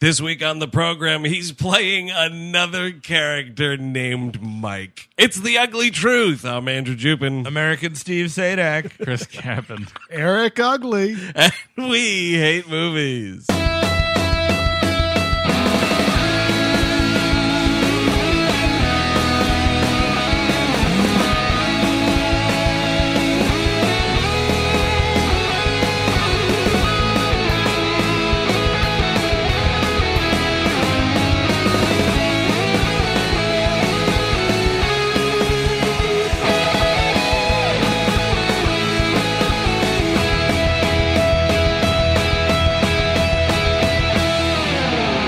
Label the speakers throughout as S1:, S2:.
S1: This week on the program, he's playing another character named Mike. It's the ugly truth. I'm Andrew Jupin.
S2: American Steve Sadak, Chris Cabin.
S3: Eric Ugly.
S1: And we hate movies.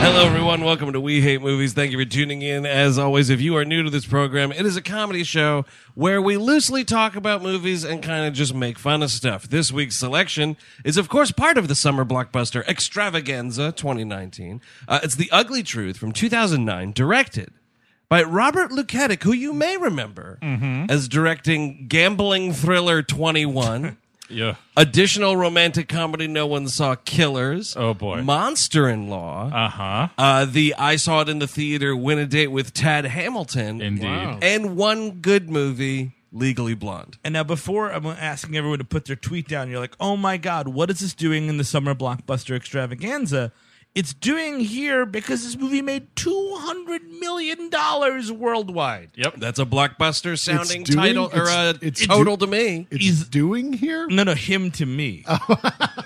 S1: Hello, everyone. Welcome to We Hate Movies. Thank you for tuning in. As always, if you are new to this program, it is a comedy show where we loosely talk about movies and kind of just make fun of stuff. This week's selection is, of course, part of the summer blockbuster Extravaganza 2019. Uh, it's The Ugly Truth from 2009, directed by Robert Luketic, who you may remember
S2: Mm-hmm.
S1: as directing Gambling Thriller 21.
S2: Yeah.
S1: Additional romantic comedy no one saw Killers.
S2: Oh, boy.
S1: Monster in Law.
S2: Uh huh.
S1: Uh, the I saw it in the theater. Win a date with Tad Hamilton.
S2: Indeed. Wow.
S1: And one good movie, Legally Blonde.
S4: And now, before I'm asking everyone to put their tweet down, you're like, oh my God, what is this doing in the summer blockbuster extravaganza? It's doing here because this movie made $200 million worldwide.
S2: Yep.
S1: That's a blockbuster sounding
S3: It's doing-
S1: title or
S3: it's-
S1: a
S3: it's
S1: total
S3: do-
S1: to me.
S3: It's
S4: He's-
S3: doing here?
S4: No, no, him to me.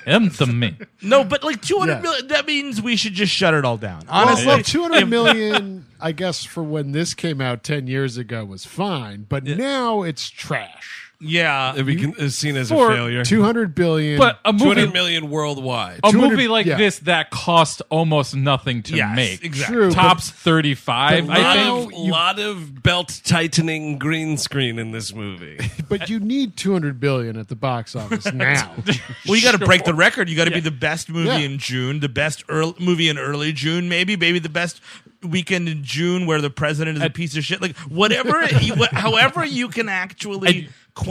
S2: Him to me.
S4: no, but like two hundred
S3: Uh, Yeah.
S4: million. that means we should just shut it all down.
S3: Well,
S4: Honestly.
S3: well, 200 million, I guess, for when this came out 10 years ago was fine, but now it's trash.
S4: yeah.
S1: It'd be con- is seen as
S3: For
S1: a failure.
S3: 200 billion.
S2: But
S4: uh,
S2: a movie,
S1: 200 million worldwide.
S2: a
S3: 200
S2: movie like
S3: yeah.
S2: this that cost almost nothing to
S4: Yes,
S2: make.
S4: exactly.
S3: True, but-
S2: Tops 35,
S3: The
S2: I
S1: lot,
S2: think.
S1: of,
S3: you-
S1: lot of belt tightening green screen in this movie.
S3: but you need 200 billion at the box office now.
S4: Well, you got to break the record. You got to be the best movie
S3: Yeah.
S4: in June, the best earl movie in early June, maybe, maybe the best weekend in June where the president is a piece of shit. Like whatever, you, wha- however you can actually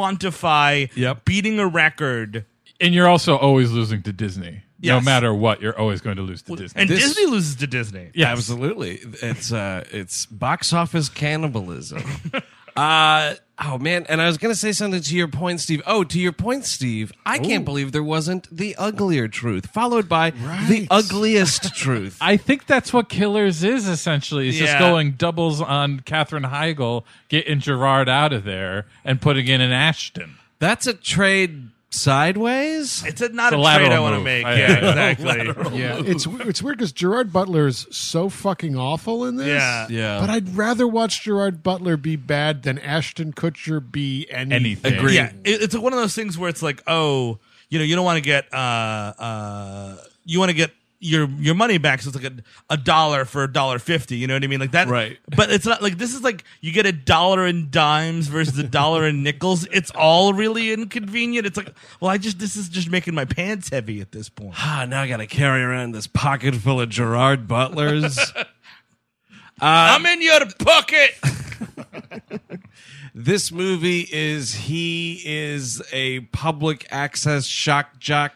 S4: quantify
S2: Yep.
S4: beating a record.
S2: And you're also always losing to Disney. No
S4: Yes.
S2: matter what, you're always going to lose to Disney.
S4: And
S1: This-
S4: Disney loses to Disney.
S2: Yes.
S1: Absolutely. It's uh it's box office cannibalism. uh oh man, and I was gonna say something to your point, Steve. Oh, to your point, Steve, I can't believe there wasn't the uglier truth, followed by the ugliest truth.
S2: I think that's what Killers is essentially. It's just
S4: Yeah.
S2: going doubles on Katherine Heigl, getting Gerard out of there, and putting in an Ashton.
S1: That's a trade sideways.
S4: It's a, not
S2: It's a
S4: a, trade I
S2: lateral
S4: want to
S2: move.
S4: make.
S2: I-
S4: yeah, exactly.
S3: yeah, it's it's weird because Gerard Butler is so fucking awful in this.
S4: Yeah.
S1: Yeah.
S3: But I'd rather watch Gerard Butler be bad than Ashton Kutcher be anything.
S2: Anything.
S1: Agreed.
S4: Yeah, it, it's one of those things where it's like, oh, you know, you don't want to get, uh, uh, you want to get your your money back. So it's like a, a dollar for a dollar fifty. You know what I mean? Like that.
S1: Right.
S4: But it's not like this is like you get a dollar in dimes versus a dollar in nickels. It's all really inconvenient. It's like, well, I just this is just making my pants heavy at this point.
S1: Ah, now I gotta carry around this pocket full of Gerard Butlers.
S4: I'm in your pocket.
S1: this movie is he is a public access shock jock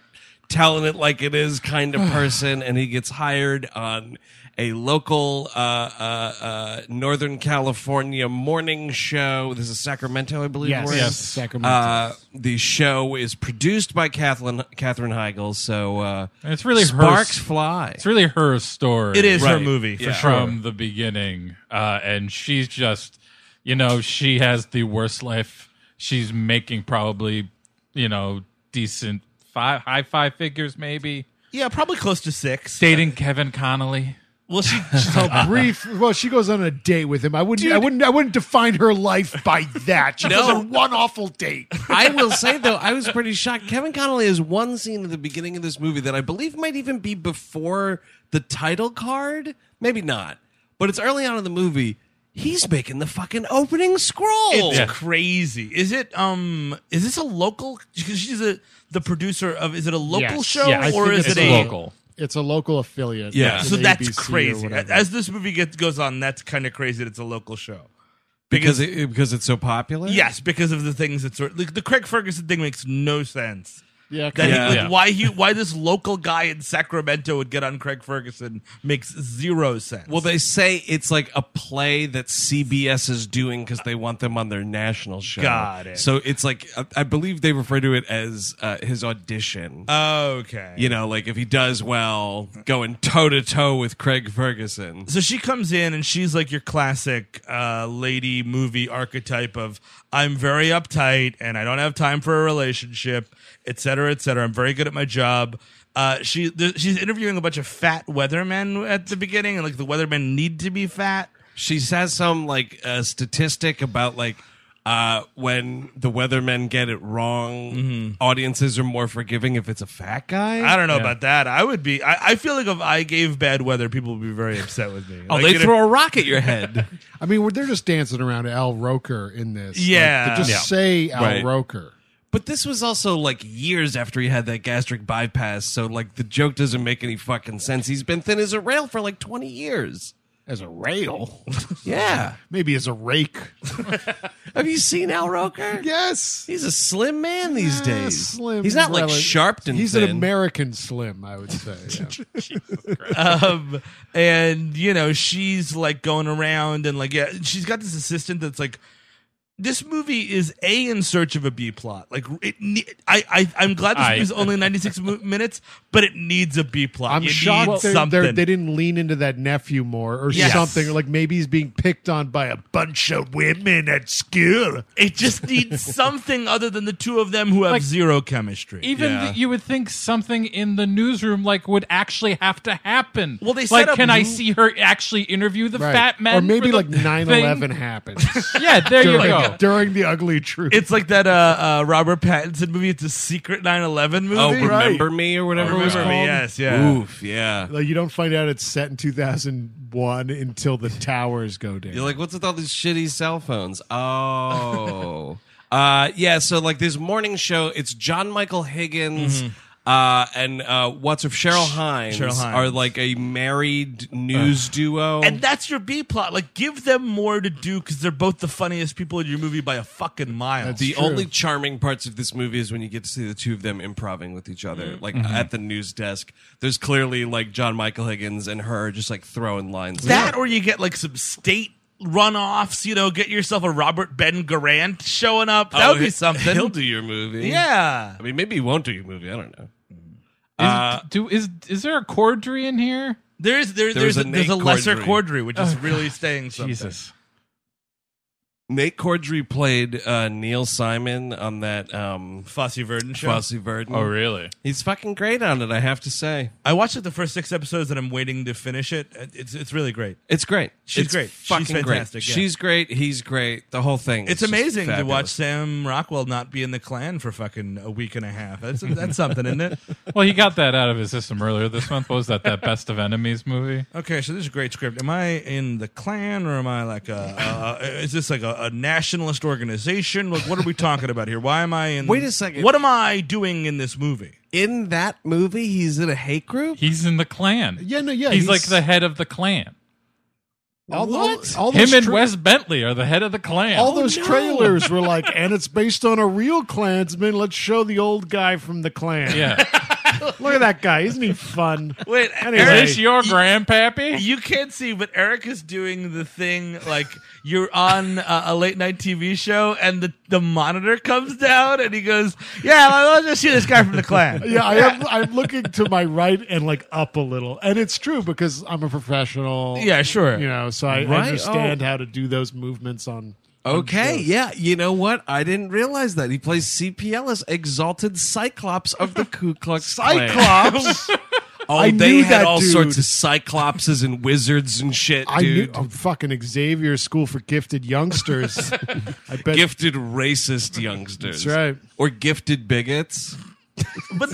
S1: telling it like it is kind of person and he gets hired on a local uh, uh, uh, northern california morning show this is sacramento i believe
S3: Yes.
S1: we're in.
S3: Yes. Sacramento.
S1: Uh, the show is produced by Kathleen, Catherine Heigl, so uh,
S2: And it's really her
S1: sparks
S2: s-
S1: fly.
S2: It's really her story.
S4: It is her
S1: Right.
S4: movie for
S1: Yeah.
S4: sure.
S2: from the beginning. Uh, and she's just, you know, she has the worst life. She's making probably, you know, decent five, high five figures, maybe.
S4: Yeah, probably close to six.
S2: Dating Kevin Connolly.
S4: Well, she, she's all
S3: brief. Well, she goes on a date with him. I wouldn't. I wouldn't. I wouldn't define her life by that. She goes on one awful date.
S1: I will say though, I was pretty shocked. Kevin Connolly has one scene at the beginning of this movie that I believe might even be before the title card. Maybe not, but it's early on in the movie. He's making the fucking opening scroll.
S4: It's crazy. Is it um is this a local because she's a the producer of is it a local
S3: Yes.
S4: show
S3: Yeah, I
S4: or
S3: think
S4: is
S3: it's
S4: it
S2: It's
S4: a
S2: local.
S3: It's a local affiliate.
S1: Yeah.
S3: like
S4: So
S3: an
S4: that's
S3: ABC or
S4: crazy.
S3: whatever.
S4: As this movie gets goes on, that's kind of crazy that it's a local show.
S1: because it, because it's so popular.
S4: Yes, because of the things that sort like the Craig Ferguson thing makes no sense.
S3: Yeah,
S4: That
S1: Yeah.
S4: He, like,
S2: Yeah.
S4: why he why this local guy in Sacramento would get on Craig Ferguson makes zero sense.
S1: Well, they say it's like a play that CBS is doing because they want them on their national show.
S4: Got it.
S1: So it's like I, I believe they refer to it as uh, his audition.
S4: Uh, okay.
S1: you know, like if he does well, going toe to toe with Craig Ferguson.
S4: So she comes in and she's like your classic uh, lady movie archetype of I'm very uptight and I don't have time for a relationship, et cetera, et cetera. I'm very good at my job. Uh, she th- she's interviewing a bunch of fat weathermen at the beginning, and like the weathermen need to be fat.
S1: She says some like uh, statistic about like uh, when the weathermen get it wrong, audiences are more forgiving if it's a fat guy.
S4: I don't know about that. I would be. I, I feel like if I gave bad weather, people would be very upset with me.
S1: Oh,
S4: Like,
S1: they
S4: you know-
S1: throw a rock at your head.
S3: I mean, well, they're just dancing around Al Roker in this. Like,
S4: Yeah.
S3: to just
S4: Yeah.
S3: say Al
S1: Right.
S3: Roker.
S1: But this was also like years after he had that gastric bypass, so like the joke doesn't make any fucking sense. He's been thin as a rail for like 20 years.
S3: As a rail,
S1: Yeah.
S3: maybe as a rake.
S1: Have you seen Al Roker?
S3: Yes,
S1: He's a slim man these
S3: Yeah,
S1: days.
S3: slim
S1: He's not like
S3: relic.
S1: sharp and
S3: He's an
S1: thin.
S3: American slim, I would say. yeah.
S4: um, and you know she's like going around and like yeah she's got this assistant that's like this movie is a in search of a b plot like it ne- I, I i'm glad this
S2: I-
S4: movie's only 96 mo- minutes but it needs a b plot
S3: I'm
S4: You need
S3: shocked they're,
S4: something
S3: they're, they did not lean into that nephew more or
S4: Yes.
S3: something. Or like maybe he's being picked on by a bunch of women at school.
S4: it just needs something other than the two of them who have
S2: Like-
S4: zero chemistry
S2: Even
S1: Yeah.
S2: th- you would think something in the newsroom like would actually have to happen.
S4: Well, they set
S2: like,
S4: up
S2: can I
S4: new-
S2: see her actually interview the
S3: Right.
S2: fat man,
S3: or maybe
S2: for the
S3: like 9 11 happens
S2: thing? Yeah, there you
S3: during,
S2: go.
S3: during the ugly truth.
S4: it's like that uh, uh robert pattinson movie it's a secret 9-11 movie
S1: oh,
S4: right?
S1: remember me or whatever it was
S4: Remember Me,
S1: called?
S4: yes yeah
S1: Oof, yeah.
S3: Like, you don't find out it's set in 2001 until the towers go down.
S1: You're like, what's with all these shitty cell phones? Oh. uh, yeah, so like this morning show, it's John Michael Higgins. Uh, and uh, what's of Cheryl Hines,
S4: Mm-hmm. Cheryl Hines.
S1: are like a married news duo.
S4: And that's your B plot. Like, give them more to do because they're both the funniest people in your movie by a fucking mile.
S1: the
S3: true.
S1: only charming parts of this movie is when you get to see the two of them improving with each other,
S4: Mm-hmm.
S1: like at the news desk. There's clearly like John Michael Higgins and her just like throwing lines.
S4: that, or you get like some state runoffs. You know, get yourself a Robert Ben Garant showing up. That
S1: Oh,
S4: would be
S1: he-
S4: something.
S1: He'll do your movie.
S4: yeah.
S1: I mean, maybe he won't do your movie. I don't know.
S2: Is, do is is there a cordry in here?
S4: There is there,
S1: There's
S4: there's
S1: a
S4: a, there's a
S1: Nate
S4: lesser
S1: Cordry.
S4: Cordry, which is really staying something.
S2: Jesus.
S1: Nate Cordry played uh, Neil Simon on that um,
S4: Fosse Verdon show.
S1: Fosse Verdon.
S2: Oh, really?
S1: He's fucking great on it, I have to say.
S4: I watched it the first six episodes, and I'm waiting to finish it. It's it's really great.
S1: It's great.
S4: She's
S1: It's
S4: great. She's
S1: Fucking
S4: fantastic,
S1: Great.
S4: yeah.
S1: She's great. He's great. The whole thing.
S4: It's,
S1: is just
S4: amazing to watch
S1: fabulous.
S4: Sam Rockwell not be in the Klan for fucking a week and a half. That's that's something, isn't it?
S2: Well, he got that out of his system earlier this month. What was that that Best of Enemies movie?
S4: Okay, so this is a great script. Am I in the Klan or am I like a? Uh, is this like a, a nationalist organization? Like, what are we talking about here? Why am I in?
S1: Wait a second.
S4: What am I doing in this movie?
S1: In that movie, he's in a hate group?
S2: He's in the Klan.
S3: Yeah, no, yeah,
S2: He's,
S3: he's-
S2: like the head of the Klan.
S3: all the-
S1: What?
S3: all
S2: Him
S3: those
S2: and
S3: tra-
S2: Wes Bentley are the head of the Klan.
S3: All those
S4: Oh,
S1: no.
S3: trailers were like, and it's based on a real Klansman. Let's show the old guy from the Klan.
S2: yeah.
S3: Look at that guy. Isn't he fun?
S4: Wait,
S3: Anyway.
S2: Is
S3: Eric-
S2: this your grandpappy?
S4: you can't see, but Eric is doing the thing like you're on a, a late night TV show and the, the monitor comes down and he goes, "Yeah, let's just see this guy from the Klan."
S3: Yeah, I am, I'm looking to my right and like up a little. And it's true because I'm a professional.
S4: Yeah, sure.
S3: You know, so I
S1: Right?
S3: understand
S1: Oh.
S3: how to do those movements on.
S1: Okay, yeah. You know what? I didn't realize that. He plays CPLS, Exalted Cyclops of the Ku Klux Klan.
S3: Cyclops!
S1: Oh,
S3: I
S1: they
S3: knew
S1: had
S3: that
S1: all
S3: dude.
S1: sorts of Cyclopses and wizards and shit,
S3: I knew
S1: dude.
S3: oh, fucking Xavier School for Gifted Youngsters. I bet.
S1: Gifted racist youngsters.
S3: That's right.
S1: Or gifted bigots.
S4: But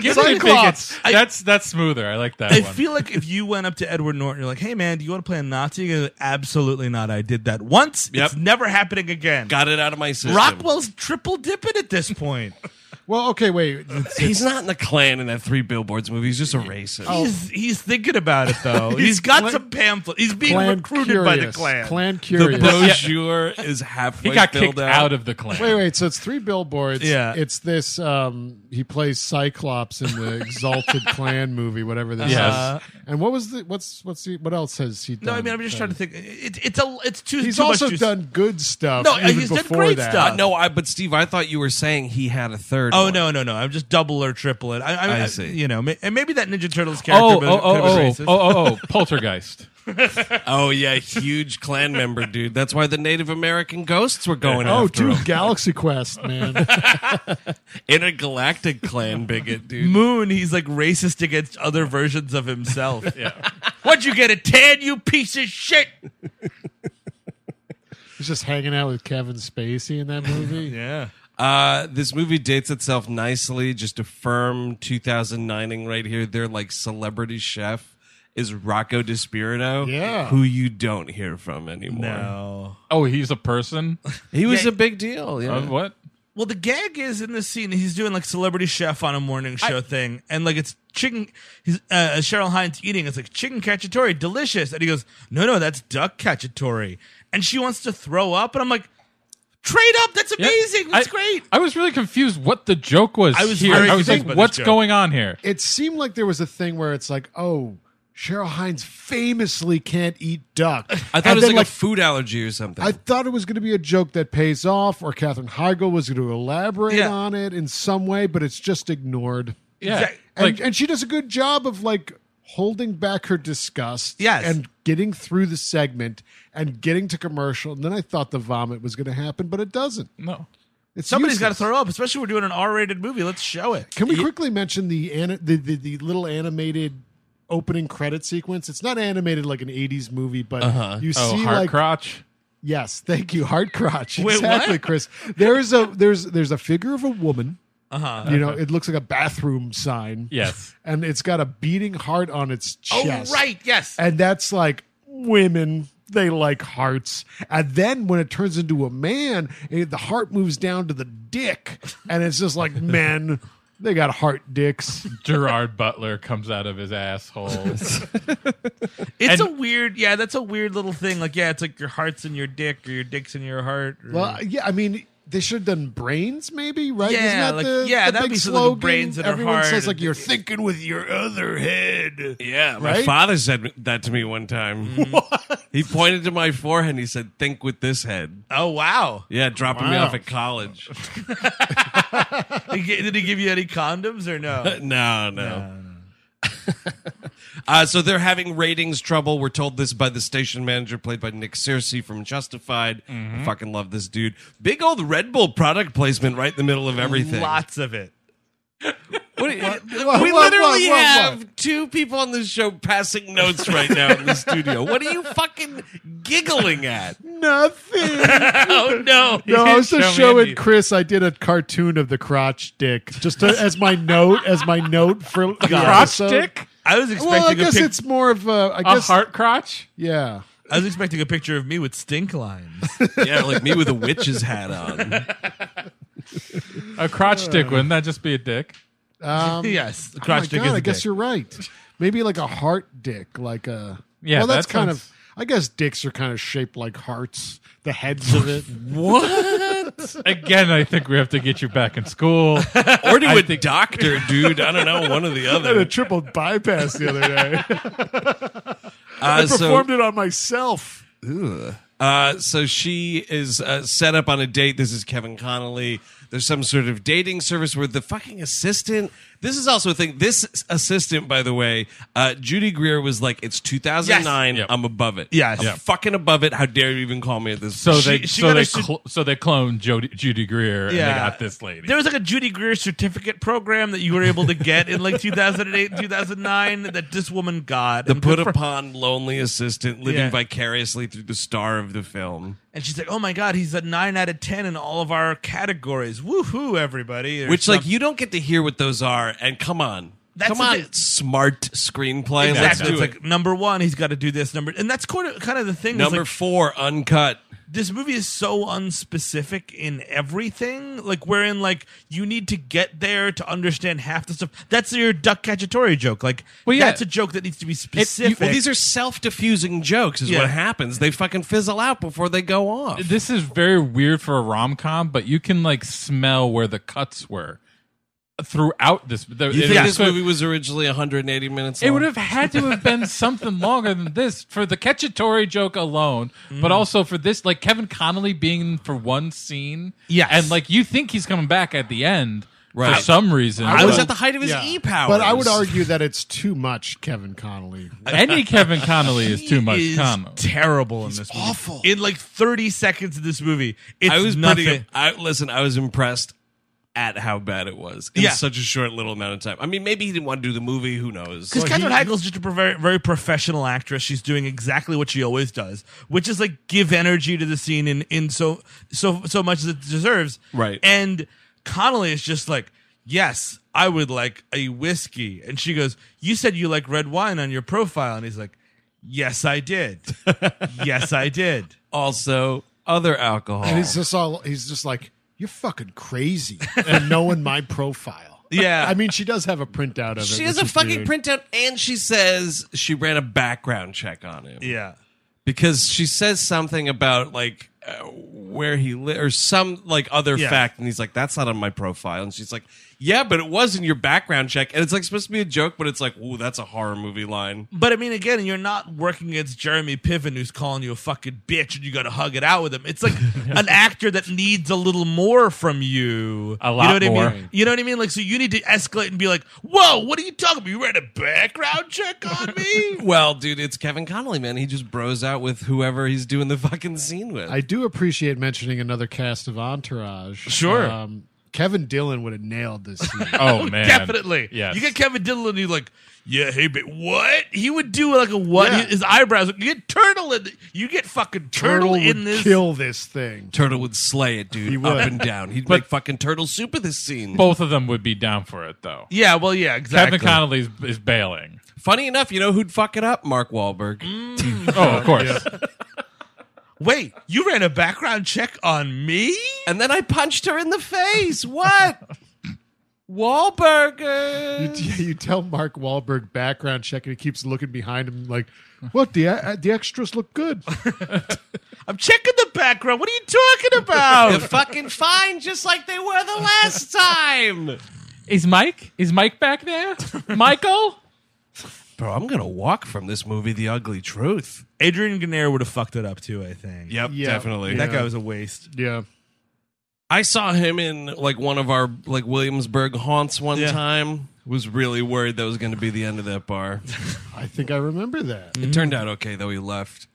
S2: Give me
S3: Cyclops.
S2: bigots. That's that's smoother. I like that
S4: I
S2: one.
S4: feel like if you went up to Edward Norton, you're like, "Hey man, do you want to play a Nazi?" He goes, Absolutely not. I did that once.
S1: Yep.
S4: It's never happening again.
S1: Got it out of my system.
S4: Rockwell's triple dipping at this point.
S3: Well, okay, wait.
S1: He's not in the Klan in that Three Billboards movie. He's just a racist.
S4: He's he's thinking about it though. he's got some pamphlets. He's being
S3: Clan
S4: recruited
S3: curious.
S4: by the Klan.
S3: Clan
S1: the
S3: curious.
S1: brochure is halfway
S2: He got
S1: filled
S2: kicked
S1: out.
S2: out of the clan.
S3: Wait, wait. So it's three billboards.
S4: Yeah.
S3: It's this. Um, he plays Cyclops in the Exalted Clan movie, whatever this
S2: Yes.
S3: is. And what was the? What's what's he? What else has he done?
S4: No, I mean I'm just trying to think. It, it's a it's too.
S3: He's
S4: too much
S3: also
S4: juice.
S3: done good stuff.
S4: No,
S3: even
S4: he's done
S3: before
S4: great
S3: that.
S4: stuff.
S1: Uh, no, I. But Steve, I thought you were saying he had a third.
S4: Oh
S1: one.
S4: no no no! I'm just double or triple it. I, I,
S1: I see.
S4: You know, ma- and maybe that Ninja Turtles character.
S2: Oh, oh,
S4: was-
S2: oh,
S4: could've
S2: oh,
S4: been
S2: oh,
S4: racist.
S2: oh, oh, poltergeist.
S1: Oh yeah, huge Klan member, dude. That's why the Native American ghosts were going
S3: Oh,
S1: after
S3: dude,
S1: him.
S3: Galaxy Quest, man.
S1: Intergalactic Klan bigot, dude.
S4: Moon, he's like racist against other versions of himself. yeah. What'd you get a tan, you piece of shit?
S3: he's just hanging out with Kevin Spacey in that movie.
S4: Yeah.
S1: Uh, this movie dates itself nicely. Just a firm 2009ing right here. Their like celebrity chef is Rocco Despirito,
S3: Yeah.
S1: who you don't hear from anymore.
S4: No.
S2: Oh, he's a person.
S1: He was
S4: Yeah.
S1: a big deal. Yeah.
S2: Uh, what?
S4: Well, the gag is in this scene. He's doing like celebrity chef on a morning show thing, and like it's chicken. He's uh, Cheryl Hines eating. It's like chicken cacciatore, delicious. And he goes, "No, no, that's duck cacciatore." And she wants to throw up, and I'm like, "Trade up! That's
S2: Yeah.
S4: amazing! that's
S2: I-
S4: great!"
S2: I was really confused what the joke was.
S4: I was
S2: here.
S4: very
S2: I was
S4: confused by
S2: like,
S4: this
S2: what's
S4: joke.
S2: going on here?
S3: It seemed like there was a thing where it's like, oh, Cheryl Hines famously can't eat duck.
S1: I
S3: And
S1: thought it was
S3: then,
S1: like, a food allergy or something.
S3: I thought it was going to be a joke that pays off, or Katherine Heigl was going to elaborate
S4: Yeah.
S3: on it in some way, but it's just ignored.
S2: Yeah,
S4: Exact-
S3: And,
S2: like
S3: and she does a good job of like holding back her disgust
S4: Yes.
S3: and getting through the segment and getting to commercial. And then I thought the vomit was going to happen, but it doesn't.
S2: no.
S3: It's
S4: Somebody's got to
S3: useless.
S4: throw up, especially we're doing an R-rated movie. Let's show it.
S3: Can we quickly mention the, ani- the the the little animated opening credit sequence? It's not animated like an '80s movie, but
S4: Uh-huh.
S3: you
S2: Oh,
S3: see
S2: hard
S3: like
S2: crotch.
S3: yes, thank you, heart crotch,
S4: what?
S3: exactly, Chris. There is a there's there's a figure of a woman. Uh-huh. You know, it looks like a bathroom sign.
S2: Yes.
S3: and it's got a beating heart on its
S4: Oh,
S3: chest.
S4: right, yes.
S3: and that's like women. They like hearts, and then when it turns into a man, it, the heart moves down to the dick, and it's just like men. They got heart dicks.
S2: Gerard Butler comes out of his asshole.
S4: It's
S2: And-
S4: a weird, yeah, that's a weird little thing. Like, yeah, it's like your heart's in your dick or your dick's in your heart. or-
S3: Well, yeah, I mean, they should have done brains, maybe, right?
S4: Mm-hmm. Yeah,
S3: Isn't that
S4: like-
S3: the,
S4: yeah,
S3: the
S4: that'd
S3: big
S4: be something with
S3: slogan?
S4: brains in her
S3: Everyone
S4: heart
S3: says like
S4: and-
S3: you're thinking with your other head.
S1: Yeah, my
S3: Right?
S1: father said that to me one time. He pointed to my forehead and he said, "Think with this head."
S4: oh, wow.
S1: Yeah, dropping me
S3: Wow.
S1: off at college.
S4: Did he did he give you any condoms or no?
S1: no, no. uh, so they're having ratings trouble. We're told this by the station manager, played by Nick Searcy from Justified.
S3: Mm-hmm.
S1: I fucking love this dude. Big old Red Bull product placement right in the middle of everything.
S4: Lots of it.
S1: What- we
S3: what-
S1: literally
S3: what- what- what?
S1: have two people on this show passing notes right now in the studio. What are you fucking giggling at?
S3: Nothing.
S4: Oh, no.
S3: no, I was
S2: Show
S3: just
S2: me a
S3: showing
S2: knee.
S3: Chris. I did a cartoon of the crotch dick, just to, as my note, as my note for the
S2: crotch
S3: episode.
S2: dick?
S4: I was expecting
S3: Well, I
S4: a
S3: guess
S4: pic-
S3: it's more of a. I
S2: A
S3: guess
S2: heart crotch?
S3: Yeah.
S4: I was expecting a picture of me with stink lines.
S1: Yeah, like me with a witch's hat on.
S2: A crotch dick, wouldn't that just be a dick?
S3: Um,
S4: yes, the
S3: oh
S4: crotch
S3: my
S4: dick
S3: God,
S4: is a
S3: I guess
S4: dick.
S3: you're right. Maybe like a heart dick, like a.
S2: Yeah,
S3: Well, that's
S2: that
S3: kind
S2: sounds-
S3: of. I guess dicks are kind of shaped like hearts. The heads of it.
S2: Again, I think we have to get you back in school.
S1: Or to a doctor, dude. I don't know, one or the
S3: I had a
S1: other.
S3: triple bypass the other day.
S1: Uh,
S3: I
S1: so,
S3: performed it on myself.
S1: uh, so she is uh, set up on a date. This is Kevin Connolly. There's some sort of dating service where the fucking assistant. This is also a thing. This assistant, by the way, uh, Judy Greer was like, "It's 2009.
S2: Yes. Yep.
S1: I'm above it.
S4: Yes.
S1: I'm
S4: Yep.
S1: fucking above it. How dare you even call me at this?"
S2: So they
S4: She- she
S2: so
S4: got
S2: they
S4: a su-
S2: cl- so they cloned Jody, Judy Greer and
S4: Yeah.
S2: they got this lady.
S4: There was like a Judy Greer certificate program that you were able to get in like 2008, 2009 that this woman got.
S1: the
S4: And good
S1: put
S4: for
S1: upon lonely assistant living
S4: Yeah.
S1: vicariously through the star of the film.
S4: And she's like, "Oh my god, he's a nine out of ten in all of our categories. Woohoo, everybody!" or
S1: Which, like,
S4: something.
S1: you don't get to hear what those are. And come on,
S4: That's
S1: Come
S4: the
S1: on,
S4: thi-
S1: smart screenplay. Let's
S4: Exactly.
S1: do
S4: It's
S1: it.
S4: like number one, he's got to do this number, and that's kind of kind of the thing. is,
S1: Number
S4: like,
S1: four, uncut.
S4: this movie is so unspecific in everything. Like wherein like you need to get there to understand half the stuff. That's your duck cacciatore joke. Like
S2: Well, yeah.
S4: that's a joke that needs to be
S1: It-
S4: specific.
S1: well, these are self-diffusing jokes. Is
S4: Yeah.
S1: what happens. They fucking fizzle out before they go off.
S2: This is very weird for a rom com, but you can like smell where the cuts were throughout this. The,
S1: You
S2: it-
S1: think
S2: it's
S1: this
S2: so-
S1: movie was originally 180 minutes?
S2: It
S1: long?
S2: would have had to have been something longer than this for the Ketchatori joke alone,
S4: Mm.
S2: but also for this, like Kevin Connolly being for one scene.
S4: Yes.
S2: And like you think he's coming back at the end
S1: Right.
S2: for some reason.
S1: I was
S2: but
S1: at the height of his
S3: Yeah.
S1: e power.
S3: But I would argue that it's too much Kevin Connolly.
S2: any Kevin Connolly is too much
S4: He is
S2: Connolly.
S4: terrible in this movie.
S3: awful.
S4: In like 30 seconds of this movie, it's
S1: I was
S4: nothing.
S1: pretty. I, listen, I was impressed at how bad it was in
S4: Yeah.
S1: such a short little amount of time. I mean, maybe he didn't want to do the movie. Who knows?
S4: Because Catherine Heigl's just a pro- very, very professional actress. She's doing exactly what she always does, which is like give energy to the scene in, in so so so much as it deserves.
S1: Right.
S4: And Connolly is just like, yes, I would like a whiskey. And she goes, you said you like red wine on your profile, and he's like, yes, I did. yes, I did.
S1: also, other alcohol.
S3: And he's just all he's just like, You're fucking crazy for knowing my profile.
S1: Yeah.
S3: I mean she does have a printout of it.
S1: she
S3: which
S1: has a
S3: is
S1: fucking
S3: weird.
S1: printout, and she says she ran a background check on him
S4: Yeah.
S1: because she says something about like uh, where he li or some like other
S4: Yeah.
S1: fact, and he's like, "That's not on my profile," and she's like. Yeah, but it was in your background check, and it's like supposed to be a joke, but it's like, ooh, that's a horror movie line.
S4: But I mean, again, you're not working against Jeremy Piven, who's calling you a fucking bitch, and you got to hug it out with him. It's like an actor that needs a little more from you.
S2: A
S4: you
S2: lot
S4: know what I
S2: more.
S4: mean? You know what I mean? Like, so you need to escalate and be like, "Whoa, what are you talking about? You ran a background check on me."
S1: Well, dude, it's Kevin Connolly, man. He just bros out with whoever he's doing the fucking scene with.
S3: I do appreciate mentioning another cast of Entourage.
S4: Sure.
S3: Um, Kevin Dillon would have nailed this. scene.
S2: Oh man,
S4: Definitely.
S2: Yes.
S4: You get Kevin Dillon, and you're like, "Yeah, hey, but what?" He would do like a what?
S3: Yeah.
S4: His eyebrows. You get turtle in. You get fucking turtle,
S3: would
S4: in this.
S3: kill this thing.
S1: Turtle would slay it, dude,
S3: He
S1: up
S3: would.
S1: and down. He'd make fucking turtle soup of this scene.
S2: both of them would be down for it though.
S4: Yeah. Well. Yeah. Exactly.
S2: Kevin Connolly is, is bailing.
S1: Funny enough, you know who'd fuck it up? Mark Wahlberg.
S2: Oh, of course.
S4: Wait, you ran a background check on me?
S1: And then I punched her in the face. What? Wahlberger.
S3: Yeah, you tell Mark Wahlberg background check, and he keeps looking behind him like, "What the uh, the extras look good."
S4: I'm checking the background. What are you talking about?
S1: They're fucking fine, just like they were the last time.
S2: Is Mike? Is Mike back there? Michael?
S1: Bro, I'm gonna walk from this movie the ugly truth.
S4: Adrian Gunnare would have fucked it up too, I think.
S1: Yep,
S3: Yeah.
S1: definitely.
S4: That
S3: Yeah.
S4: guy was a waste.
S3: yeah,
S1: I saw him in like one of our like Williamsburg haunts one
S4: Yeah.
S1: time. Was really worried that was going to be the end of that bar.
S4: Mm-hmm.
S3: I think I remember that.
S4: Mm.
S1: It turned out okay though. He left.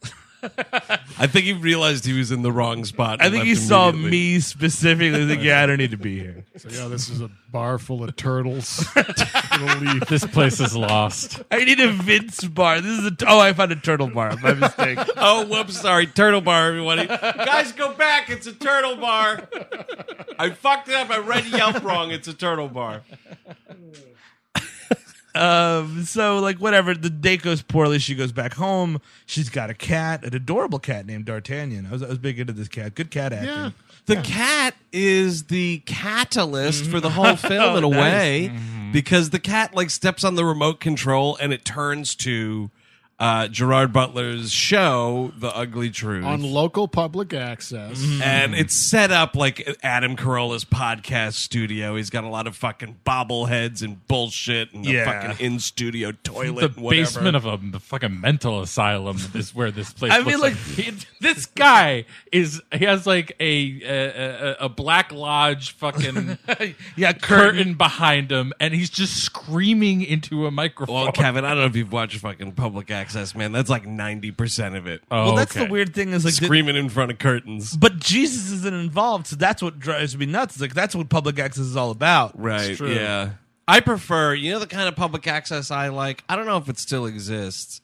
S1: I think he realized he was in the wrong spot.
S4: I
S1: and
S4: think
S1: left
S4: he saw
S1: immediately.
S4: me specifically. Like, yeah, I don't need to be here.
S3: So yeah, this is a bar full of turtles. Gonna leave.
S2: This place is lost.
S4: I need a Vince bar. This is a. Oh, I found a turtle bar. My mistake.
S1: Oh, whoops! Sorry, turtle bar, everybody. Guys, go back. It's a turtle bar. I fucked it up. I read Yelp wrong. It's a turtle bar.
S4: um, so like whatever. The date goes poorly. She goes back home. She's got a cat, an adorable cat named D'Artagnan. I was I was big into this cat. Good cat acting.
S3: Yeah.
S1: The cat is the catalyst for the whole film
S2: Oh,
S1: in a way
S2: Mm-hmm.
S1: because the cat like steps on the remote control and it turns to uh, Gerard Butler's show, The Ugly Truth.
S3: on local public access.
S1: and it's set up like Adam Carolla's podcast studio. He's got a lot of fucking bobbleheads and bullshit and
S4: Yeah.
S1: a fucking in studio toilet.
S2: the
S1: and whatever.
S2: basement of a the fucking mental asylum is where this place.
S4: I mean,
S2: looks
S4: like-
S2: He- this guy is he has like a a, a, a black lodge fucking
S4: Yeah, curtain.
S2: curtain behind him, and he's just screaming into a microphone.
S1: Well, Kevin, I don't know if you've watched fucking Public Access, man. That's like ninety percent of it.
S2: Oh,
S4: Well, that's
S2: okay.
S4: the weird thing is like the-
S1: Screaming in front of curtains.
S4: But Jesus isn't involved, so that's what drives me nuts. It's like that's what public access is all about.
S1: Right.
S3: true.
S1: Yeah. I prefer, you know, the kind of public access I like. I don't know if it still exists.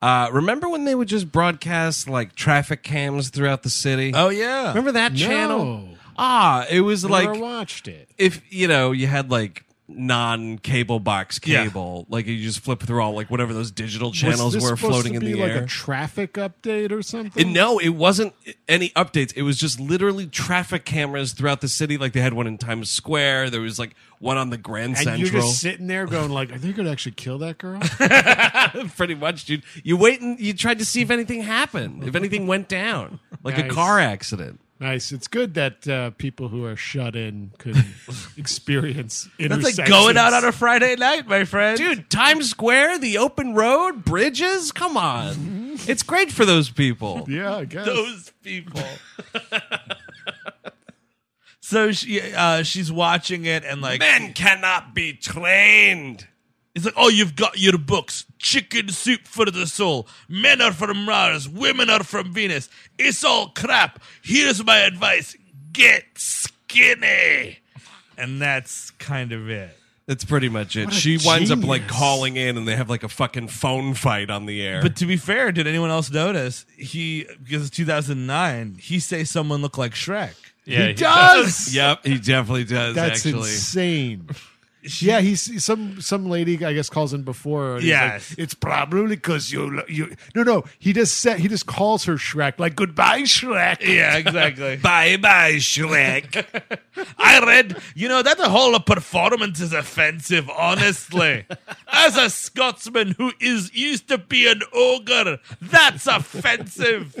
S1: Uh, remember when they would just broadcast like traffic cams throughout the city?
S4: Oh yeah.
S1: remember that
S3: No.
S1: channel? Ah, it was
S3: Like
S1: like
S3: watched it.
S1: if you know you had like non cable box cable. Like you just flip through all like whatever those digital
S3: Was
S1: channels
S3: this
S1: were
S3: supposed
S1: floating
S3: to
S1: in
S3: be
S1: the
S3: like
S1: air.
S3: a traffic update or something.
S1: It- no, it wasn't any updates. It was just literally traffic cameras throughout the city. Like they had one in Times Square. There was like one on the Grand
S3: and
S1: Central.
S3: you're just sitting there going like, "Are they going to actually kill that girl?"
S1: pretty much, dude. You wait and you tried to see if anything happened, if anything went down, like a
S3: Nice.
S1: car accident.
S3: nice. It's good that uh, people who are shut in could experience.
S4: That's like going out on a Friday night, my friend.
S1: Dude, Times Square, the open road, bridges, come on. It's great for those people.
S3: Yeah, I guess.
S4: those people. so she, uh, she's watching it and like,
S1: Men cannot be trained.
S4: it's like, oh, you've got your books. Chicken soup for the soul. Men are from Mars. Women are from Venus. It's all crap. Here's my advice: get skinny. And that's kind of it.
S1: That's pretty much it.
S3: a
S1: She winds up like
S3: genius.
S1: calling in and they have like a fucking phone fight on the air.
S4: But to be fair, did anyone else notice he because it's 2009? He say someone looked like Shrek.
S2: Yeah,
S3: he does.
S1: yep, he definitely does
S3: That's
S1: actually.
S3: insane. yeah, he's some some lady I guess calls in before. and he's like,
S4: Yes.
S3: it's probably because you lo- you no no he just said he just calls her Shrek like goodbye Shrek.
S4: Yeah, exactly.
S1: Bye bye, Shrek.
S4: I read, you know, that the whole performance is offensive, honestly. As a Scotsman who is used to be an ogre, that's offensive.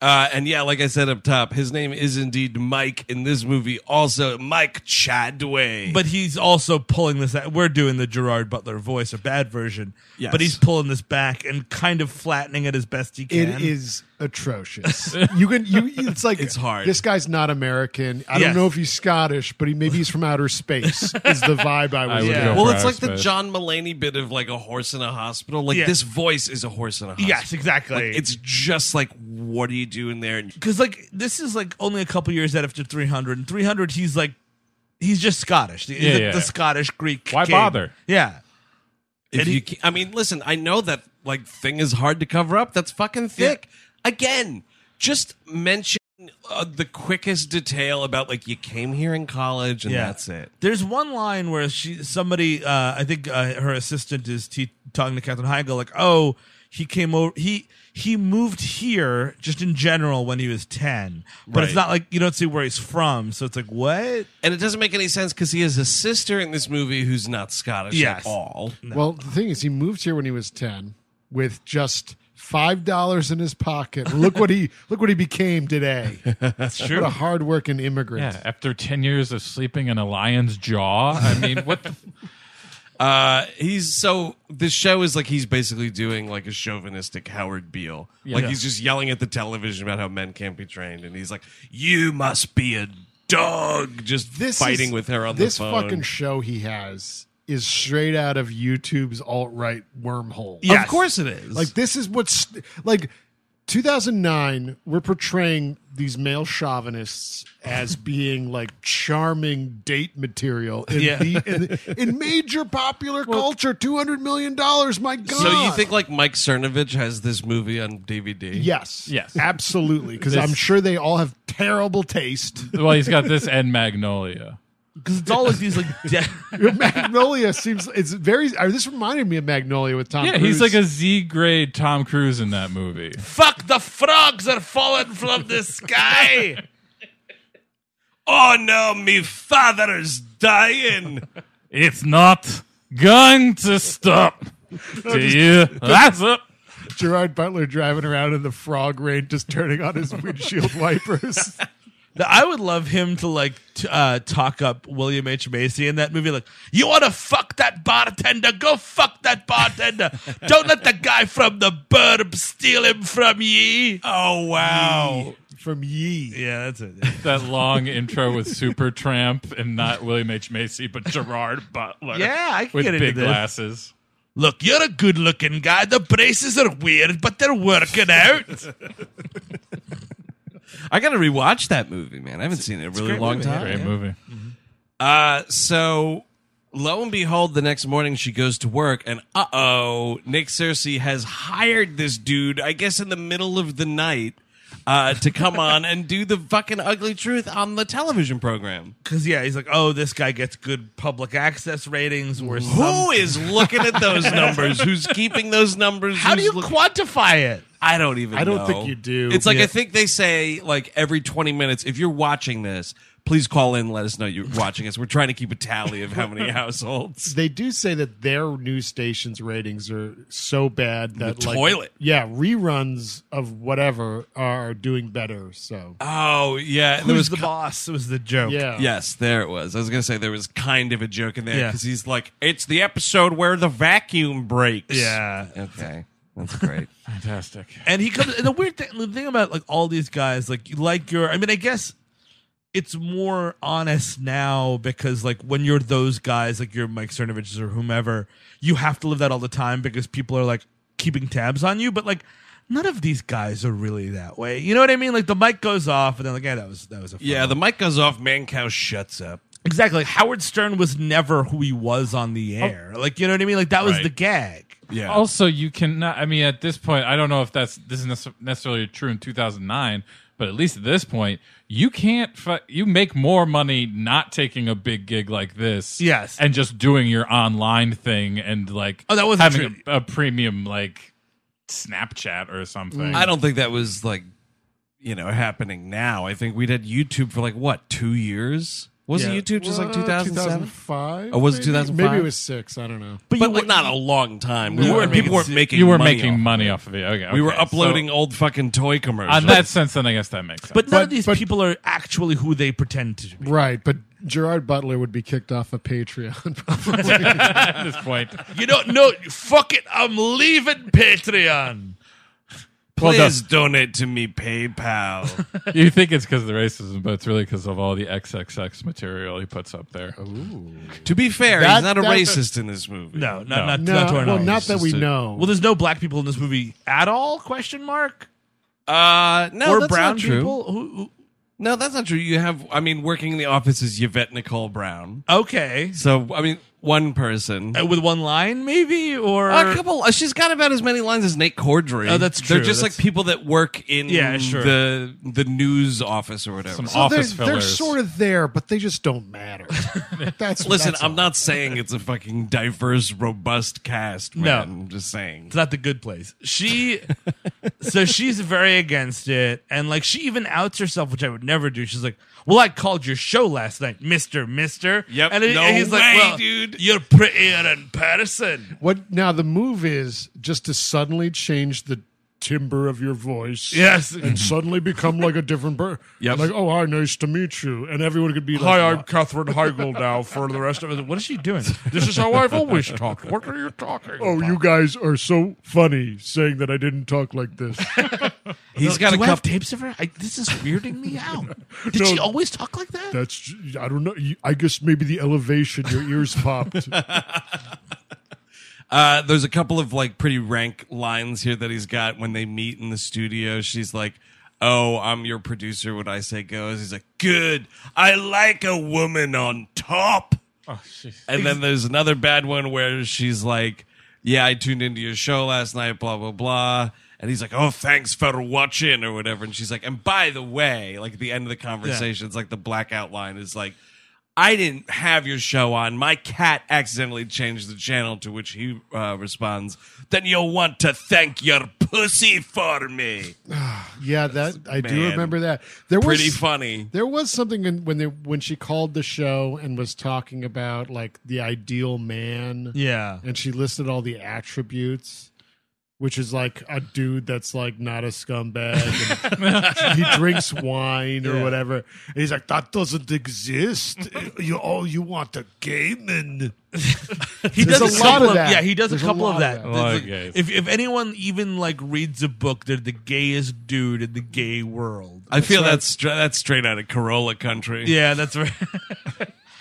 S1: Uh, and yeah, like I said up top, his name is indeed Mike in this movie. Also, Mike Chadway.
S4: But he's also pulling this out. We're doing the Gerard Butler voice, a bad version.
S1: Yes.
S4: But he's pulling this back and kind of flattening it as best he
S3: It
S4: can.
S3: is atrocious. You can you it's like
S1: It's hard.
S3: This guy's not American. I
S4: Yes.
S3: don't know if he's Scottish, but he maybe he's from outer space. is the vibe I
S2: I
S3: was
S2: would go
S3: getting.
S1: well,
S2: for
S1: it's like the
S2: Aerosmith.
S1: John Mulaney bit of like a horse in a hospital. Like
S4: Yeah.
S1: this voice is a horse in a hospital.
S4: Yes, exactly.
S1: Like, it's just like, what are you doing there? And
S4: because like this is like only a couple years out after 300 and 300 he's like he's just scottish he's
S2: Yeah,
S4: like
S2: yeah.
S4: the scottish greek
S2: Why
S4: king.
S2: bother?
S4: yeah
S1: if
S4: And
S1: you,
S4: he-
S1: ca- I mean, listen, I know that like thing is hard to cover up. That's fucking thick. Again, just mention uh, the quickest detail about like you came here in college and
S4: Yeah.
S1: that's it.
S4: There's one line where she, somebody, uh, I think uh, her assistant is te- talking to Captain Heigl, like, "Oh, he came over. He he moved here just in general when he was ten, but it's
S1: Right.
S4: not like you don't see where he's from. So it's like, what?
S1: And it doesn't make any sense because he has a sister in this movie who's not Scottish
S4: Yes.
S1: at all.
S3: Well, the thing is, he moved here when he was ten with just five dollars in his pocket. Look what he look what he became today.
S4: That's
S3: What
S4: true.
S3: a hardworking immigrant.
S2: Yeah, after 10 years of sleeping in a lion's jaw, I mean, what the
S1: Uh, he's so the show is like he's basically doing like a chauvinistic Howard Beale. Like
S2: Yeah.
S1: he's just yelling at the television about how men can't be trained, and he's like, "You must be a dog." Just
S3: this
S1: fighting
S3: is-
S1: with her on
S3: this
S1: the phone.
S3: fucking show he has is straight out of YouTube's alt right wormhole.
S4: Yes.
S1: Of course it is.
S3: Like this is what's like 2009 we're portraying these male chauvinists as being like charming date material in
S4: Yeah.
S3: the, in, in major popular culture 200 million dollars my god
S1: so you think like Mike Cernovich has this movie on DVD?
S3: yes
S2: Yes.
S3: absolutely cuz i'm sure they all have terrible taste
S2: Well, he's got this and Magnolia.
S4: Because it's always these like, de-
S3: magnolia seems it's very uh, this reminded me of magnolia with tom
S2: Yeah, he's
S3: Cruise.
S2: like a Z grade Tom Cruise in that movie.
S4: fuck the frogs are falling from the sky.
S1: Oh no, me father's dying.
S2: It's not going to stop. Do you? That's it.
S3: Gerard Butler driving around in the frog rain, just turning on his windshield wipers.
S4: Now, I would love him to like t- uh, talk up William H Macy in that movie. Like, you want to fuck that bartender? Go fuck that bartender! Don't let the guy from the burb steal him from ye.
S1: Oh wow.
S3: From Yee.
S4: Yeah, that's it.
S2: That long intro with Super Tramp and not William H. Macy, but Gerard Butler.
S4: Yeah, I can
S2: With
S4: get into
S2: big
S4: this.
S2: glasses.
S4: Look, you're a good-looking guy. The braces are weird, but they're working out.
S1: I got to rewatch that movie, man. I haven't seen it in a really
S4: great
S1: long
S4: movie, Oh, yeah.
S1: time.
S2: Great movie.
S1: Uh, so lo and behold, the next morning she goes to work, and uh oh, Nick Cersei has hired this dude, I guess in the middle of the night. uh, to come on and do the fucking ugly truth on the television program.
S4: Because yeah, he's like, oh, this guy gets good public access ratings. Or some-
S1: Who is looking at those numbers? Who's keeping those numbers?
S4: how do
S1: Who's
S4: you
S1: look-
S4: quantify it?
S1: I don't even.
S3: I don't
S1: know.
S3: think you do.
S1: It's like
S4: Yeah.
S1: I think they say like every twenty minutes. If you're watching this, please call in. and Let us know you're watching us. We're trying to keep a tally of how many households.
S3: They do say that their news stations ratings are so bad that
S1: The
S3: like,
S1: toilet.
S3: Yeah, reruns of whatever are doing better. So
S1: Oh yeah, there was
S4: Who's the boss? Was the joke?
S2: Oh.
S3: yeah,
S1: Yes, there it was. I was gonna say there was kind of a joke in there
S4: Yeah.
S1: because he's like, "It's the episode where the vacuum breaks."
S4: Yeah.
S1: Okay, that's great.
S2: Fantastic.
S4: And he comes. And the weird thing, the thing about like all these guys, like you like your. I mean, I guess it's more honest now because like when you're those guys, like your Mike Cernovich's or whomever, you have to live that all the time because people are like keeping tabs on you. But like. None of these guys are really that way. You know what I mean? Like the mic goes off, and they're like, "Yeah, that was that was a fun
S1: yeah, the mic goes off. Man, cow shuts up.
S4: Exactly. Like Howard Stern was never who he was on the air. Like you know what I mean? Like that was
S1: Right.
S4: the gag.
S1: Yeah.
S2: Also, you cannot. I mean, at this point, I don't know if that's this is nece- necessarily true in 2009, but at least at this point, you can't. Fu- you make more money not taking a big gig like this,
S4: Yes.
S2: and just doing your online thing and like
S4: Oh, that wasn't
S2: having
S4: true.
S2: a, a premium like Snapchat or
S4: Mm.
S2: something.
S1: I don't think that was like, you know, happening now. I think we'd had YouTube for like what two years? Was
S3: Yeah.
S1: it YouTube just like
S3: Well,
S1: 2007?
S3: 2005?
S1: Or Oh, was it
S3: maybe?
S1: 2005?
S3: Maybe it was six. I don't know.
S1: But, like, not a long time. We
S2: No,
S1: weren't.
S2: I mean,
S1: people weren't
S4: it's-
S1: making.
S2: you were
S1: money
S2: making
S1: off.
S2: money off of it. Okay,
S1: We were
S2: okay. So,
S1: uploading old fucking toy commercials.
S2: on that sense, then I guess that makes sense.
S4: But none
S3: But-
S4: of these
S3: but-
S4: people are actually who they pretend to be.
S3: Right, but Gerard Butler would be kicked off of Patreon.
S2: at this point,
S4: You don't know. Fuck it. I'm leaving Patreon.
S1: Please donate to me PayPal.
S2: you think it's because of the racism, but it's really because of all the XXX material he puts up there.
S1: to be fair, he's
S3: That-
S1: not a
S3: that-
S1: racist in this movie.
S4: No, not not,
S3: no,
S4: not to our
S3: well,
S4: knowledge.
S3: not that we
S1: Just a-
S3: know.
S4: well, there's no black people in this movie at all? Question mark.
S1: Uh, no,
S4: or
S1: that's
S4: brown
S1: not true.
S4: people? Who, who,
S1: No, that's not true. You have, I mean, working in the office is Yvette Nicole Brown.
S4: okay,
S1: So, I mean, one person.
S4: Uh, with one line maybe, or
S1: A couple. uh, She's got about as many lines as Nate Cordry.
S4: Oh, that's
S1: They're
S4: true.
S1: just
S4: That's-
S1: like people that work in
S4: Yeah, sure.
S1: the the news office or whatever.
S2: Some
S1: So-
S3: So they're,
S2: office
S3: they're
S2: fillers.
S3: sort of there, but they just don't matter. that's
S1: Listen,
S3: that's
S1: I'm
S3: all.
S1: not saying it's a fucking diverse, robust cast. Man.
S4: No.
S1: I'm just saying.
S4: It's not the good place. She, so she's very against it, and like she even outs herself, which I would never do. She's like, "Well, I called your show last night, Mister Mister."
S1: Yep.
S4: and, it-
S1: No
S4: and he's
S1: way,
S4: like, "Well,
S1: dude."
S4: you're prettier in person."
S3: What now? The move is just to suddenly change the timbre of your voice.
S4: Yes.
S3: and suddenly become like a different bird.
S1: Yep.
S3: like oh hi, nice to meet you, and everyone could be like, "Wow."
S4: Catherine Heigl now. For the rest of it, what is she doing? This is how I've always talked. What are you talking?
S3: Oh, you guys are so funny saying that I didn't talk like this.
S1: He's got
S4: Do
S1: a
S4: I have
S1: couple.
S4: tapes of her? I, this is weirding me out. Did
S3: No.
S4: she always talk like that?
S3: That's I don't know. You- I guess maybe the elevation, your ears popped.
S1: Uh, there's a couple of like pretty rank lines here that he's got when they meet in the studio. She's like, "Oh, I'm your producer. What I say goes." He's like, "Good. I like a woman on top."
S2: Oh, jeez.
S1: And then there's another bad one where she's like, "Yeah, I tuned into your show last night. Blah blah blah." And he's like, "Oh, thanks for watching," or whatever. And she's like, "And by the way, like at the end of the conversation, it's like the blackout line is like." I didn't have your show on. My cat accidentally changed the channel to which he uh, responds. Then you'll want to thank your pussy for me.
S3: yeah, that I do
S1: Man.
S3: remember that. There was
S1: Pretty funny.
S3: There was something in, when they when she called the show and was talking about like the ideal man.
S4: yeah.
S3: and she listed all the attributes, which is like a dude that's like not a scumbag. and he drinks wine or whatever. And he's like, that doesn't exist. You all you want a gay man.
S4: He
S3: There's
S4: does
S3: a
S4: a,
S3: lot
S4: couple
S3: of
S4: of,
S3: that.
S4: yeah. He does
S3: There's a
S4: a couple
S3: lot
S4: of
S3: of
S4: that.
S3: that.
S2: lot of
S4: Like,
S2: gays.
S4: if if anyone even like reads a book, they're the gayest dude in the gay world.
S1: I feel that's stra- that's straight out of Corolla country.
S4: Yeah, that's right.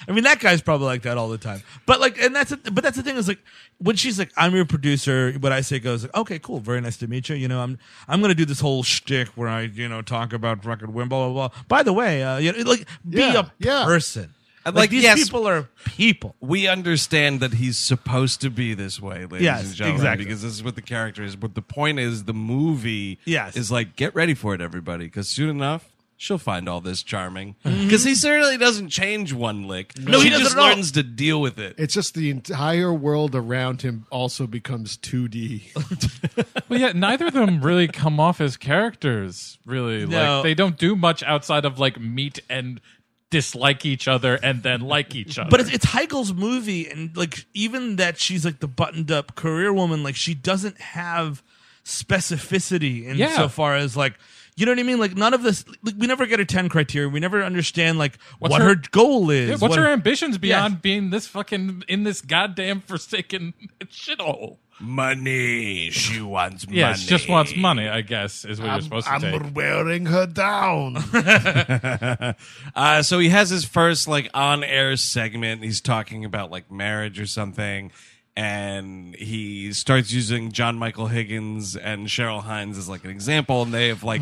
S4: I mean, that guy's probably like that all the time. But like, and that's but that's the thing is like when she's like, "I'm your producer," what I say goes, like, "Okay, cool, very nice to meet you." You know, I'm I'm gonna do this whole shtick where I you know talk about record win, blah blah blah. By the way, uh, you know, like be
S3: Yeah,
S4: a
S3: yeah.
S4: person.
S1: Like,
S4: Like these
S1: yes.
S4: people are people.
S1: we understand that he's supposed to be this way, ladies
S4: Yes,
S1: and gentlemen,
S4: exactly.
S1: because this is what the character is. But the point is, the movie
S4: Yes.
S1: is like, get ready for it, everybody, because soon enough, she'll find all this charming. Because he certainly doesn't change one lick. No,
S4: he
S1: she
S4: doesn't
S1: just
S4: at all.
S1: learns to deal with it.
S3: It's just the entire world around him also becomes 2D.
S2: Well, yeah, neither of them really come off as characters, really.
S4: No.
S2: Like they don't do much outside of like meet and dislike each other and then like each other.
S4: But it's, it's Heigl's movie, and like even that she's like the buttoned up career woman, like she doesn't have specificity in
S2: Yeah.
S4: so far as like you know what I mean. Like none of this, like, we never get her ten criteria. We never understand like
S2: What's
S4: what her,
S2: her-
S4: goal is.
S2: Yeah, what's
S4: what-
S2: her ambitions beyond
S4: Yes.
S2: being this fucking in this goddamn forsaken shithole?
S1: money. She wants money.
S2: Yeah, she just wants money, I guess, is what you're supposed to take.
S3: I'm wearing her down.
S1: Uh, so he has his first like on air segment. He's talking about like marriage or something. And he starts using John Michael Higgins and Cheryl Hines as like an example, and they have like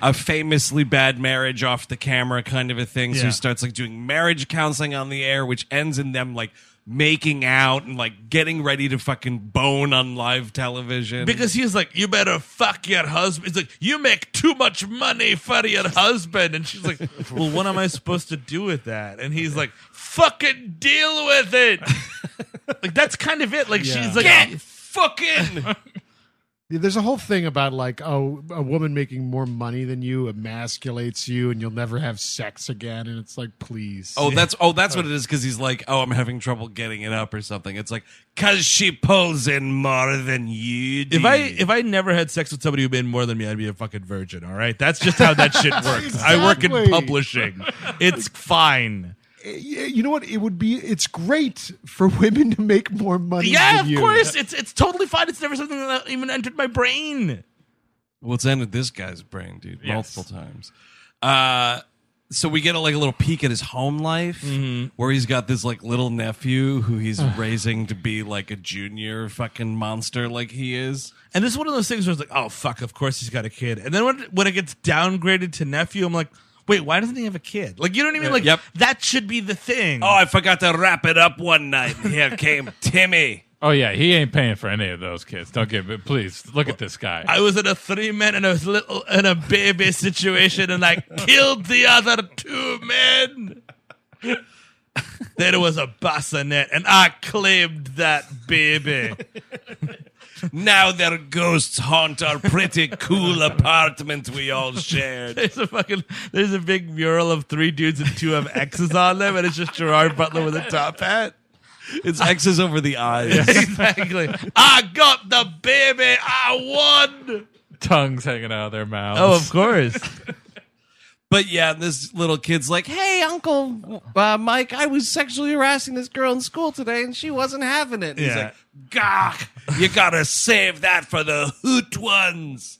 S1: a famously bad marriage off the camera kind of a thing. So
S4: Yeah.
S1: he starts like doing marriage counseling on the air, which ends in them like making out and like getting ready to fucking bone on live television.
S4: Because he's like, you better fuck your husband. He's like, you make too much money for your husband. And she's like, well, what am I supposed to do with that? And he's like, fucking deal with it. like, that's kind of it. Like, she's like,
S1: get fucking
S3: Yeah, There's a whole thing about like, oh, a woman making more money than you emasculates you, and you'll never have sex again. And it's like, please.
S1: Oh, that's oh, that's what it is. Because he's like, oh, I'm having trouble getting it up or something. It's like, cause she pulls in more than you. Do.
S4: if I if I never had sex with somebody who made more than me, I'd be a fucking virgin. All right, that's just how that shit works. I work in
S3: Exactly.
S4: publishing. It's fine.
S3: Y- you know what? It would be. It's great for women to make more money.
S4: Yeah,
S3: than
S4: of
S3: you.
S4: course. It's it's totally fine. It's never something that even entered my brain.
S1: well, it's ended this guy's brain, dude, multiple times. Uh, so we get a, like a little peek at his home life, where he's got this like little nephew who he's raising to be like a junior fucking monster, like he is.
S4: And this is one of those things where it's like, oh fuck, of course he's got a kid. And then when when it gets downgraded to nephew, I'm like, wait, why doesn't he have a kid? Like you know what I mean? Like
S1: Yep.
S4: that should be the thing.
S1: Oh, I forgot to wrap it up one night, and here came Timmy.
S2: Oh yeah, he ain't paying for any of those kids. Don't give it. Please look at this guy.
S4: I was in a three man and a little and a baby situation, and I killed the other two men. there was a bassinet, and I claimed that baby.
S1: Now their ghosts haunt our pretty cool apartment we all shared.
S4: There's a fucking there's a big mural of three dudes and two have X's on them, and it's just Gerard Butler with a top hat.
S1: It's X's over the eyes.
S4: exactly. I got the baby. I won.
S2: Tongues hanging out of their mouths.
S4: Oh, of course.
S1: But yeah, this little kid's like, "Hey, Uncle uh, Mike, I was sexually harassing this girl in school today, and she wasn't having it." And He's
S4: Yeah.
S1: like, "Gah, you gotta save that for the hoot ones."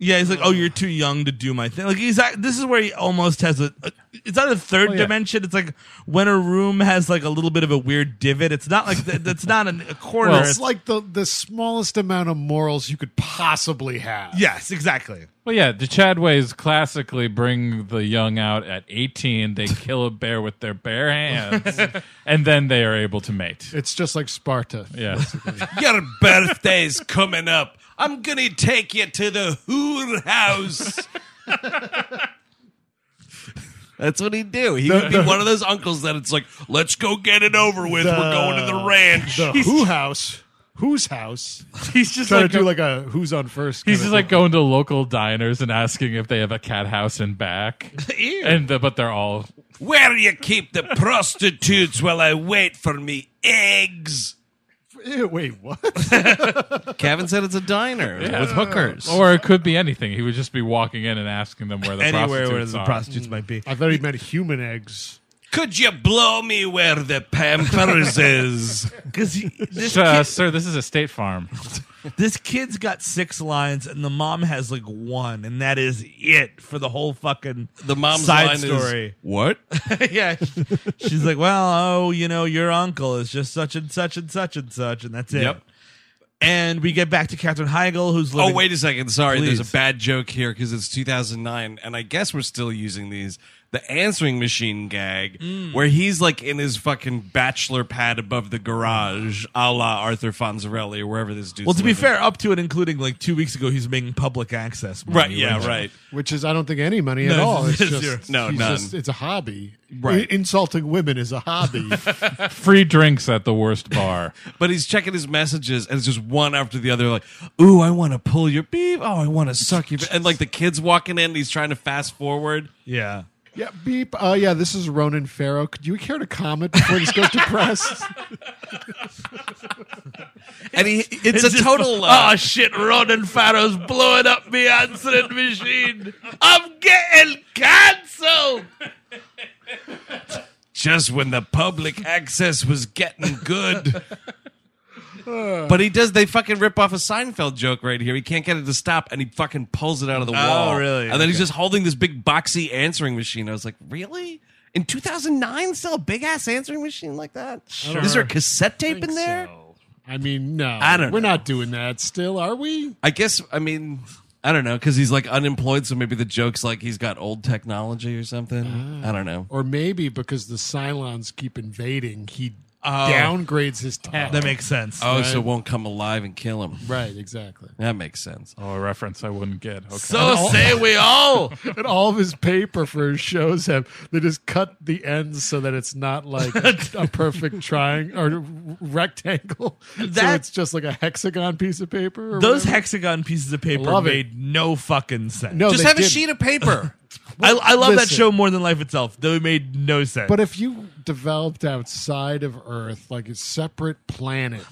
S4: yeah, he's like, oh,
S1: Mm.
S4: you're too young to do my thing. Like he's act- this is where he almost has a. a- It's not a third
S1: Oh,
S4: dimension. It's like when a room has like a little bit of a weird divot. It's not like th- that's not an, a corner.
S2: Well,
S3: It's like the the smallest amount of morals you could possibly have.
S4: yes, exactly.
S2: Well, yeah, the Chadways classically bring the young out at 18. They kill a bear with their bare hands, and then they are able to mate.
S3: It's just like Sparta.
S2: Yeah.
S1: Your birthday's coming up. I'm gonna take you to the hoot house. That's what he'd do. He would be one of those uncles that it's like, let's go get it over with. We're going to the ranch.
S3: The Who House, whose house?
S2: He's just
S3: Trying
S2: like
S3: to
S2: a-
S3: do like a who's on first.
S2: He's
S3: kind
S2: just
S3: of
S2: like
S3: thing.
S2: going to local diners and asking if they have a cat house in back. and the, but they're all
S1: Where do you keep the prostitutes while I wait for me eggs?
S3: Ew, wait, what?
S1: Kevin said it's a diner with hookers.
S2: or it could be anything. He would just be walking in and asking them where the
S4: Anywhere where
S2: prostitutes
S4: the
S2: are.
S4: prostitutes might be.
S3: I thought he meant human eggs.
S1: Could you blow me where the Pampers is?
S4: Because this,
S2: Uh,
S4: kid,
S2: sir, this is a state farm.
S4: this kid's got six lines, and the mom has like one, and that is it for the whole fucking
S1: The mom's
S4: side
S1: line
S4: story.
S1: is what?
S4: yeah. She's like, well, oh, you know, your uncle is just such and such and such and such, and that's it.
S1: Yep.
S4: And we get back to Katherine Heigl, who's
S1: Oh
S4: living.
S1: wait a second, sorry. There's
S4: Please.
S1: a bad joke here because it's 2009, and I guess we're still using these. the answering machine gag
S4: Mm.
S1: where he's like in his fucking bachelor pad above the garage, a la Arthur Fonzarelli or wherever this dude.
S4: Well, to be fair, up to and including like two weeks ago, he's making public access. Money,
S1: right? Yeah, right.
S3: which is I don't think any money at
S4: No,
S3: all. It's
S4: it's
S3: just
S4: zero.
S1: No,
S3: he's
S1: none.
S3: just- it's a hobby.
S1: Right.
S3: I- insulting women is a hobby.
S2: Free drinks at the worst bar.
S1: But he's checking his messages, and it's just one after the other. Like, ooh, I want to pull your beep. Oh, I want to suck your. And like the kids walking in, and he's trying to fast forward.
S4: Yeah.
S3: yeah, beep. Uh, yeah, this is Ronan Farrow. Could you care to comment before this goes to press?
S1: And he, it's, a
S4: just-
S1: total. Uh,
S4: Oh shit! Ronan Farrow's blowing up the answering machine. I'm getting cancelled.
S1: just when the public access was getting good. but he does. They fucking rip off a Seinfeld joke right here. He can't get it to stop, and he fucking pulls it out of the wall.
S4: really?
S1: And then he's
S4: Okay.
S1: just holding this big boxy answering machine. I was like, really? In 2009, still a big ass answering machine like that? Is there cassette tape in there?
S3: I mean, no,
S1: I don't
S3: We're
S1: know.
S3: not doing that. Still, are we?
S1: I guess. I mean. I don't know because he's like unemployed, so maybe the joke's like he's got old technology or something. I don't know.
S3: Or maybe because the Cylons keep invading, he downgrades his tech.
S4: That makes sense.
S1: Oh, so it won't come alive and kill him.
S3: right, exactly.
S1: That makes sense.
S2: Oh, a reference I wouldn't get. Okay.
S4: so
S1: Oh.
S4: say we all.
S3: And all of his paper for his shows have they just cut the ends so that it's not like a, a perfect triangle or rectangle. so
S4: That-
S3: it's just like a hexagon piece of paper. or
S4: Those
S3: whatever.
S4: hexagon pieces of paper
S3: Love it.
S4: made no fucking sense.
S3: no,
S1: Just
S3: they
S1: have a
S3: didn't.
S1: sheet of paper.
S4: I, I love that
S3: Listen.
S4: show more than life itself, though it made no sense.
S3: But if you developed outside of Earth, like a separate planet,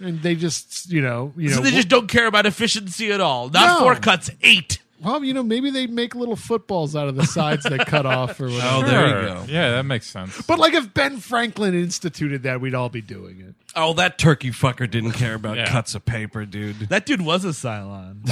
S3: and they just, you know, you
S4: so
S3: know,
S4: they just don't care about efficiency at all. Not
S3: No.
S4: four cuts, eight.
S3: well, you know, maybe they make little footballs out of the sides that cut off or whatever.
S1: Oh, there you
S2: Sure.
S1: go.
S2: Yeah, that makes sense.
S3: But like if Ben Franklin instituted that, we'd all be doing it.
S1: Oh, that turkey fucker didn't care about
S2: Yeah.
S1: cuts of paper, dude.
S4: That dude was a Cylon.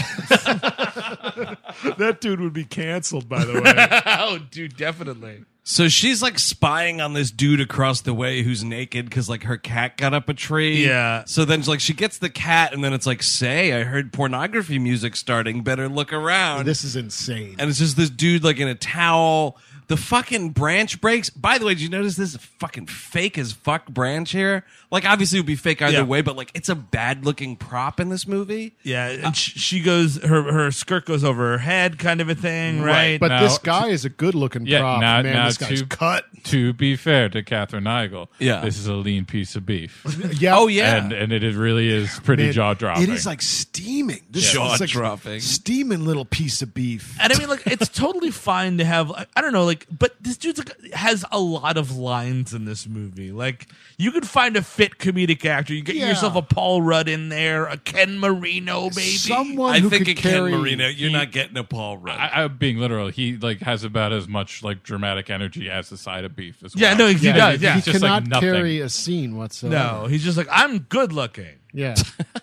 S3: That dude would be canceled, by the way.
S4: oh, dude, definitely.
S1: So she's like spying on this dude across the way who's naked because like her cat got up a tree.
S4: Yeah.
S1: So then like she gets the cat and then it's like, say, I heard pornography music starting. Better look around.
S3: this is insane.
S1: and it's just this dude like in a towel. The fucking branch breaks. By the way, did you notice this fucking fake as fuck branch here? Like obviously it would be fake either
S4: Yeah.
S1: way, but like it's a bad looking prop in this movie.
S4: Yeah, and sh- she goes, her her skirt goes over her head, kind of a thing, right?
S3: but
S2: now-
S3: this guy is a good looking
S2: Yeah,
S3: prop.
S2: now-
S3: Man,
S2: now
S3: this guy's
S2: to-
S3: cut.
S2: to be fair to Catherine Heigl,
S1: Yeah.
S2: this is a lean piece of beef,
S3: Yeah.
S1: Oh yeah.
S2: and and it, is- really is pretty
S3: Man,
S2: jaw dropping.
S3: It is like steaming. This is like
S1: Jaw-dropping.
S3: Steaming little piece of beef.
S4: and I mean, like, it's totally fine to have. I- I don't know, like, but this dude's like, has a lot of lines in this movie. Like, you could find a fit comedic actor. You get
S3: Yeah.
S4: yourself a Paul Rudd in there, a Ken Marino, maybe.
S3: Someone
S1: I
S3: who
S1: think
S3: could
S1: it
S3: carry
S1: Ken Marino. You're not getting a Paul Rudd.
S2: I, I'm being literal. He like has about as much like dramatic energy as the side of beef as well.
S4: yeah, no, he
S3: Yeah,
S4: does. Yeah,
S3: he
S2: It's just like
S3: cannot
S2: nothing.
S3: carry a scene whatsoever.
S4: no, he's just like, I'm good looking.
S3: Yeah.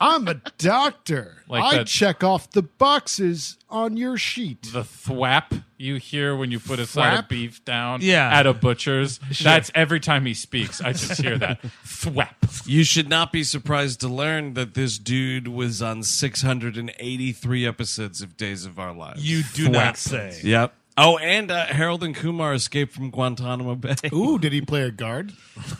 S3: I'm a doctor.
S2: Like
S3: I
S2: that-
S3: check off the boxes on your sheet.
S2: the thwap you hear when you put a side
S3: Thwap?
S2: of beef down
S4: Yeah.
S2: at a butcher's. That's every time he speaks. I just hear that thwap.
S1: You should not be surprised to learn that this dude was on 683 episodes of Days of Our Lives.
S4: You do not say.
S1: Yep. Oh, and uh, Harold and Kumar escaped from Guantanamo Bay.
S3: Ooh, did he play a guard?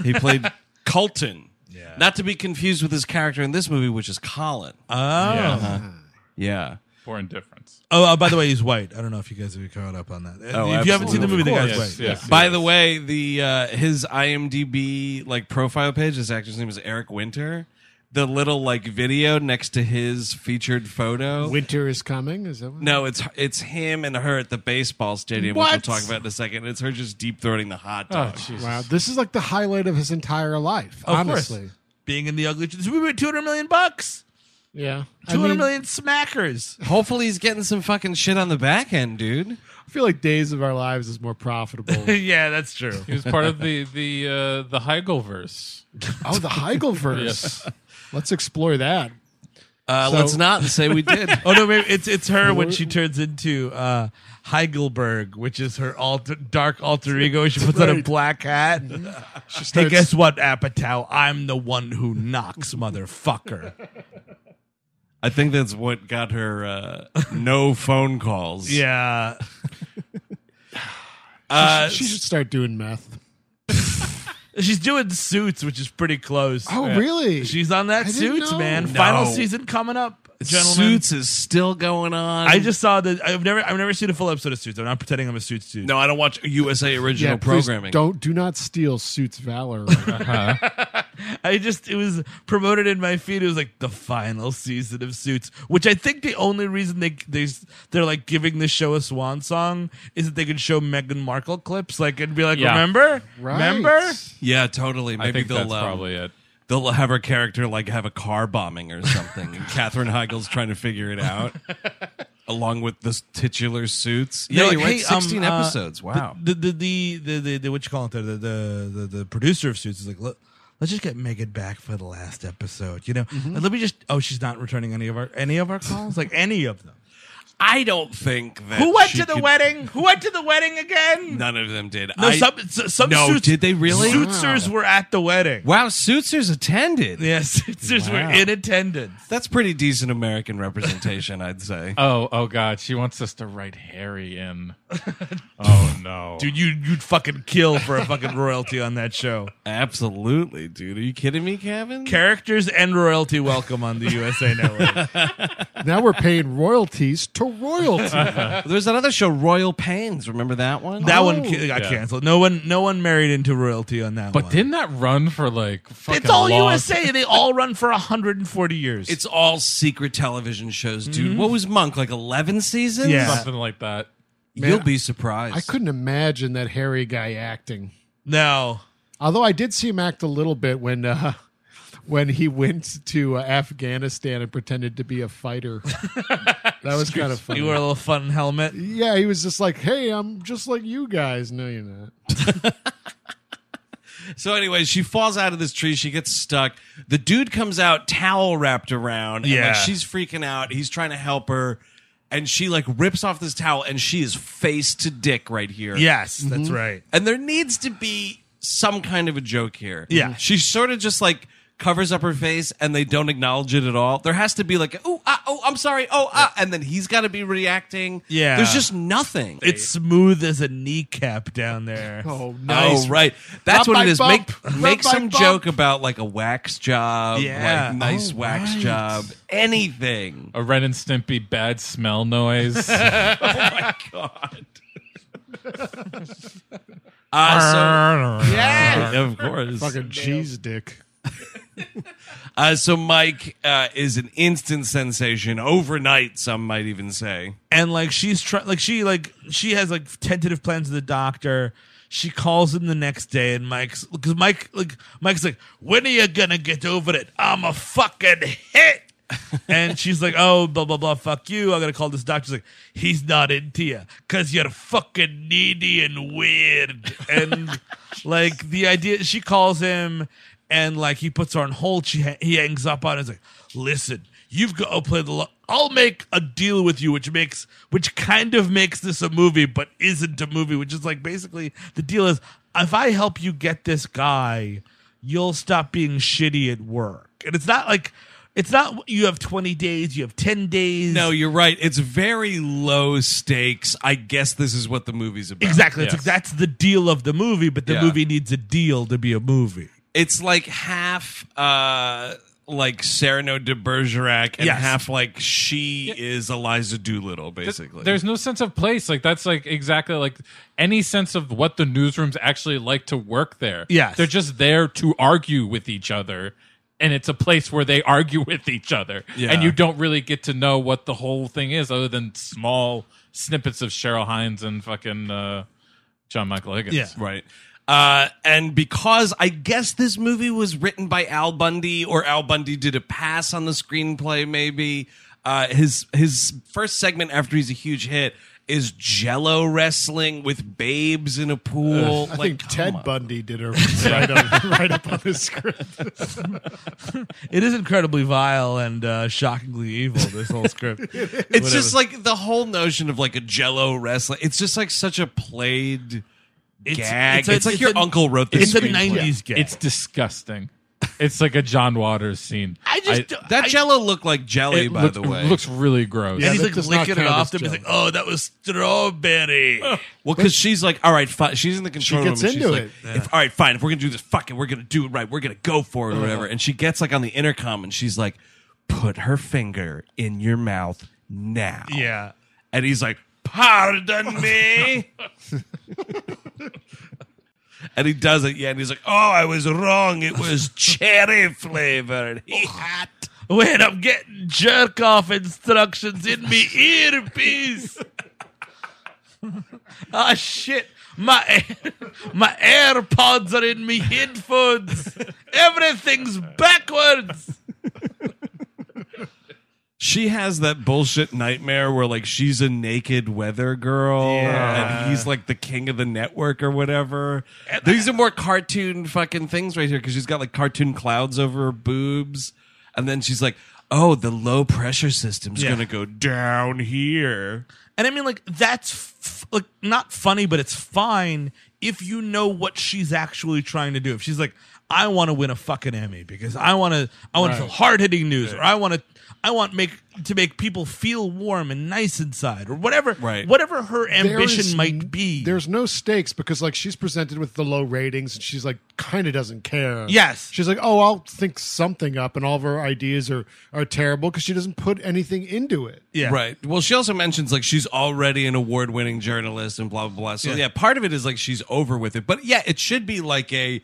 S1: He played Colton. Yeah. Not to be confused with his character in this movie, which is Colin.
S4: Oh.
S2: Yeah.
S1: yeah.
S2: For indifference.
S4: Oh, uh, by the way, he's white. I don't know if you guys have caught up on that.
S1: Oh,
S4: if you haven't seen the movie,
S1: absolutely.
S4: the
S2: Yes,
S4: guy's white.
S2: yes, yes.
S1: By the way, the uh, his IMDb like profile page, his actor's name is Eric Winter. The little like video next to his featured photo.
S3: Oh. Winter is coming. Is that what?
S1: No, it's it's him and her at the baseball stadium, which
S3: What?
S1: we'll talk about in a second. It's her just deep throating the hot
S2: Oh,
S1: dog.
S2: Jesus.
S3: Wow, this is like the highlight of his entire life.
S4: Of
S3: honestly,
S4: course. Being in the ugly this movie made 200 million bucks.
S3: yeah, I
S4: Two hundred
S3: mean,
S4: million smackers.
S1: Hopefully, he's getting some fucking shit on the back end, dude.
S3: I feel like Days of Our Lives is more profitable.
S4: yeah, that's true.
S2: He was part of the the uh, the Heigelverse.
S3: oh, the Heigelverse. Let's explore that.
S1: Uh,
S3: So-
S1: let's not say we did.
S4: Oh no, maybe it's it's her when she turns into uh, Heigelberg, which is her alter, dark alter ego. She puts on a
S3: right.
S4: black hat.
S3: She
S4: Hey,
S3: starts-
S4: guess what, Apatow? I'm the one who knocks, motherfucker.
S1: I think that's what got her uh, no phone calls.
S4: Yeah, Uh,
S3: she should start doing meth.
S4: she's doing Suits, which is pretty close. Uh,
S3: Oh, really?
S4: She's on that
S3: I didn't
S4: Suits,
S3: know.
S4: man.
S3: No.
S4: Final season coming up, gentlemen.
S1: Suits is still going on.
S4: I just saw the. I've never. I've never seen a full episode of Suits. I'm not pretending I'm a Suits dude.
S1: no, I don't watch USA original
S3: yeah, please
S1: programming.
S3: Don't do not steal Suits Valor. Right now.
S4: I just it was promoted in my feed. It was like the final season of Suits, which I think the only reason they they they're like giving the show a swan song is that they could show Meghan Markle clips, like and be like,
S2: Yeah.
S4: remember,
S3: Right.
S4: remember.
S1: Yeah, totally. Maybe
S2: I think
S1: they'll
S2: that's
S1: um,
S2: probably it.
S1: they'll have her character like have a car bombing or something. and Catherine Heigl's trying to figure it out, along with the titular suits. Yeah,
S4: They're like,
S1: you're right.
S4: "Hey, um,
S1: Sixteen
S4: uh,
S1: episodes. Wow.
S4: The the the the, the, the what you call it the the, the the the producer of Suits is like look. Let's just get Megan back for the last episode, you know.
S1: Mm-hmm.
S4: And let me just. Oh, she's not returning any of our any of our calls, like any of them.
S1: I don't think that
S4: Who went
S1: she
S4: to the
S1: could-
S4: wedding? Who went to the wedding again?
S1: None of them did.
S4: No,
S1: I-
S4: some s- some
S1: No,
S4: suits,
S1: did they really?
S4: Suitsers were at the wedding.
S1: wow, suitsers attended.
S4: Yeah, suitsers
S3: Wow.
S4: were in attendance.
S1: That's pretty decent American representation, I'd say.
S2: Oh, oh God, she wants us to write Harry in. oh no,
S4: Dude, you you'd fucking kill for a fucking royalty on that show.
S1: Absolutely, dude. Are you kidding me, Kevin?
S4: Characters and royalty welcome on the USA Network.
S3: now we're paying royalties to royalty.
S1: There's another show, Royal Pains. Remember that one?
S4: That
S1: Oh,
S4: one ki- got
S2: Yeah.
S4: canceled. No one no one married into royalty on that
S2: but
S4: one.
S2: didn't that run for like fucking
S4: it's all
S2: long-
S4: USA. They all run for 140 years.
S1: It's all secret television shows, dude. What was Monk like? Eleven seasons?
S4: Mm-hmm. Yeah.
S2: something like that?
S1: You'll
S3: Man,
S1: be surprised.
S3: I couldn't imagine that Harry guy acting.
S4: no.
S3: Although I did see him act a little bit when uh, when he went to uh, Afghanistan and pretended to be a fighter. that was kind of funny.
S4: You were a little fun helmet.
S3: yeah, he was just like, "Hey, I'm just like you guys." No, you're not.
S1: So, anyway, she falls out of this tree. She gets stuck. The dude comes out, towel wrapped around. And,
S4: Yeah.
S1: like, she's freaking out. He's trying to help her. And she, like, rips off this towel and she is face to dick right here.
S4: Yes,
S2: Mm-hmm.
S4: that's right.
S1: And there needs to be some kind of a joke here.
S3: Mm-hmm.
S4: Yeah.
S1: She sort of just, like, covers up her face and they don't acknowledge it at all. There has to be, like, oh, ah, oh, I'm sorry. Oh, ah. And then he's got to be reacting.
S4: Yeah.
S1: There's just nothing.
S4: It's smooth as a kneecap down there.
S3: Oh, nice.
S1: Oh right, that's
S3: Rub
S1: what
S3: my
S1: it is.
S3: bump.
S1: Make
S3: Rub
S1: make
S3: my
S1: some
S3: bump. Oh,
S1: joke about like a wax job,
S4: Yeah.
S1: like nice wax job, anything.
S2: A Ren and Stimpy bad smell noise.
S1: Uh,
S3: yeah,
S1: so, of course.
S3: fucking cheese dick.
S1: Uh, so Mike uh, is an instant sensation overnight. Some might even say.
S4: and like she's trying like she like she has like tentative plans with the doctor she calls him the next day and mike's because mike like mike's like when are you gonna get over it i'm a fucking hit and she's like oh blah blah blah fuck you i gotta call this doctor she's like he's not into you because you're fucking needy and weird and like the idea she calls him and like he puts her on hold she ha- he hangs up on her and is like listen you've got to play the lo- I'll make a deal with you, which makes which kind of makes this a movie, but isn't a movie. Which is like basically the deal is if I help you get this guy, you'll stop being shitty at work. And it's not like it's not you have twenty days, you have ten days.
S1: No, you're right. It's very low stakes. I guess this is what the movie's about.
S4: exactly. It's
S2: Yes.
S4: like that's the deal of the movie, but the
S1: Yeah.
S4: movie needs a deal to be a movie.
S1: It's like half. uh like Cyrano de Bergerac, and
S4: Yes.
S1: half like she is Eliza Doolittle, basically.
S2: There's no sense of place. Like that's like exactly like any sense of what the newsrooms actually like to work there.
S4: Yes.
S2: They're just there to argue with each other. And it's a place where they argue with each other.
S1: Yeah.
S2: And you don't really get to know what the whole thing is other than small snippets of Cheryl Hines and fucking uh, John Michael Higgins.
S4: Yeah.
S1: Right. Uh, and because I guess this movie was written by Al Bundy, or Al Bundy did a pass on the screenplay, maybe uh, his his first segment after he's a huge hit is Jello wrestling with babes in a pool.
S3: I
S1: like
S3: think
S1: come
S3: Ted
S1: on.
S3: Bundy did her right up, right up on the script.
S4: It is incredibly vile and uh, shockingly evil. This whole script.
S1: It's just like the whole notion of like a Jello wrestling. It's just like such a played
S4: It's-
S1: gag. It's,
S4: a-
S1: like your
S4: a-
S1: uncle wrote this.
S4: It's a
S1: screenplay.
S4: nineties gag.
S2: It's disgusting. It's like a John Waters scene.
S4: I just
S2: I-
S4: don't-
S1: That
S4: I-
S1: jello looked like jelly,
S2: it
S1: by
S2: looked-
S1: the way.
S2: looks really gross.
S3: Yeah,
S4: and he's
S3: that
S4: like
S3: does not
S4: licking it
S3: count
S4: off
S3: as
S4: them. He's
S3: jelly.
S4: like, "Oh, that was strawberry."
S1: well, because she's like, all right, fine. She's in the control
S3: gets
S1: room. and
S3: into
S1: she's like, if, all right, fine. If we're gonna do this, fuck it. We're gonna do it right. We're gonna go for it
S3: Uh-huh.
S1: or whatever. And she gets like on the intercom and she's like, put her finger in your mouth now.
S4: yeah.
S1: And he's like, pardon me. and he does it. Yeah. And he's like, oh, I was wrong. It was cherry flavored.
S3: Oh.
S1: He had.
S4: Wait, I'm getting jerk off instructions in me earpiece. ah, shit. My my AirPods are in me headphones. Everything's backwards.
S1: she has that bullshit nightmare where like she's a naked weather girl and he's like the king of the network or whatever. These are more cartoon fucking things right here because she's got like cartoon clouds over her boobs, and then she's like, "Oh, the low pressure system's gonna go down here."
S4: And I mean, like that's f- like not funny, but it's fine if you know what she's actually trying to do. If she's like, I want to win a fucking Emmy because I want to, I want to tell hard hitting news, or I want to, I want make to make people feel warm and nice inside, or whatever,
S1: Right.
S4: Whatever her
S3: There
S4: ambition
S3: is-
S4: might be.
S3: There's no stakes because like she's presented with the low ratings and she's like kind of doesn't care.
S4: Yes.
S3: She's like, "Oh, I'll think something up and all of her ideas are are terrible because she doesn't put anything into it."
S4: yeah,
S1: Right. Well, she also mentions like she's already an award winning journalist and blah, blah, blah. So, yeah. part of it is like she's over with it. But yeah, it should be like a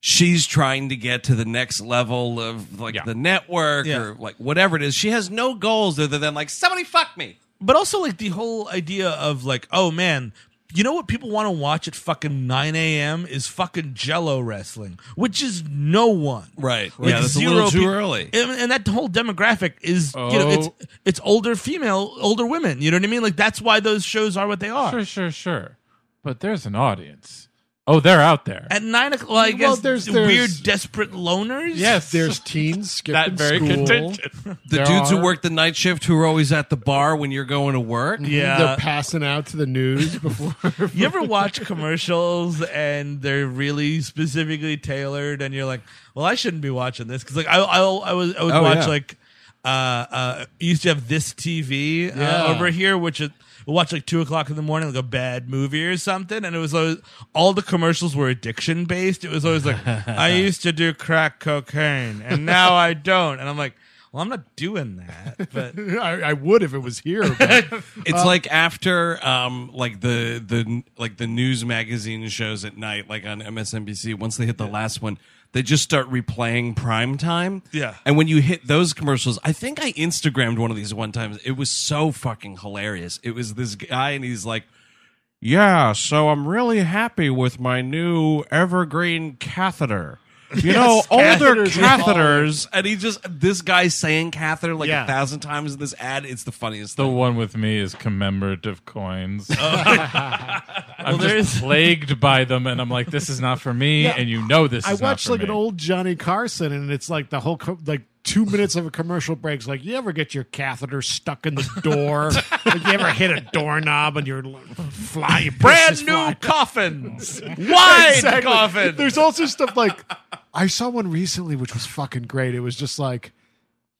S1: she's trying to get to the next level of like
S2: Yeah.
S1: the network
S4: Yeah.
S1: or like whatever it is. She has no goals other than like somebody fuck me.
S4: But also like the whole idea of like, oh man. You know what people want to watch at fucking 9 a.m. is fucking jello wrestling, which is no one.
S1: Right.
S4: Like
S1: yeah, that's a
S4: zero
S1: little too
S4: peop-
S1: early.
S4: And, and that whole demographic is you know it's
S2: Oh.
S4: it's older female, older women. You know what I mean? Like that's why those shows are what they are.
S2: Sure, sure, sure. But there's an audience. Oh, they're out there.
S4: At nine o'clock, well, I guess
S3: there's-
S4: weird,
S3: there's-
S4: desperate loners.
S2: yes,
S3: There's teens skipping
S2: that very
S3: school.
S2: contingent.
S1: the
S2: There
S1: dudes who
S2: are-
S1: work the night shift who are always at the bar when you're going to work.
S4: yeah.
S3: They're passing out to the news before.
S4: you ever watch commercials and they're really specifically tailored, and you're like, well, I shouldn't be watching this because like I I, I was I would
S1: Oh,
S4: watch
S1: yeah.
S4: like uh uh you used to have this TV uh,
S3: Yeah.
S4: over here, which is. we watch like two o'clock in the morning, like a bad movie or something, and it was always, all the commercials were addiction based. It was always like, I used to do crack cocaine, and now I don't, and I'm like, well, I'm not doing that, but
S3: I, I would if it was here. but- Um,
S1: It's like after um like the the like the news magazine shows at night, like on MSNBC, once they hit the last one, they just start replaying prime time.
S4: Yeah.
S1: And when you hit those commercials, I think I Instagrammed one of these one time. It was so fucking hilarious. It was this guy and he's like yeah, so I'm really happy with my new evergreen catheter. You know, older
S3: catheters are falling.
S1: catheters, and he just this guy saying catheter like
S3: Yeah.
S1: a thousand times in this ad. It's the funniest
S2: The
S1: thing.
S2: one with me is commemorative coins. I'm
S4: there's-
S2: just plagued by them, and I'm like, this is not for me,
S3: Yeah,
S2: and you know this.
S3: I
S2: is not
S3: watched
S2: for
S3: like an
S2: me.
S3: old Johnny Carson, and it's like the whole co- like two minutes of a commercial break's like, you ever get your catheter stuck in the door? like, you ever hit a doorknob and your l- fly your
S4: brand
S3: pieces
S4: new
S3: fly?
S4: coffins, wide
S3: Exactly.
S4: coffins.
S3: There's also stuff like I saw one recently which was fucking great. It was just like.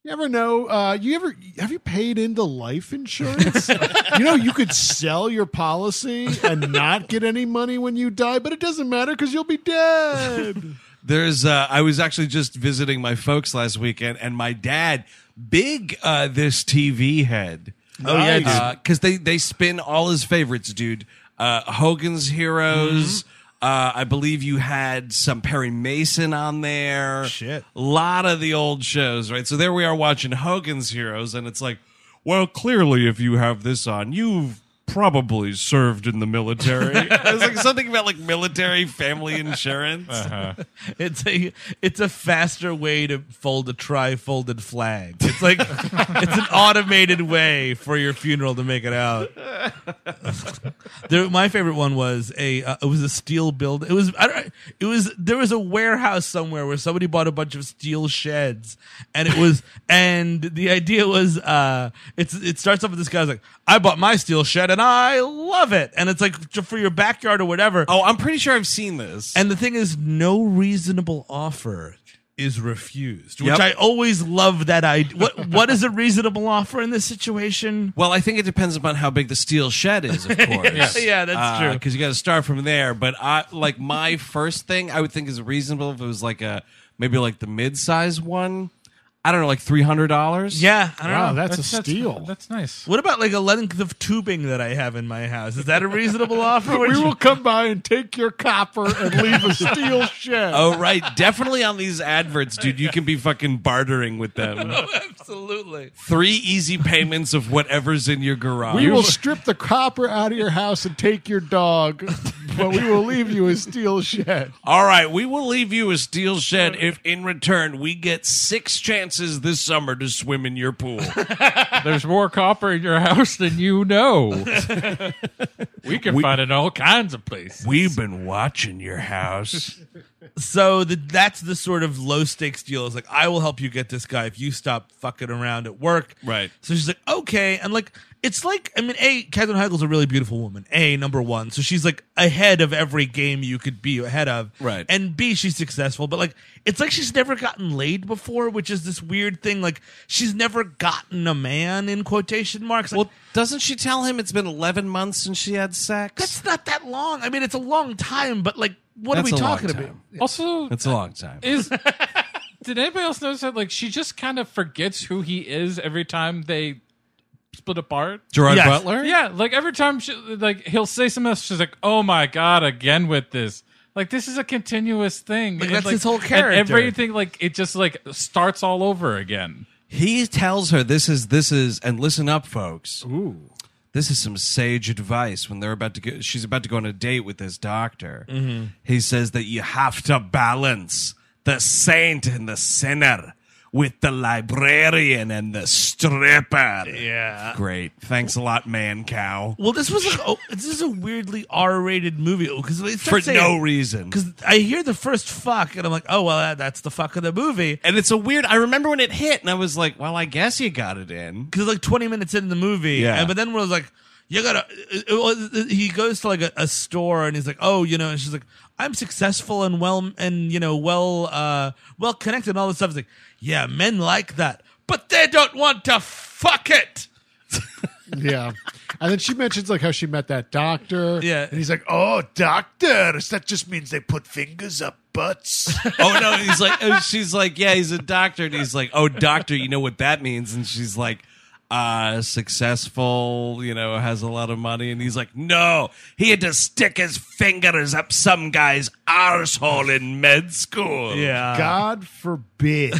S3: You ever know? Uh, you ever have you paid into life insurance? you know you could sell your policy and not get any money when you die, but it doesn't matter because you'll be dead.
S1: There's uh I was actually just visiting my folks last weekend and my dad big uh this TV head.
S4: Oh yeah, dude.
S1: Because they they spin all his favorites, dude. Uh, Hogan's Heroes.
S4: Mm-hmm.
S1: Uh, I believe you had some Perry Mason on there.
S4: Shit.
S1: a lot of the old shows, right? So there we are watching Hogan's Heroes, and it's like, well, clearly, if you have this on, you've probably served in the military. It's like something about like military family insurance.
S4: It's a it's a faster way to fold a tri-folded flag. It's like it's an automated way for your funeral to make it out. There, my favorite one was a uh, it was a steel build. It was I don't, it was there was a warehouse somewhere where somebody bought a bunch of steel sheds, and it was and the idea was uh it's it starts off with this guy's like I bought my steel shed and I love it, and it's like for your backyard or whatever.
S1: Oh, I'm pretty sure I've seen this.
S4: And the thing is, no reasonable offer is refused, which
S1: Yep.
S4: I always love that idea. What what is a reasonable offer in this situation?
S1: Well, I think it depends upon how big the steel shed is, of course.
S4: Yeah,
S3: Uh,
S4: that's true.
S1: Because you got to start from there. But I like my first thing I would think is reasonable if it was like a maybe like the mid size one. I don't know, like three hundred dollars.
S4: Yeah, I don't
S3: Wow,
S4: know.
S3: that's, a steal.
S2: That's, nice.
S4: what about like a length of tubing that I have in my house? Is that a reasonable offer? Would
S3: we
S4: you-
S3: will come by and take your copper and leave a steel shed.
S1: Oh right, definitely on these adverts, dude. You can be fucking bartering with them.
S4: absolutely.
S1: Three easy payments of whatever's in your garage.
S3: We will strip the copper out of your house and take your dog, but we will leave you a steel shed.
S1: All right, we will leave you a steel shed if, in return, we get six chances this summer to swim in your pool.
S2: There's more copper in your house than you know. we can
S1: We-
S2: find it in all kinds of places.
S1: We've been watching your house.
S4: So the, that's the sort of low stakes deal. Is like I will help you get this guy if you stop fucking around at work.
S1: Right.
S4: So she's like, okay, and like it's like I mean, a Catherine Heigl's a really beautiful woman. A number one, so she's like ahead of every game you could be ahead of.
S1: Right.
S4: And B, she's successful, but like it's like she's never gotten laid before, which is this weird thing. Like she's never gotten a man in quotation marks. Like,
S1: Well, doesn't she tell him it's been 11 months since she had sex?
S4: that's not that long. I mean, it's a long time, but like, what
S1: That's
S4: are we
S1: a long
S4: talking about?
S1: time.
S2: Also,
S1: That's a long time.
S2: is did anybody else notice that like she just kind of forgets who he is every time they split apart
S1: Gerard
S4: Yes.
S1: Butler?
S2: yeah like every time she like he'll say something else she's like oh my god again with this like this is a continuous thing
S4: Like,
S2: And,
S4: that's his whole
S2: and
S4: character.
S2: everything like it just like starts all over again
S1: He tells her this is, this is, and listen up, folks. Ooh. This is some sage advice when they're about to go, she's about to go on a date with this doctor. He says that you have to balance the saint and the sinner with the librarian and the stripper.
S4: Yeah.
S1: Great. Thanks a lot, man cow.
S4: Well, this was like oh, this is a weirdly R-rated movie Oh, because
S1: For no reason.
S4: Because I hear the first fuck and I'm like, oh well, that- that's the fuck of the movie.
S1: And it's a weird I remember when it hit and I was like, well, I guess you got it in.
S4: Because like 20 minutes into the movie,
S1: Yeah.
S4: and, but then when I was like, you gotta, it was, he goes to like a, a store and he's like, oh, you know, and she's like, I'm successful and well and you know well uh well connected and all this stuff. It's like, yeah, men like that, but they don't want to fuck it.
S3: Yeah. And then she mentions like how she met that doctor.
S4: Yeah.
S3: And he's like, Oh, doctors. That just means they put fingers up butts.
S1: Oh no, he's like oh, she's like, yeah, he's a doctor and he's like, "Oh, doctor, you know what that means?" And she's like, uh successful, you know, has a lot of money and he's like, "No, he had to stick his fingers up some guy's arsehole in med school."
S3: God forbid.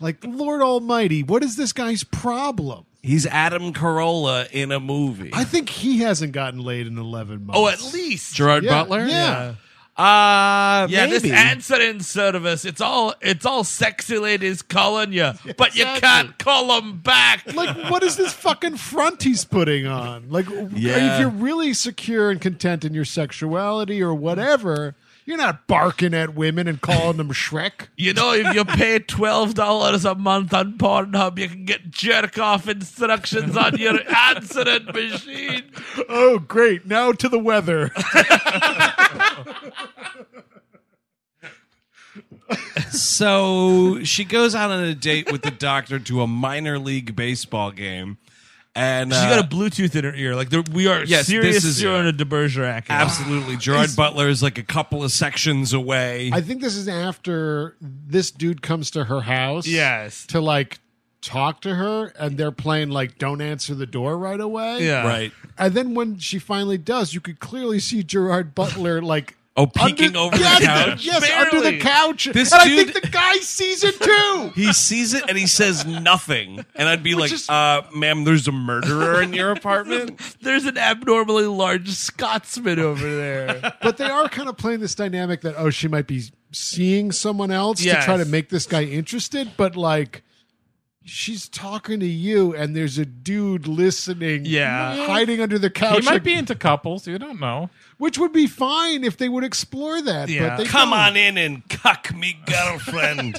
S3: like, Lord Almighty, what is this guy's problem?
S1: He's Adam Carolla in a movie.
S3: I think he hasn't gotten laid in eleven months.
S4: Oh, at least
S1: Gerard
S3: Yeah,
S1: Butler?
S3: Yeah.
S1: Uh
S4: Yeah,
S1: maybe.
S4: this answering service, it's all it's all sexy ladies calling you, but you
S3: Exactly.
S4: can't call them back.
S3: Like, what is this fucking front he's putting on? Like,
S1: Yeah.
S3: if you're really secure and content in your sexuality or whatever, you're not barking at women and calling them Shrek.
S4: You know, if you pay twelve dollars a month on Pornhub, you can get jerk off instructions on your answering machine.
S3: Oh, great. Now to the weather.
S1: So she goes out on a date with the doctor to a minor league baseball game, and
S4: She
S1: uh,
S4: got a Bluetooth in her ear. Like there- we are
S1: Yes,
S4: serious
S1: this is-
S4: zero in a de Bergerac.
S1: absolutely. Gerard Butler is like a couple of sections away.
S3: I think this is after this dude comes to her house.
S4: Yes.
S3: To like talk to her, and they're playing like "Don't answer the door right away."
S4: Yeah.
S1: right?
S3: And then when she finally does, you could clearly see Gerard Butler like.
S1: Oh, peeking over the
S3: yes,
S1: couch?
S3: Yes, under
S4: Barely.
S3: the couch.
S1: This
S3: and I
S1: dude-
S3: think the guy sees it too.
S1: He sees it and he says nothing, and I'd be like,
S3: is-
S1: uh, "Ma'am, there's a murderer in your apartment."
S4: There's an abnormally large Scotsman over there.
S3: but they are kind of playing this dynamic that oh she might be seeing someone else
S4: Yes.
S3: to try to make this guy interested but like she's talking to you and there's a dude listening
S4: Yeah.
S3: hiding under the
S2: he
S4: Oh,
S3: couch
S2: might
S3: like-
S2: be into couples you don't know
S3: which would be fine if they would explore that
S4: Yeah.
S3: but they
S1: Come
S3: don't.
S1: on in and cuck me, girlfriend.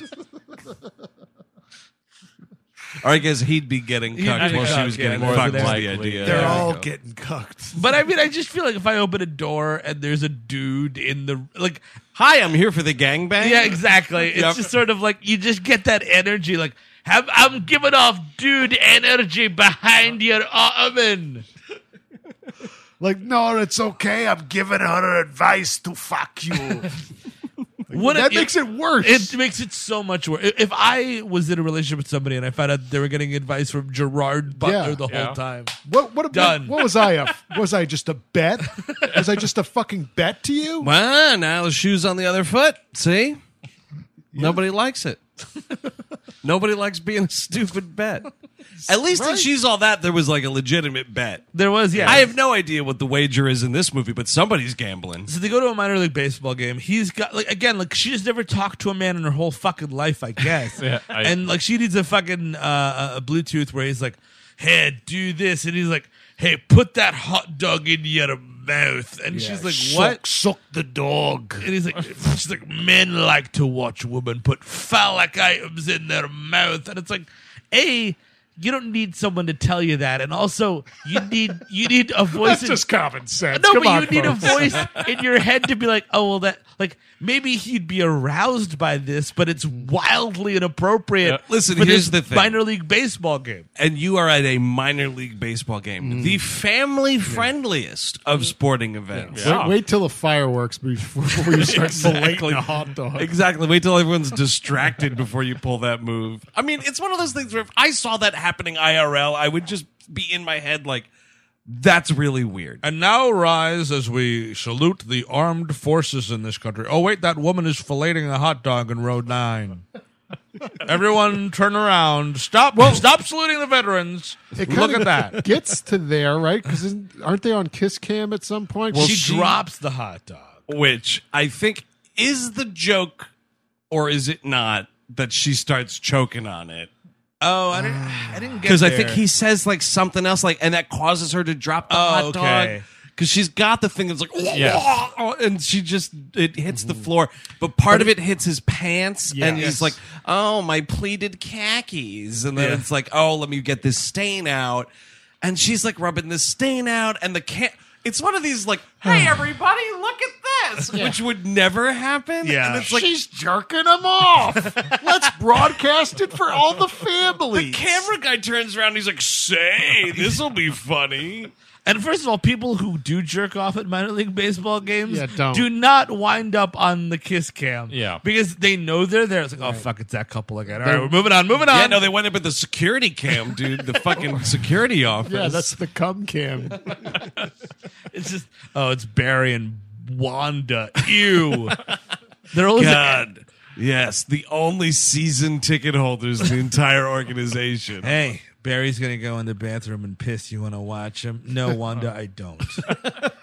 S1: Or I guess he'd be getting
S4: be
S1: cucked while she
S4: cucked,
S1: was
S4: yeah,
S1: getting
S4: that's
S1: fucked.
S4: what
S1: was
S4: they're-
S1: the idea.
S3: They're
S1: Yeah.
S3: all getting cucked.
S4: But I mean, I just feel like if I open a door and there's a dude in the like,
S1: Hi, I'm here for the gangbang.
S4: yeah, exactly. It's
S1: Yep.
S4: just sort of like you just get that energy. Like, have, I'm giving off dude energy behind your ottoman.
S3: Like, no, it's okay. I'm giving her advice to fuck you.
S4: What
S3: that
S4: if-
S3: makes it worse.
S4: It makes it so much worse. If I was in a relationship with somebody and I found out they were getting advice from Gerard Butler
S3: Yeah.
S4: the
S2: Yeah.
S4: whole time,
S3: what, what,
S4: Done.
S3: What, what was I? A, was I just a bet? Was I just a fucking bet to you?
S1: Well, now the shoe's on the other foot. See? Nobody likes it. Nobody likes being a stupid bet. At least in
S3: Right.
S1: She's All That, there was like a legitimate bet.
S4: there was yeah.
S1: I have no idea what the wager is in this movie, but somebody's gambling.
S4: So they go to a minor league baseball game. He's got like again, like she just never talked to a man in her whole fucking life, I guess.
S2: Yeah, I-
S4: and like she needs a fucking uh, a Bluetooth where he's like, "Hey, do this," and he's like, "Hey, put that hot dog in your mouth," and she's like, "What?"
S3: Suck, suck the dog.
S4: And he's like, she's like, men like to watch women put phallic items in their mouth, and it's like, a, you don't need someone to tell you that, and also you need you need a voice.
S3: That's
S4: in-
S3: just common sense.
S4: no,
S3: Come
S4: but
S3: on,
S4: you need a
S3: folks.
S4: voice in your head to be like, oh well, that like maybe he'd be aroused by this, but it's wildly inappropriate.
S2: Yeah.
S1: Listen,
S4: for
S1: here's
S4: this
S1: the thing.
S4: minor league baseball game.
S1: And you are at a minor league baseball game, the family friendliest of sporting events.
S3: Wait, wait till the fireworks before, before you start exactly. a hot dog.
S1: Exactly. Wait till everyone's distracted before you pull that move. I mean, it's one of those things where if I saw that happening IRL, I would just be in my head like, that's really weird.
S4: And now rise as we salute the armed forces in this country. Oh, wait, that woman is filleting a hot dog in row nine. Everyone turn around. Stop stop saluting the veterans.
S3: It
S4: Look
S3: kinda
S4: at that.
S3: Gets to there, right? Because aren't they on Kiss Cam at some point?
S1: Well,
S4: she,
S1: she-
S4: drops the hot dog.
S1: Which I think is the joke, or is it not, that she starts choking on it?
S4: Oh, I didn't, I didn't get
S1: Because I think he says like something else, like, and that causes her to drop the hot
S4: Oh, okay.
S1: dog. Because she's got the thing that's like, and she just it hits the floor, but part of it hits his pants, and
S3: Yes.
S1: he's like, "Oh, my pleated khakis," and then it's like, "Oh, let me get this stain out," and she's like rubbing this stain out, and the can. It's one of these like, "Hey, everybody, look at this," which would never happen.
S4: Yeah.
S1: and it's like
S3: She's jerking him off. Let's broadcast it for all the family.
S1: the camera guy turns around, and he's like, "Say, this will be funny."
S4: And first of all, people who do jerk off at minor league baseball games
S3: Yeah, don't.
S4: do not wind up on the kiss cam.
S2: Yeah.
S4: Because they know they're there. It's like, oh, fuck, it's that couple again. All right, we're moving on, moving on.
S1: Yeah, no, they went up at the security cam, dude. The fucking security office.
S3: yeah, that's the cum cam.
S4: It's just oh, it's Barry and Wanda. Ew. They're always
S1: God. Yes, the only season ticket holders in the entire organization.
S4: hey, Barry's gonna go in the bathroom and piss. You want to watch him? No, Wanda, I don't.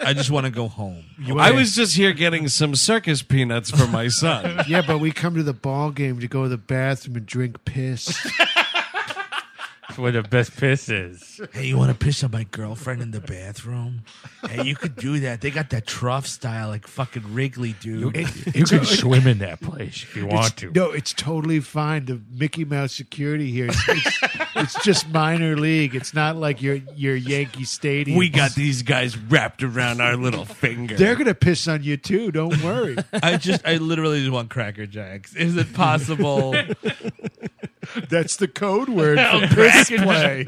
S4: I just want to go home.
S1: I was just here getting some circus peanuts for my son.
S3: yeah, but we come to the ball game to go to the bathroom and drink piss.
S2: where the best piss is.
S4: Hey, you want to piss on my girlfriend in the bathroom? Hey, you could do that. They got that trough style, like fucking Wrigley, dude.
S2: You can swim in that place if you want to.
S3: No, it's totally fine. The Mickey Mouse security here. It's, it's, it's just minor league. It's not like your your Yankee Stadium.
S1: We got these guys wrapped around our little finger.
S3: They're gonna piss on you too. Don't worry.
S4: I just, I literally just want Cracker Jacks. Is it possible?
S3: That's the code word for piss play.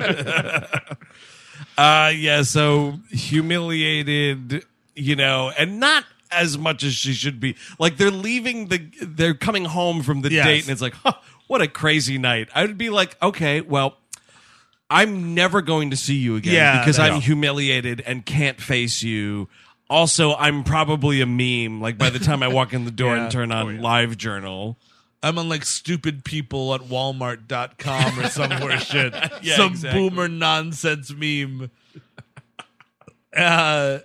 S1: Uh yeah, so humiliated, you know, and not as much as she should be. Like they're leaving the they're coming home from the
S4: Yes.
S1: date and it's like, huh, what a crazy night. I would be like, okay, well, I'm never going to see you again
S4: Yeah,
S1: because
S4: that-
S1: I'm humiliated and can't face you. Also, I'm probably a meme. Like by the time I walk in the door and turn
S4: Oh,
S1: on Live Journal.
S4: I'm on like stupid people at Walmart.com or somewhere shit.
S1: Yeah,
S4: Some
S1: exactly.
S4: boomer nonsense meme. Uh,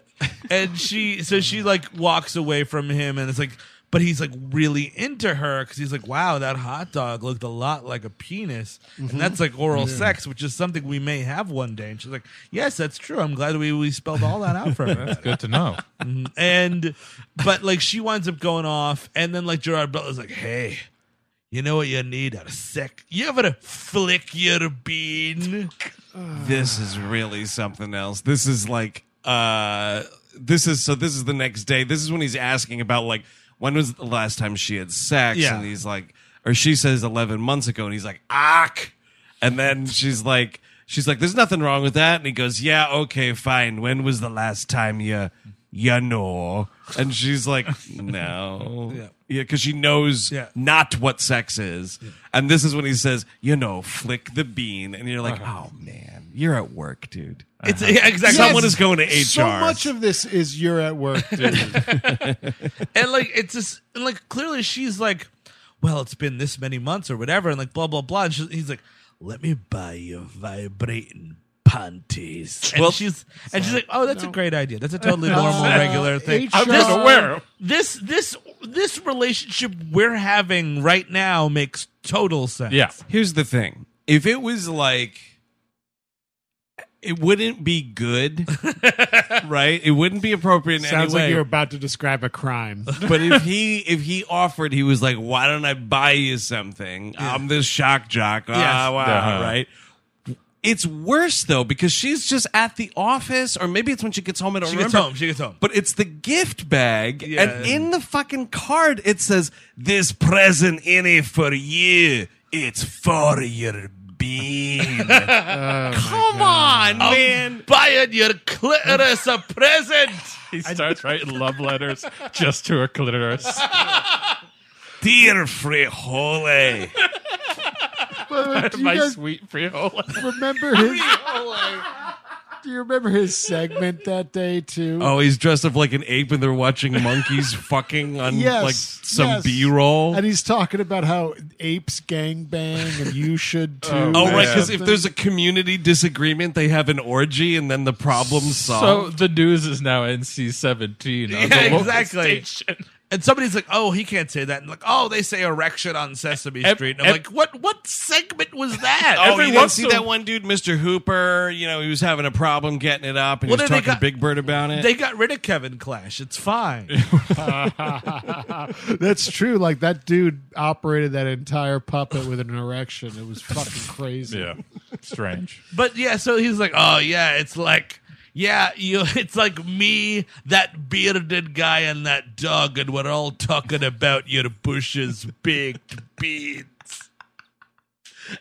S4: and she, so she like walks away from him and it's like, but he's like really into her because he's like, wow, that hot dog looked a lot like a penis.
S1: Mm-hmm.
S4: And that's like oral sex, which is something we may have one day. And she's like, yes, that's true. I'm glad we, we spelled all that out for her.
S2: Good to know.
S4: and but like she winds up going off, and then like Gerard Butler's like, "Hey, You know what you need? A sec. You ever to flick your bean?
S1: this is really something else. This is like uh this is so this is the next day. This is when he's asking about like when was the last time she had sex
S4: Yeah.
S1: and he's like or she says 11 months ago and he's like "Ack," And then she's like she's like there's nothing wrong with that and he goes, "Yeah, okay, fine. When was the last time you you know?" And she's like, "No."
S4: Yeah.
S1: Yeah, because she knows
S4: Yeah.
S1: not what sex is. And this is when he says, you know, flick the bean. And you're like,
S4: Uh-huh.
S1: oh, man, you're at work, dude.
S4: It's yeah, exactly.
S1: Someone is going to HR.
S3: So much of this is you're at work, dude.
S4: and like it's just and like clearly she's like, well, it's been this many months or whatever, and like blah blah blah. And she, he's like, let me buy you vibrating panties. And
S1: Well-
S4: she's and she's like, oh, that's a great idea. That's a totally normal,
S1: Uh,
S4: regular thing.
S3: HR.
S4: This-
S2: not aware of.
S4: This this this relationship we're having right now makes total sense.
S2: Yeah.
S1: Here's the thing if it was like, it wouldn't be good, right? It wouldn't be appropriate in any
S3: Sounds like
S1: way.
S3: you're about to describe a crime.
S1: but if he if he offered, he was like, "Why don't I buy you something? I'm this shock jock." Ah,
S4: Yes.
S1: wow,
S2: Uh-huh.
S1: right. It's worse though because she's just at the office, or maybe it's when she gets home. I don't
S4: She gets
S1: remember.
S4: home. She gets home.
S1: But it's the gift bag,
S4: Yeah.
S1: and in the fucking card it says, "This present in it for you. It's for your bean." Come on, man.
S4: Buying your clitoris a present.
S2: He starts writing love letters just to her clitoris.
S1: Dear Frijole.
S3: But uh, do you
S2: My
S3: guys
S2: sweet Friola.
S3: remember his? Do you remember his segment that day too?
S1: Oh, he's dressed up like an ape, and they're watching monkeys fucking on
S3: Yes,
S1: like some
S3: yes.
S1: B-roll.
S3: And he's talking about how apes gangbang and you should too.
S1: oh, right,
S2: Yeah.
S1: because if there's a community disagreement, they have an orgy, and then the problem's
S2: So
S1: solved.
S2: the news is now NC seventeen.
S4: Yeah, exactly. And somebody's like, "Oh, he can't say that." And like, "Oh, they say erection on Sesame
S2: Ev-
S4: Street." And I'm
S2: ev-
S4: like, "What? What segment was that?"
S1: Oh,
S2: every
S1: you didn't
S2: once
S1: see
S2: in a-
S1: that one dude, Mr. Hooper. You know, he was having a problem getting it up, and
S4: Well,
S1: he was
S4: then they
S1: talking
S4: got-
S1: to Big Bird about it.
S4: they got rid of Kevin Clash. It's fine.
S3: That's true. Like that dude operated that entire puppet with an erection. It was fucking crazy.
S2: Yeah. Strange.
S4: but yeah, so he's like, "Oh yeah, it's like." Yeah, you. It's like me, that bearded guy, and that dog, and we're all talking about your bushes baked beans.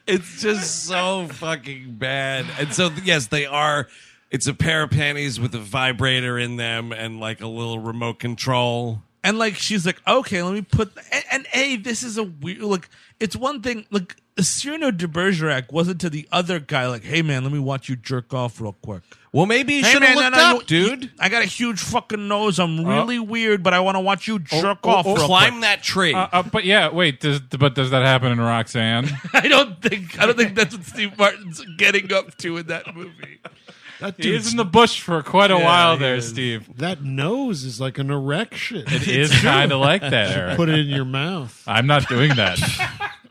S1: it's just so fucking bad. And so, yes, they are. It's a pair of panties with a vibrator in them and like a little remote control.
S4: And like she's like, okay, let me put and, and a this is a weird like it's one thing like Cyrano de Bergerac wasn't to the other guy like, hey man, let me watch you jerk off real quick.
S1: Well, maybe you
S4: Hey
S1: should have
S4: man,
S1: looked
S4: no, no,
S1: up,
S4: you-
S1: dude.
S4: I got a huge fucking nose. I'm
S3: Uh-huh.
S4: really weird, but I want to watch you
S3: Oh,
S4: jerk off real
S1: climb
S4: quick.
S1: that tree.
S2: Uh, uh, but yeah, wait. Does, but does that happen in Roxanne?
S4: I don't think I don't think that's what Steve Martin's getting up to in that movie.
S3: That
S2: He
S3: dude's
S2: is in the bush for quite a while there, Steve.
S3: that nose is like an erection.
S2: It is kind of like that, Eric.
S3: Put it in your mouth.
S2: I'm not doing that.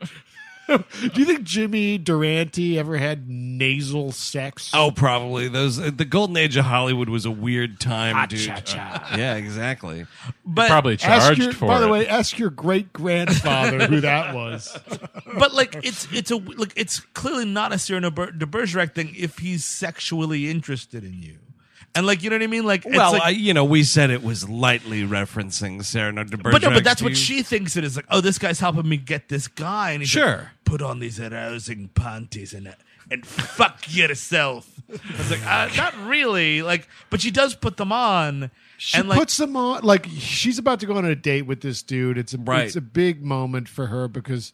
S3: Do you think Jimmy Durante ever had nasal sex?
S1: Oh, probably those. The golden age of Hollywood was a weird time,
S4: Ah,
S1: dude. Uh,
S3: cha-cha.
S1: Yeah, exactly.
S4: But
S2: Probably
S3: Ask
S2: charged
S3: your,
S2: for
S3: by
S2: it.
S3: the way, ask your great grandfather who that was.
S4: but like it's it's a like it's clearly not a Cyrano Ber- de Bergerac thing if he's sexually interested in you, and like you know what I mean. Like it's
S1: well,
S4: like,
S1: I, you know, we said it was lightly referencing Cyrano de Bergerac.
S4: but no, but that's what
S1: Steve.
S4: she thinks it is. Like oh, this guy's helping me get this guy, and he's like,
S1: Sure.
S4: put on these arousing panties and and fuck yourself. I was like, uh, not really. Like, but she does put them on,
S3: She
S4: and like
S3: puts them on like she's about to go on a date with this dude. It's a
S1: Right.
S3: it's a big moment for her because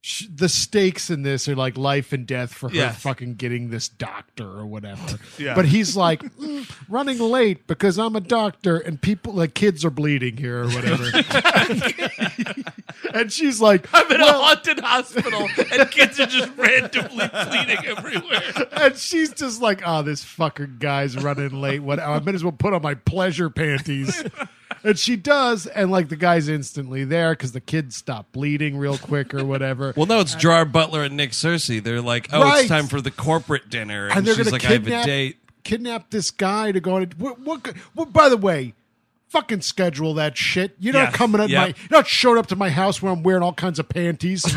S3: sh the stakes in this are like life and death for her
S4: Yes.
S3: fucking getting this doctor or whatever.
S4: Yeah.
S3: But he's like "Mm, running late because I'm a doctor and people like kids are bleeding here or whatever. and she's like,
S4: I'm in a haunted hospital, and kids are just randomly bleeding everywhere.
S3: and she's just like, oh, this fucker guy's running late. What? I might as well put on my pleasure panties. And she does, and like the guy's instantly there because the kids stop bleeding real quick or whatever.
S1: Well, no, it's Gerard Butler and Nick Cersei. They're like, oh,
S3: Uh, Right.
S1: it's time for the corporate dinner, and,
S3: and they're
S1: she's
S3: gonna
S1: like, I have
S3: kidnap
S1: a date.
S3: kidnap this guy to go on. A, what, what? What? By the way, Fucking schedule that shit. You're not
S5: Yes,
S3: coming at
S1: yep.
S3: my. You're not showing up to my house where I'm wearing all kinds of panties.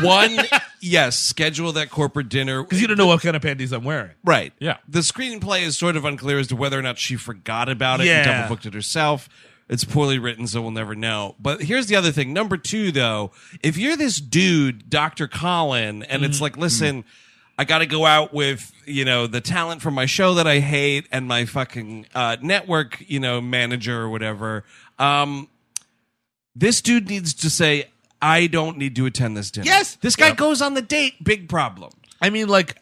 S1: One, yes, schedule that corporate dinner.
S5: Because you don't know what kind of panties I'm wearing.
S1: Right.
S2: Yeah.
S1: The screenplay is sort of unclear as to whether or not she forgot about it and
S5: Yeah.
S1: double booked it herself. It's poorly written, so we'll never know. But here's the other thing. Number two, though, if you're this dude, Dr. Colin, and
S5: Mm-hmm.
S1: it's like, listen, I got to go out with, you know, the talent from my show that I hate and my fucking uh, network, you know, manager or whatever. Um, this dude needs to say, I don't need to attend this dinner.
S5: Yes.
S1: This guy goes on the date. Big problem.
S5: I mean, like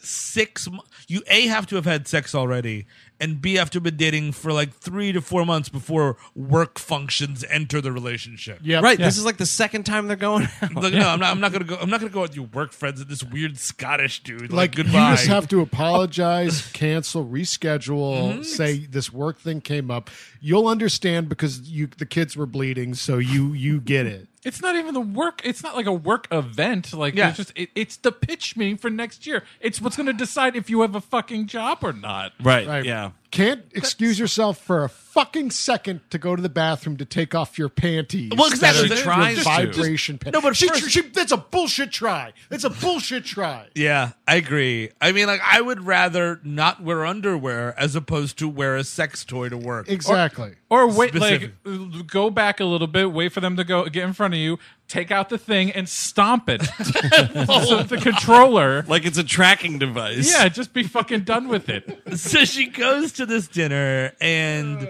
S5: six. mo- You a have to have had sex already, and b have to have been dating for like three to four months before work functions enter the relationship.
S3: Yep.
S1: Right. This is like the second time they're going out.
S5: Like, no, I'm not. I'm not gonna go. I'm not gonna go out with your work friends and this weird Scottish dude. Like,
S3: Like
S5: goodbye.
S3: you just have to apologize, cancel, reschedule,
S5: Mm-hmm.
S3: say this work thing came up. You'll understand because you the kids were bleeding, so you you get it.
S2: It's not even the work. It's not like a work event. Like
S5: Yeah.
S2: it's just it, it's the pitch meeting for next year. It's what's going to decide if you have a fucking job or not.
S1: Right.
S3: Right.
S1: Yeah.
S3: Can't excuse yourself for a fucking second to go to the bathroom to take off your panties.
S5: Well, exactly.
S3: That are
S5: She
S3: your
S1: tries to.
S3: vibration. pan-
S5: No, but
S3: she,
S5: first-
S3: she, that's a bullshit try. That's a bullshit try.
S5: yeah, I agree. I mean, like, I would rather not wear underwear as opposed to wear a sex toy to work.
S3: Exactly.
S2: Or wait,
S5: Specific.
S2: like go back a little bit, wait for them to go get in front of you, take out the thing and stomp it. so the controller.
S1: Like it's a tracking device.
S2: Yeah, just be fucking done with it.
S5: so she goes to this dinner and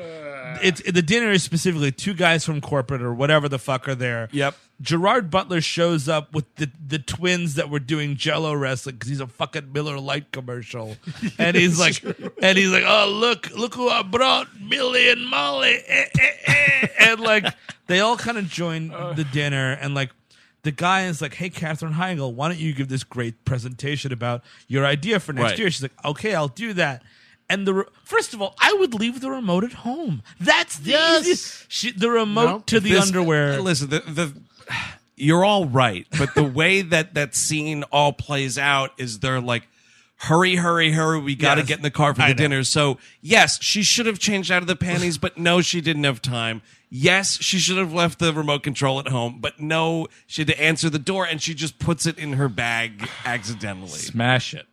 S5: it's the dinner is specifically two guys from corporate or whatever the fuck are there.
S1: Yep.
S5: Gerard Butler shows up with the, the twins that were doing Jello wrestling because he's a fucking Miller Light commercial, and he's like, and he's like, oh look, look who I brought, Millie and Molly, Eh, eh, eh." and like they all kind of join
S3: Uh.
S5: the dinner, and like the guy is like, hey Catherine Heigl, why don't you give this great presentation about your idea for next
S1: Right.
S5: year? She's like, okay, I'll do that. And the re- first of all, I would leave the remote at home. That's the
S3: Yes.
S5: easiest. She, the remote
S3: No.
S5: to the
S1: This-
S5: underwear.
S1: Listen, the, the you're all right, but the way that that scene all plays out is they're like, hurry, hurry, hurry. We got to
S5: Yes.
S1: get in the car for
S5: I
S1: the
S5: know.
S1: dinner. So yes, she should have changed out of the panties, but no, she didn't have time. Yes, she should have left the remote control at home, but no, she had to answer the door, and she just puts it in her bag accidentally.
S2: Smash it.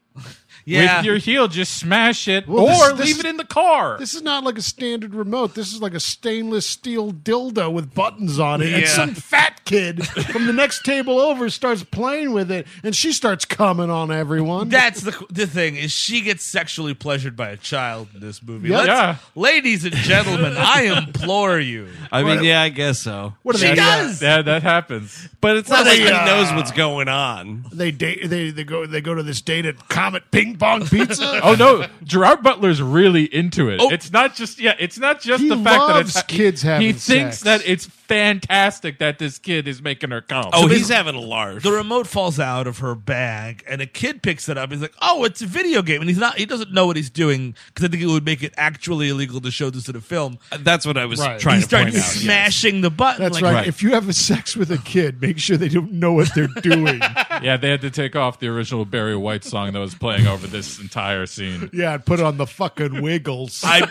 S5: Yeah.
S2: With your heel, just smash it
S3: Well, this-
S2: or
S3: this-
S2: leave it in the car.
S3: This is not like a standard remote. This is like a stainless steel dildo with buttons on it. And
S5: Yeah.
S3: some fat kid from the next table over starts playing with it and she starts coming on everyone.
S5: That's the the thing is she gets sexually pleasured by a child in this movie.
S3: Yep.
S5: Let's-
S2: Yeah.
S5: Ladies and gentlemen, I implore you.
S1: I mean, yeah, I guess so.
S3: what are
S5: She
S3: they
S5: does.
S2: yeah, that happens.
S1: But it's not
S3: Well,
S1: like
S3: they,
S1: he
S3: uh,
S1: knows what's going on.
S3: They date they, they go they go to this date at Comet Ping Pong Pizza.
S2: Oh no, Gerard Butler's really into it. It's not just yeah, it's not just
S3: Oh. He
S2: the fact
S3: loves
S2: that it's,
S3: kids
S2: he,
S3: having
S2: he thinks
S3: sex.
S2: that it's fantastic that this kid is making her come.
S1: Oh, he's
S5: basically-
S1: having a large.
S5: The remote falls out of her bag, and a kid picks it up. He's like, "Oh, it's a video game," and he's not. He doesn't know what he's doing because I think it would make it actually illegal to show this in a film.
S1: That's what I was
S3: Right.
S1: trying
S5: He
S1: to point
S5: starts
S1: out.
S5: smashing the button.
S3: That's
S5: like,
S3: right.
S1: Right.
S3: If you have sex with a kid, make sure they don't know what they're doing.
S2: Yeah, they had to take off the original Barry White song that was playing over this entire scene.
S3: yeah, and put on the fucking Wiggles.
S1: I,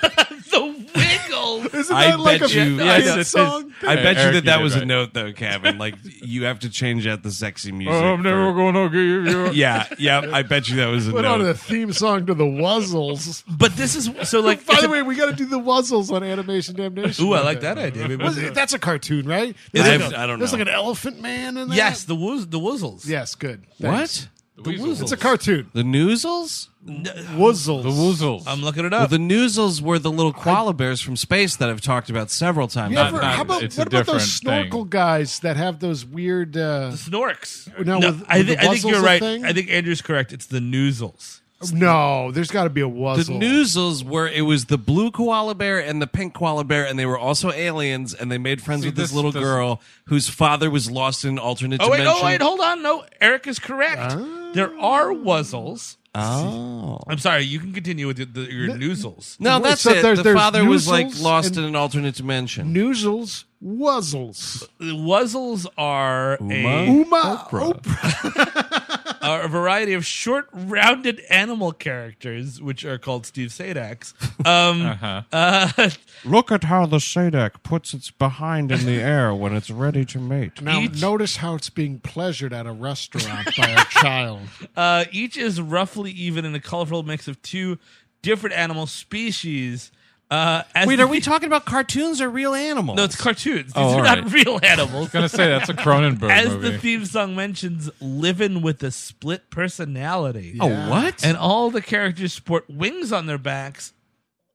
S5: The wiggles.
S3: Isn't
S1: I
S3: that like
S1: bet
S3: a
S1: you-
S3: kid
S2: yes, it is.
S3: song?
S1: I
S2: Yeah,
S1: bet you
S2: Eric,
S1: that that
S2: did
S1: was a
S2: right.
S1: note, though, Kevin. Like you have to change out the sexy music.
S2: I'm never
S1: for-
S2: going to give you.
S1: yeah, yeah. I bet you that was a
S3: Put on
S1: note.
S3: a theme song to the Wuzzles.
S5: But this is so like.
S3: By
S5: it's
S3: the
S5: a-
S3: way, we got to do the Wuzzles on Animation Damnation.
S5: ooh, I
S3: one
S5: like
S3: day.
S5: that idea. Maybe
S3: Was
S5: we'll-
S3: it- that's a cartoon, right?
S1: I
S3: like
S1: have-
S3: a-
S1: I don't
S3: There's
S1: know.
S3: like an elephant man in that.
S5: Yes, the woos, the wuzzles.
S3: Yes. Good. Thanks.
S1: What?
S2: The Weasels.
S3: It's a cartoon.
S1: The Noozles?
S3: Wuzzles.
S2: The Woozles.
S5: I'm looking it
S1: Well,
S5: up.
S1: the Noozles were the little koala bears from space that I've talked about several times.
S3: You
S2: Not-
S3: ever,
S2: not-
S3: how about
S2: it's a
S3: what about those
S2: different
S3: snorkel guys that have those weird? Uh,
S5: Snorks.
S3: No, with-
S5: I,
S3: with
S5: thi-
S3: the
S5: I think
S3: Wuzzles
S5: you're
S3: a
S5: right.
S3: thing?
S5: I think Andrew's correct. It's the noozles.
S3: no, there's got to be a
S1: The
S3: Wuzzle.
S1: Noozles were it was the blue koala bear and the pink koala bear, and they were also aliens, and they made friends
S2: See,
S1: with this,
S2: this-
S1: little
S2: this-
S1: girl whose father was lost in an alternate
S5: Oh wait,
S1: dimension.
S5: oh wait, hold on. No, Eric is correct.
S3: Ah.
S5: There are wuzzles.
S1: Oh.
S5: I'm sorry. You can continue with the, the, your noozles.
S1: No,
S3: Wait,
S1: that's
S3: so
S1: it.
S3: there-
S1: the
S3: there's
S1: father was like
S3: Noozles
S1: lost
S3: and-
S1: in an alternate dimension.
S3: Noozles, Wuzzles,
S5: The wuzzles are
S1: Uma?
S5: a
S3: Uma, Oprah.
S5: are a variety of short, rounded animal characters, which are called Steve Sadaks. Um, uh,
S1: Look at how the Sadak puts its behind in the air when it's ready to mate.
S3: Now, notice how it's being pleasured at a restaurant by a child.
S5: Uh, each is roughly even in a colorful mix of two different animal species. Uh, as
S1: Wait,
S5: the
S1: are we
S5: fe-
S1: talking about cartoons or real animals?
S5: No, it's cartoons. These
S1: Oh,
S5: are
S1: all
S5: not
S1: right.
S5: real animals.
S2: gonna say that's a Cronenberg
S5: As
S2: movie.
S5: the theme song mentions, living with a split personality.
S1: Oh,
S3: Yeah.
S1: what?
S5: And all the characters sport wings on their backs,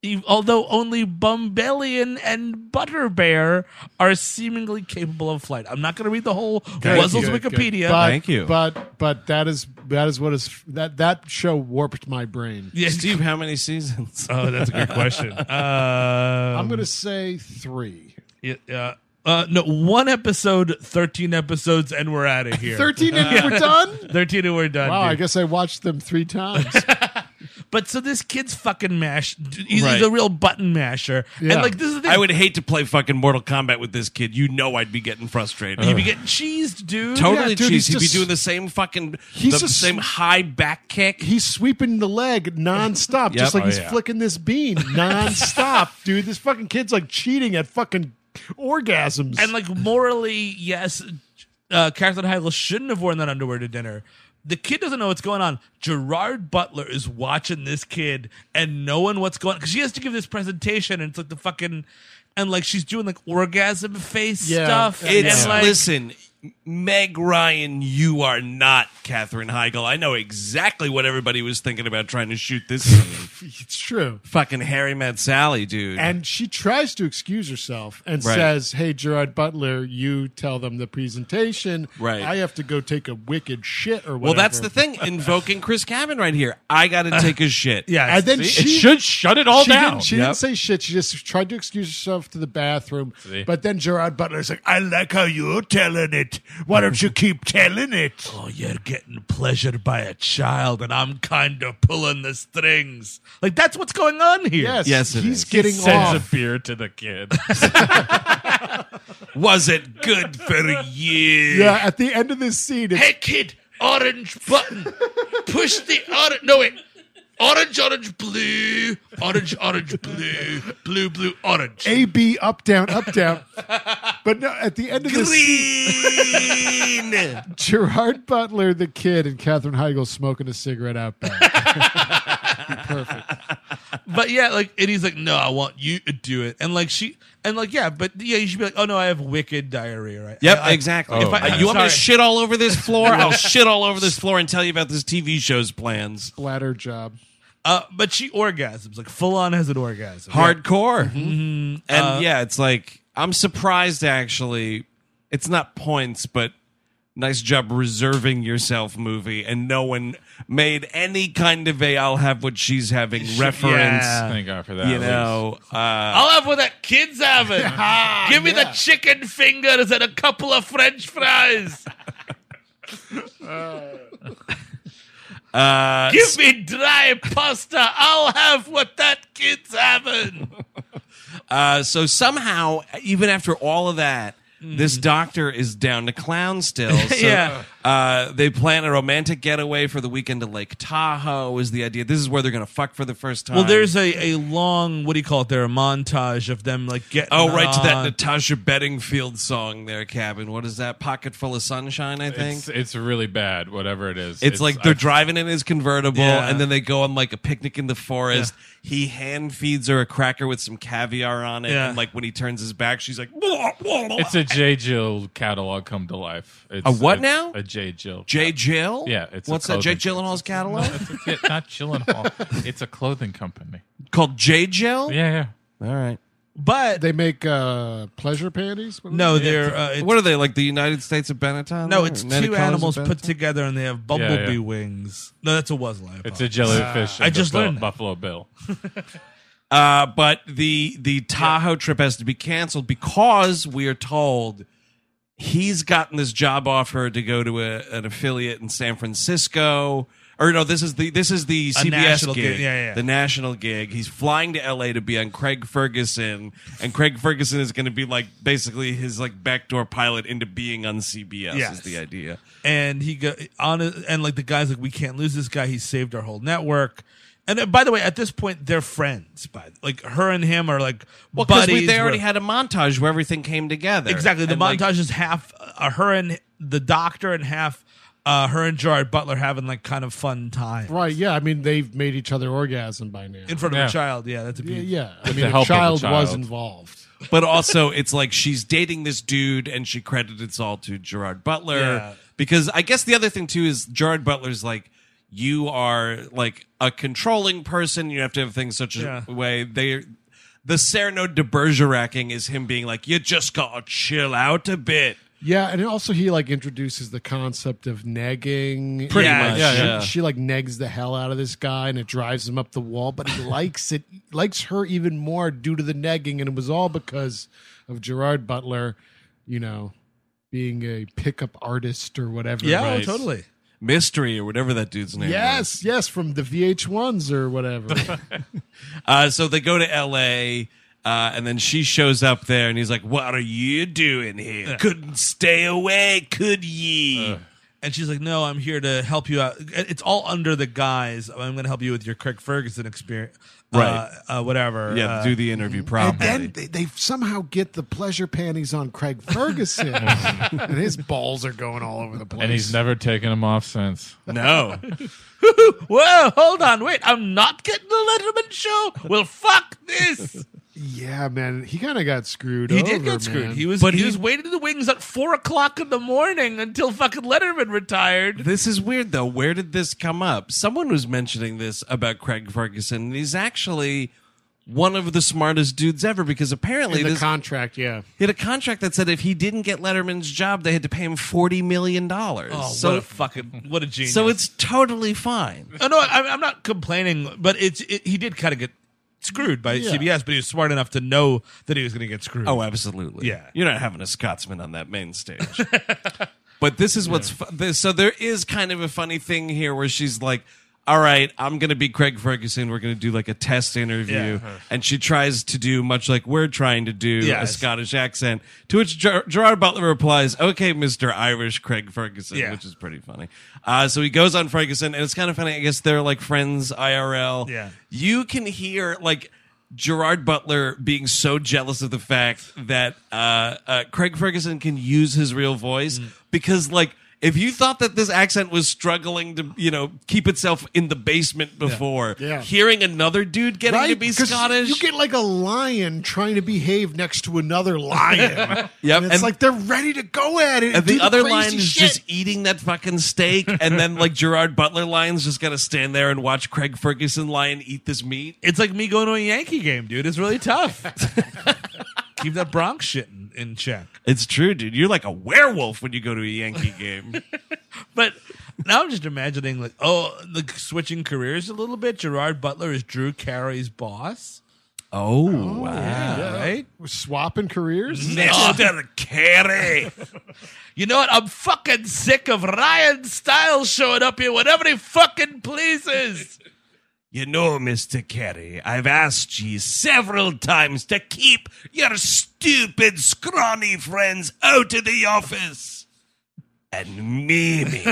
S5: e- although only Bumbellian and Butterbear are seemingly capable of flight. I'm not going to read the whole Wuzzles
S3: good, good.
S5: Wikipedia.
S3: But,
S1: Thank you.
S3: But but that is that is what is that that show warped my brain.
S5: Yeah.
S1: Steve, how many seasons?
S5: Oh, that's a good question. Uh,
S3: I'm gonna say three.
S5: Yeah, uh, uh, no, one episode, 13 episodes, and we're out of here.
S3: Thirteen and we're done.
S5: 13 and we're done.
S3: Wow, I
S5: dude.
S3: guess I watched them three times.
S5: But so this kid's fucking mash. d- He's,
S1: Right.
S5: he's a real button masher. And
S3: Yeah.
S5: like, this is the thing.
S1: I would hate to play fucking Mortal Kombat with this kid. You know I'd be getting frustrated.
S5: He'd be getting cheesed, dude.
S1: totally
S3: Yeah, dude,
S1: cheese.
S3: he's
S1: He'd be
S3: just-
S1: doing the same fucking
S3: He's
S1: the
S3: just-
S1: same high back kick.
S3: he's sweeping the leg nonstop, just like
S2: Oh,
S3: he's
S2: yeah.
S3: flicking this bean nonstop, dude. This fucking kid's like cheating at fucking orgasms.
S5: And like, morally, yes, uh, Catherine Heigl shouldn't have worn that underwear to dinner. The kid doesn't know what's going on. Gerard Butler is watching this kid and knowing what's going on. Because she has to give this presentation, and it's like the fucking. And like, she's doing like orgasm face
S3: Yeah.
S5: stuff.
S1: It's
S5: and like,
S1: listen, Meg Ryan, you are not Katherine Heigl. I know exactly what everybody was thinking about trying to shoot this scene.
S3: it's true.
S1: fucking Harry Met Sally, dude.
S3: And she tries to excuse herself and
S1: Right.
S3: says, "Hey, Gerard Butler, you tell them the presentation.
S1: Right.
S3: I have to go take a wicked shit or whatever."
S1: well, that's the thing. Invoking Chris Cabin right here. I got to take a shit.
S5: yeah.
S3: And then
S2: It
S3: she
S2: should shut it all
S3: she
S2: down.
S3: Didn't, she
S1: Yep.
S3: didn't say shit. She just tried to excuse herself to the bathroom. But then Gerard Butler's like, "I like how you're telling it. Why don't you keep telling it?"
S5: oh, you're getting pleasured by a child, and I'm kind of pulling the strings. Like, that's what's going on here.
S3: Yes,
S1: Yes, it
S3: he's
S1: is.
S3: getting
S2: Sends
S3: off.
S2: a beer to the kid.
S1: Was it good for you?
S3: yeah, at the end of this scene, it's
S5: Hey, kid, orange button. Push the orange. No, wait. Orange, orange, blue. Orange, orange, blue. Blue, blue, orange.
S3: A B up down up down. but no, at the end of this, scene,
S1: Green.
S3: Gerard Butler, the kid, and Katherine Heigl smoking a cigarette out back.
S5: But yeah, like, and he's like, no, I want you to do it. And like, she, and like, yeah, but yeah, you should be like, oh no, I have wicked diarrhea, right?
S1: Yep,
S5: I- I-
S1: exactly.
S5: If I-
S1: Uh, you want me to
S5: sorry.
S1: shit all over this floor? I'll shit all over this floor and tell you about this TV show's plans.
S3: Bladder job.
S5: Uh, but she orgasms, like, full on has an orgasm.
S1: Hardcore.
S5: Mm-hmm.
S1: Mm-hmm. And
S5: Uh,
S1: yeah, it's like, I'm surprised actually. It's not points, but nice job reserving yourself movie. And no one made any kind of a I'll have what she's having reference.
S5: Yeah.
S2: Thank God for that.
S1: You
S2: at least.
S1: know, uh,
S5: I'll have what that kid's having. Give me the chicken fingers and a couple of French fries. Give me dry pasta. I'll have what that kid's having.
S1: Uh, so somehow, even after all of that, this doctor is down to clown still. So,
S5: Mm-hmm. Yeah.
S1: Uh, they plan a romantic getaway for the weekend to Lake Tahoe. Is the idea? This is where they're going to fuck for the first time.
S5: Well, there's a, a long what do you call it? There a montage of them like getting
S1: Oh, right to that
S5: on.
S1: Natasha Bedingfield song there, Cabin. What is that? Pocket full of sunshine, I think.
S2: It's,
S1: It's,
S2: it's really bad, whatever it is.
S1: like they're driving in his convertible,
S5: Yeah.
S1: and then they go on like a picnic in the forest. He hand feeds her a cracker with some caviar on it,
S5: Yeah.
S1: and like when he turns his back, she's like,
S2: It's a J. Jill catalog come to life. It's,
S1: A what
S2: it's
S1: now?
S2: A J. Jill.
S1: J. Jill?
S2: Yeah, it's a
S1: what's that?
S2: clothing-
S1: Jake Gyllenhaal's catalog
S2: It's a kid, not Gyllenhaal. it's a clothing company.
S1: called J. Jill.
S2: Yeah, yeah.
S1: All right.
S5: but
S3: They make uh, pleasure panties. What
S5: no, they're uh, it's,
S1: What are they like? The United States of Benetton?
S5: no,
S1: Or
S5: it's
S1: United
S5: two
S1: Colors of
S5: animals
S1: Benetton?
S5: put together and they have bumblebee
S2: yeah.
S5: wings. No, that's a Wesleyan.
S2: It's a jellyfish.
S5: I
S2: and a
S5: just
S2: bu-
S5: learned that.
S2: Buffalo Bill.
S1: Uh, but the the Tahoe trip has to be canceled because we are told he's gotten this job offer to go to a, an affiliate in San Francisco. Or no, this is the this is the CBS
S4: national
S1: gig,
S4: gig, yeah, yeah, yeah.
S1: the national gig. He's flying to LA to be on Craig Ferguson, and Craig Ferguson is going to be like basically his like backdoor pilot into being on CBS. Is
S4: Yes.
S1: the idea?
S4: and he go on a- and like the guys like we can't lose this guy he's saved our whole network and uh, by the way at this point they're friends by like her and him are like
S1: Well, because
S4: buddies
S1: we, they already
S4: We're-
S1: had a montage where everything came together.
S4: exactly the
S1: And, like,
S4: montage is half uh, her and the doctor and half uh, her and Jared Butler having like kind of fun time
S3: Right. Yeah. I mean, they've made each other orgasm by now.
S4: in front of
S2: Yeah.
S4: a child yeah that's a
S3: yeah.
S4: beauty
S3: yeah. I
S2: the
S3: mean,
S2: help
S3: a
S2: of the
S3: child, was
S2: child.
S3: involved.
S1: but also it's like she's dating this dude and she credits all to Gerard Butler
S4: Yeah.
S1: because I guess the other thing too is Gerard Butler's like you are like a controlling person you have to have things such a
S4: Yeah.
S1: way they the Serno de Bergeracking is him being like you just gotta chill out a bit
S3: Yeah, and also he like introduces the concept of negging.
S1: Pretty
S3: And,
S1: much,
S3: like,
S1: yeah,
S3: she,
S1: yeah.
S3: she, like negs the hell out of this guy, and it drives him up the wall. But he likes it, likes her even more due to the negging, and it was all because of Gerard Butler, you know, being a pickup artist or whatever.
S4: yeah
S2: Right.
S4: totally
S1: mystery or whatever that dude's name is.
S3: Yes, yes, from the VH1s or whatever.
S1: Uh, so they go to L.A. Uh, and then she shows up there, and he's like, "What are you doing here? Couldn't stay away, could
S4: Uh.
S1: ye?"
S4: and she's like no I'm here to help you out it's all under the guise of, I'm going to help you with your Craig Ferguson experience
S1: Right.
S4: uh, uh, whatever
S1: yeah,
S4: uh,
S1: do the interview
S3: And
S1: properly.
S3: then they, they somehow get the pleasure panties on Craig Ferguson, and his balls are going all over the place.
S2: and he's never taken them off since.
S1: No.
S4: Whoa, hold on, wait, I'm not getting the Letterman show. Well, fuck this.
S3: Yeah, man, he kind of got screwed.
S4: He
S3: over,
S4: did get screwed.
S3: man.
S4: He was
S1: But
S4: he,
S1: he-
S4: was waiting in the wings at four o'clock in the morning until fucking Letterman retired.
S1: This is weird though. Where did this come up? Someone was mentioning this about Craig Ferguson, and he's actually one of the smartest dudes ever because apparently
S3: in the
S1: this,
S3: contract. Yeah,
S1: he had a contract that said if he didn't get Letterman's job, they had to pay him forty million dollars.
S4: Oh,
S1: so
S4: what a fucking what a genius.
S1: so it's totally fine.
S4: oh, no, I'm, I'm not complaining, but it's it, he did kind of get screwed by CBS, but he was smart enough to know that he was going to get screwed.
S1: Oh, absolutely.
S4: Mm. Yeah.
S1: you're not having a Scotsman on that main stage. but this is what's fu- this, so there is kind of a funny thing here where she's like. All right, I'm going to be Craig Ferguson. We're going to do like a test interview. And she tries to do much like we're trying to do a
S4: uh-huh. Yes.
S1: Scottish accent. To which Ger- Gerard Butler replies, Okay, Mr. Irish Craig Ferguson,
S4: Yeah.
S1: which is pretty funny. Uh, so he goes on Ferguson, and it's kind of funny. I guess they're like friends IRL
S4: Yeah.
S1: you can hear like Gerard Butler being so jealous of the fact that uh, uh, Craig Ferguson can use his real voice
S3: Mm.
S1: because, like, if you thought that this accent was struggling to, you know, keep itself in the basement before,
S3: Yeah.
S1: hearing another dude getting to be
S3: 'Cause
S1: Scottish,
S3: You get like a lion trying to behave next to another lion.
S1: Yep,
S3: and it's
S1: and-
S3: like they're ready to go at it.
S1: and
S3: do
S1: the other
S3: crazy
S1: lion is
S3: shit.
S1: just eating that fucking steak, and then like Gerard Butler lion's just gonna stand there and watch Craig Ferguson lion eat this meat.
S4: It's like me going to a Yankee game, dude. It's really tough. Keep that Bronx shit in, in check.
S1: It's true, dude. You're like a werewolf when you go to a Yankee game.
S4: But now I'm just imagining, like, oh, like switching careers a little bit. Gerard Butler is Drew Carey's boss,
S1: oh, wow.
S4: right?
S3: We're swapping
S1: Mm-hmm.
S3: careers.
S4: Mr. Carey. you know what? I'm fucking sick of Ryan Stiles showing up here whenever he fucking pleases.
S1: You know, Mr. Carey, I've asked you several times to keep your stupid, scrawny friends out of the office. And Mimi,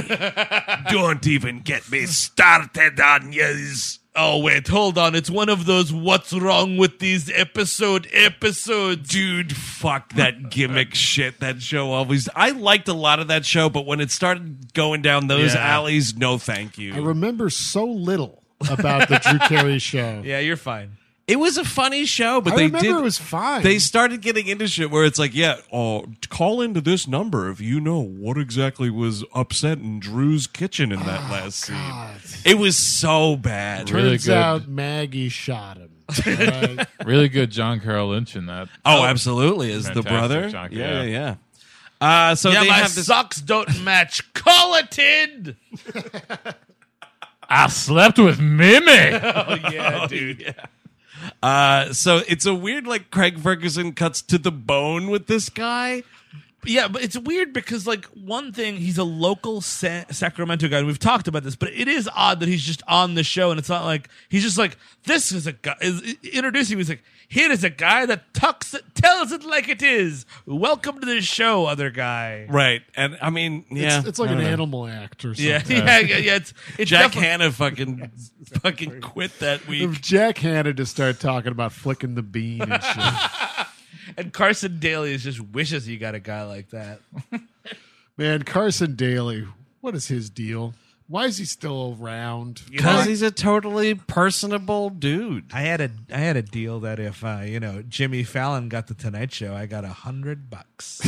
S1: don't even get me started on yous.
S4: Oh, wait, hold on. It's one of those what's wrong with these episode episodes.
S1: Dude, fuck that gimmick shit. That show always. I liked a lot of that show, but when it started going down those
S4: Yeah.
S1: alleys, no thank you.
S3: I remember so little about the Drew Carey show.
S4: Yeah, you're fine.
S1: It was a funny show, but
S3: I
S1: they
S3: remember
S1: did.
S3: it was fine.
S1: They started getting into shit where it's like, yeah, oh, call into this number if you know what exactly was upset in Drew's kitchen in that last
S3: God.
S1: scene. It was so bad.
S2: Really
S3: Ah, Turns
S2: good.
S3: out Maggie shot him. Right?
S2: Really good John Carroll Lynch in that.
S1: oh, absolutely, as the
S2: Fantastic,
S1: brother.
S2: John,
S1: yeah, yeah.
S2: yeah.
S1: yeah. Uh, so
S4: Yeah,
S1: they
S4: my
S1: have this.
S4: socks don't match. Call it in.
S2: I slept with Mimi.
S4: Yeah, dude.
S1: Uh, so it's a weird, like Craig Ferguson cuts to the bone with this guy.
S4: Yeah, but it's weird because like one thing, he's a local Sa- Sacramento guy, and we've talked about this, but it is odd that he's just on the show, and it's not like he's just like this is a guy is i- introducing. me, He's like, here is a guy that talks, it, tells it like it is. Welcome to the show, other guy.
S1: Right. And I mean, yeah.
S3: it's, it's like
S1: I
S3: an
S2: Uh-huh.
S1: don't know.
S3: animal act or something.
S4: Yeah, yeah, yeah, yeah. It's, it's
S1: Jack
S4: definitely-
S1: Hanna fucking fucking quit that
S3: If
S1: week.
S3: Jack Hanna to start talking about flicking the bean and shit.
S4: and Carson Daly is just wishes he got a guy like that.
S3: Man, Carson Daly, what is his deal? Why is he still around?
S1: Because he's a totally personable dude.
S4: I had a I had a deal that if uh, you know Jimmy Fallon got the Tonight Show, I got a hundred bucks.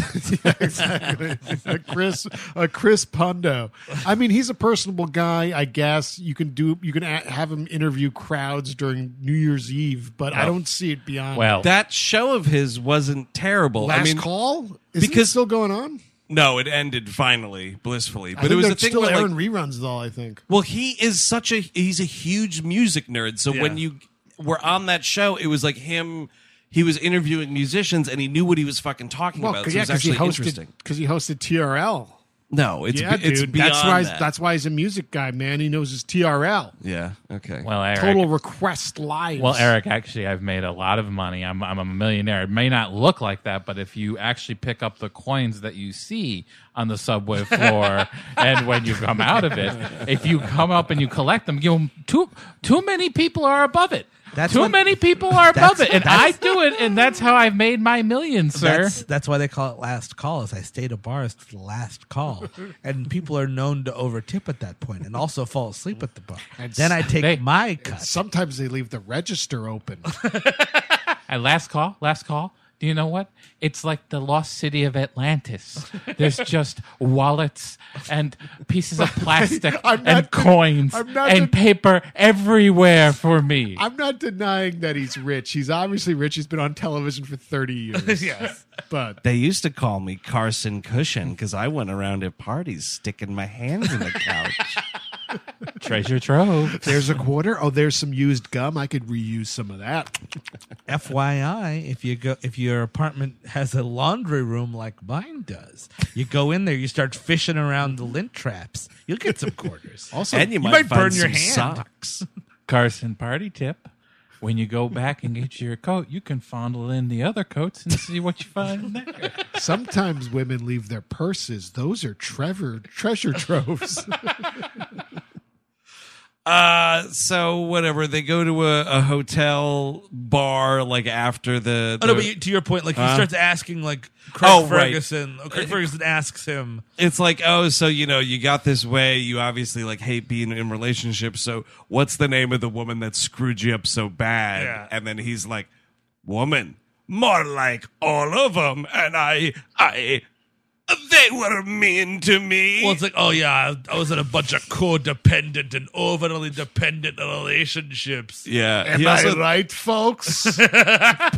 S3: exactly. a Chris, a Chris Pondo. I mean, he's a personable guy. I guess you can do you can a- have him interview crowds during New Year's Eve, but I don't see it beyond
S2: Well,
S1: That show of his wasn't terrible.
S3: last
S1: I mean,
S3: call. Is because
S1: because-
S3: still going on?
S1: no, it ended finally, blissfully.
S3: I
S1: But it
S3: think
S1: was
S3: they're
S1: a thing
S3: still
S1: where, like,
S3: airing reruns though. I think.
S1: Well, he is such a he's a huge music nerd. So when you were on that show, it was like him. He was interviewing musicians, and he knew what he was fucking talking
S3: Well,
S1: about. So it
S3: yeah,
S1: was
S3: because he
S1: actually
S3: hosted
S1: interesting.
S3: because he hosted TRL.
S1: No, it's
S3: Yeah,
S1: be- it's
S3: dude,
S1: beyond
S3: that's why
S1: that.
S3: that's why he's a music guy, man. He knows his TRL.
S1: yeah. Okay.
S2: well, Eric.
S3: Total request live.
S2: Well, Eric, actually, I've made a lot of money. I'm, I'm a millionaire. It may not look like that, but if you actually pick up the coins that you see on the subway floor, and when you come out of it, if you come up and you collect them, you too too many people are above it.
S4: That's
S2: too
S4: when-
S2: many people are above
S4: That's-
S2: it, and I
S4: that's-
S2: do it, and that's how I've made my millions, sir.
S4: That's that's why they call it last call. Is I stayed at bars to the last call, and people are known to overtip at that point, and also fall asleep at the bar. then I take
S2: They-
S4: my cut.
S3: Sometimes they leave the register open.
S2: And last call, last call. Do you know what? It's like the lost city of Atlantis. There's just wallets and pieces of plastic
S3: I'm
S2: and
S3: not de-
S2: coins
S3: I'm
S2: and
S3: not de-
S2: paper everywhere for me.
S3: I'm not denying that he's rich. He's obviously rich. He's been on television for 30 years. yes. But
S1: they used to call me Carson Cushion because I went around at parties sticking my hands in the couch.
S2: Treasure trove.
S3: there's a quarter. Oh, there's some used gum. I could reuse some of that.
S4: FYI, if you go, if your apartment has a laundry room like mine does, you go in there, you start fishing around the lint traps, you'll get some quarters.
S3: Also,
S1: and you,
S4: You
S1: might,
S4: might burn
S1: find
S4: your
S1: some
S4: hand.
S1: socks.
S2: Carson party tip. When you go back and get your coat, you can fondle in the other coats and see what you find there.
S3: sometimes women leave their purses. Those are Trevor treasure troves.
S1: Uh, so whatever they go to a, a hotel bar like after the.
S4: Oh, no,
S1: the-
S4: but you, to your point, like he
S1: Huh?
S4: starts asking, like Craig
S1: Oh, right.
S4: Ferguson. oh, Craig Ferguson asks him,
S1: it's like oh so you know you got this way you obviously like hate being in relationships so what's the name of the woman that screwed you up so bad
S4: Yeah.
S1: and then he's like woman more like all of them and i i they were mean to me
S4: Well, it's like, oh yeah, I I was in a bunch of codependent and overly dependent relationships.
S1: yeah
S3: Am
S1: he,
S3: I
S1: also-
S3: right, folks?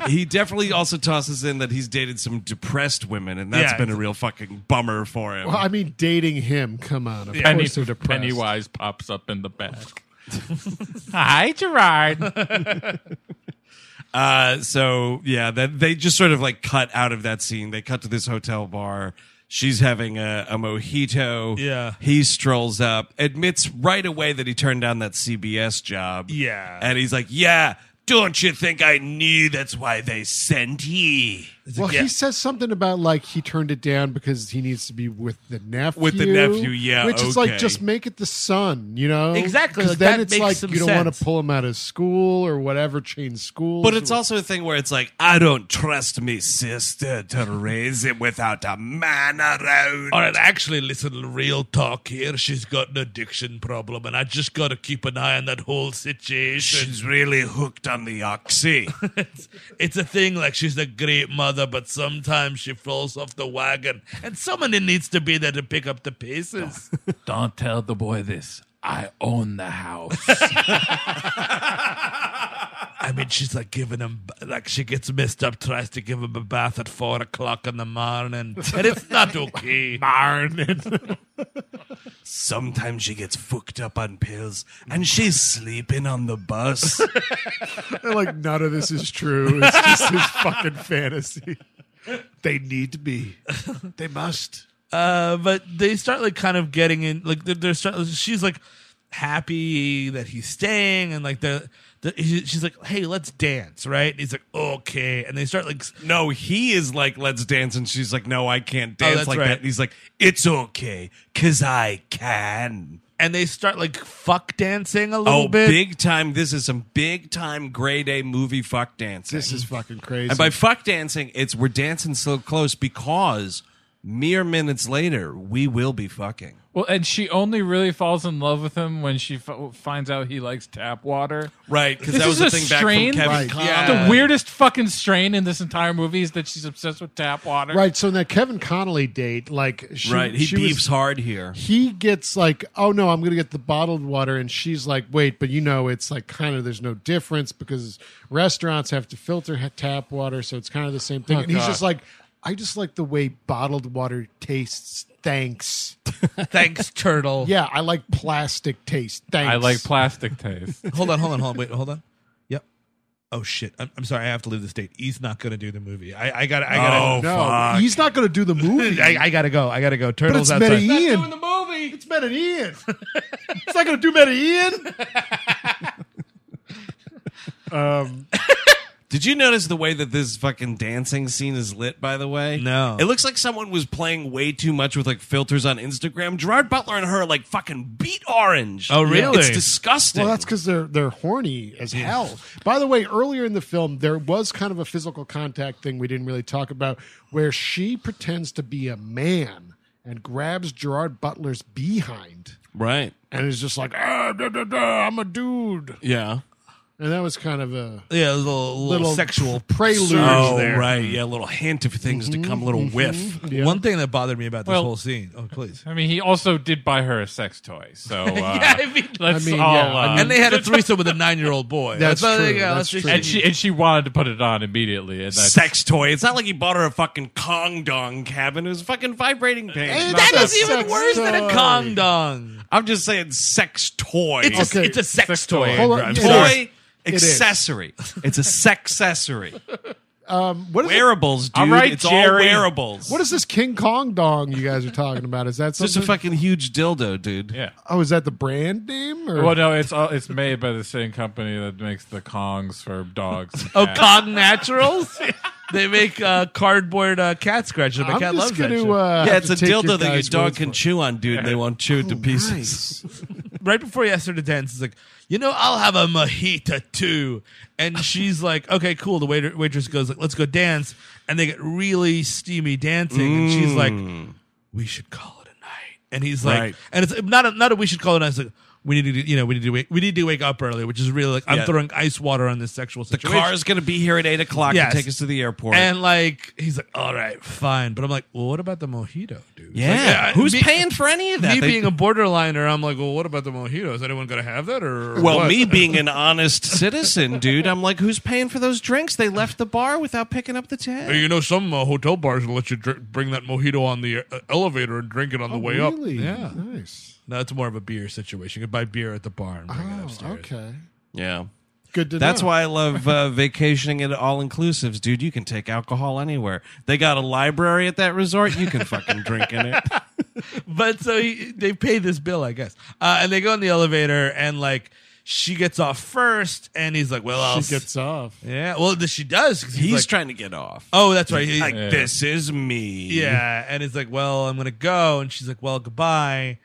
S1: he definitely also tosses in that he's dated some depressed women and that's
S4: Yeah,
S1: been a
S4: it's-
S1: real fucking bummer for him
S3: well, I mean, dating him. Come on. Of
S2: Penny,
S3: course they're depressed.
S2: Pennywise pops up in the back. Hi, Gerard.
S1: Uh, so yeah, that they just sort of like cut out of that scene. They cut to this hotel bar. She's having a, a mojito.
S4: Yeah.
S1: He strolls up, admits right away that he turned down that CBS job.
S4: Yeah.
S1: And he's like, Yeah, don't you think I knew that's why they sent ye?
S3: Well,
S4: Yeah.
S3: he says something about like he turned it down because he needs to be with the nephew.
S1: With the nephew, yeah,
S3: Which is like
S1: okay.
S3: just make it the son, you know?
S4: Exactly,
S3: 'Cause
S4: like,
S3: then
S4: that
S3: it's
S4: makes
S3: like
S4: some
S3: you don't want
S4: sense.
S3: to pull him out of school or whatever, change schools.
S1: But it's
S3: or-
S1: also a thing where it's like, I don't trust me sister to raise him without a man around.
S4: All right, actually, listen, real talk here. She's got an addiction problem, and I just got to keep an eye on that whole situation.
S1: She's really hooked on the oxy.
S4: it's, it's a thing, like, she's a great mother, but sometimes she falls off the wagon, and someone needs to be there to pick up the pieces.
S2: Don't tell the boy this. I own the house.
S4: I mean, she's like giving him, like, she gets messed up, tries to give him a bath at four o'clock in the morning, and it's not okay. morning.
S1: Sometimes she gets fucked up on pills and she's sleeping on the bus.
S3: like none of this is true. It's just his fucking fantasy. They need to be. they must.
S5: Uh, but they start like kind of getting in, like they're, they're start, she's like happy that he's staying, and like they're, they she's like, hey, let's dance, right? And he's like, okay, and they start like, s-
S1: No, he is like, let's dance. And she's like, no, I can't dance
S5: that's
S1: like
S5: right.
S1: that. And he's like, it's okay, because I can.
S5: and they start like fuck dancing a little
S1: Oh,
S5: bit.
S1: big time. This is some big time grade A movie fuck dancing.
S3: This is fucking crazy.
S1: And by fuck dancing, it's we're dancing so close because mere minutes later, we will be fucking.
S2: Well, and she only really falls in love with him when she f- finds out he likes tap water.
S1: Right, because
S2: This
S1: that was
S2: is
S1: the
S2: a
S1: thing
S2: strain?
S1: back from
S3: Right.
S1: Kevin
S2: The
S1: Conn.
S2: weirdest fucking strain in this entire movie is that she's obsessed with tap water.
S3: right. So in that Kevin Connolly date, like she,
S1: Right, he
S3: she was-
S1: beefs hard here.
S3: he gets like, oh no, I'm gonna get the bottled water, and she's like, wait, but you know, it's like kind of there's no difference because restaurants have to filter ha- tap water, so it's kind of the same thing. and he's
S2: God.
S3: just like, I just like the way bottled water tastes. Thanks.
S5: Thanks, turtle.
S3: Yeah, I like plastic taste. Thanks.
S2: I like plastic taste.
S5: Hold on, hold on, hold on. Wait, hold on. Yep. Oh shit. I'm, I'm sorry. I have to leave the state. He's not gonna do the movie. I, I gotta. I gotta.
S3: No, he's not gonna do the movie.
S5: I, I gotta go. I gotta go.
S3: but it's
S5: Turtles outside.
S3: Medellin.
S2: the movie.
S3: It's Medellin. it's not gonna do Medellin.
S1: Did you notice the way that this fucking dancing scene is lit, by the way?
S5: No.
S1: It looks like someone was playing way too much with like filters on Instagram. Gerard Butler and her are like fucking beat orange.
S5: Oh, really?
S1: It's disgusting.
S3: Well, that's because they're they're horny as hell. By the way, earlier in the film, there was kind of a physical contact thing we didn't really talk about, where she pretends to be a man and grabs Gerard Butler's behind
S1: right.
S3: and is just like, ah, da, da, da, "I'm a dude,"
S1: Yeah.
S3: and that was kind of a
S5: Yeah, it was a little, little
S3: little
S5: sexual
S3: prelude
S1: Oh,
S3: there.
S1: right. Yeah, a little hint of things to come, a little whiff.
S4: Mm-hmm.
S3: Yeah.
S5: One thing that bothered me about this
S2: Well-
S5: whole scene. Oh, please.
S2: I mean, he also did buy her a sex toy. So uh,
S5: Yeah, I mean-
S2: let's
S3: I mean,
S2: all.
S3: yeah, I
S2: uh,
S3: mean-
S5: And they had a threesome with a nine-year-old boy.
S3: That's
S5: Let's-
S3: true,
S5: yeah,
S3: that's
S5: let's-
S3: true.
S2: and she and she wanted to put it on immediately. And that's-
S1: Sex toy. It's not like he bought her a fucking Kong Dong cabin. It was a fucking vibrating
S3: Hey,
S1: pants.
S5: That
S3: That's
S5: is
S3: a
S5: even
S3: sex
S5: worse than a
S3: toy.
S5: condom.
S1: I'm just saying sex toy.
S5: It's a,
S3: Okay.
S5: it's a sex,
S2: Sex
S5: toy.
S2: toy.
S3: Hold on,
S1: A
S3: it is.
S1: toy
S3: It is.
S1: accessory. It's a sex accessory.
S3: What is it-
S1: Wearables, dude.
S2: All right,
S1: it's all
S2: Jerry.
S1: wearables.
S3: What is this King Kong dong you guys are talking about? Is that
S1: Just
S3: something?
S1: a fucking huge dildo, dude.
S2: yeah.
S3: oh, is that the brand name? Or
S2: Well, no, it's all, it's made by the same company that makes the Kongs for dogs. and
S5: Oh,
S2: cats.
S5: Kong Naturals. they make uh, cardboard uh, cat scratches. My
S3: I'm
S5: cat loves
S3: just
S5: that
S3: gonna.
S5: shit.
S3: Uh,
S1: Yeah,
S3: have
S1: it's
S3: to
S1: a
S3: take your
S1: dildo that your
S3: guys'
S1: dog
S3: words
S1: can
S3: for it.
S1: chew on, dude, and they won't chew it to pieces.
S5: right before he asked her to dance, he's like, "You know, I'll have a mojito too." And she's like, "Okay, cool." The waiter waitress goes, "Like, let's go dance," and they get really steamy dancing, and
S3: Mm.
S5: she's like, "We should call it a night." And he's like,
S1: Right.
S5: "And it's not a, not a we should call it a night." It's like, we need to, do- you know, we need to wake, we need to wake up early, which is really like I'm
S1: Yeah.
S5: throwing ice water on this sexual
S1: The
S5: situation.
S1: car's gonna be here at eight o'clock
S5: Yes.
S1: to take us to the airport.
S5: and like he's like, "All right, fine," but I'm like, "Well, what about the mojito, dude?"
S1: yeah.
S5: Like, I-
S1: who's
S5: me-
S1: paying for any of that?
S5: Me
S1: They-
S5: being a borderliner, I'm like, well, what about the mojito? Is anyone going to have that? Or or
S1: well,
S5: what?
S1: me being an honest citizen, dude, I'm like, who's paying for those drinks? They left the bar without picking up the
S5: Hey,
S1: tab.
S5: You know, some uh, hotel bars will let you dr- bring that mojito on the uh, elevator and drink it
S1: Oh,
S5: on the way up.
S3: Really?
S5: Yeah.
S3: Nice.
S5: No, it's more of a beer situation. You could buy beer at the bar and bring it
S3: Oh,
S5: upstairs.
S3: okay.
S1: Yeah,
S3: Good to know.
S1: that's why I love uh, vacationing at all inclusives, dude. You can take alcohol anywhere. They got a library at that resort. You can fucking drink in it. Ah.
S5: But so he, they pay this bill, I guess. Uh, and they go in the elevator and, like, she gets off first, and he's like, well, I'll. s-
S3: she gets off.
S5: yeah, well, th- she does. 'cause
S1: He's
S5: like,
S1: trying to get off.
S5: Oh, that's right. He,
S1: like
S2: Yeah.
S1: this is me.
S5: yeah. And he's like, well, I'm going to go. And she's like, well, goodbye.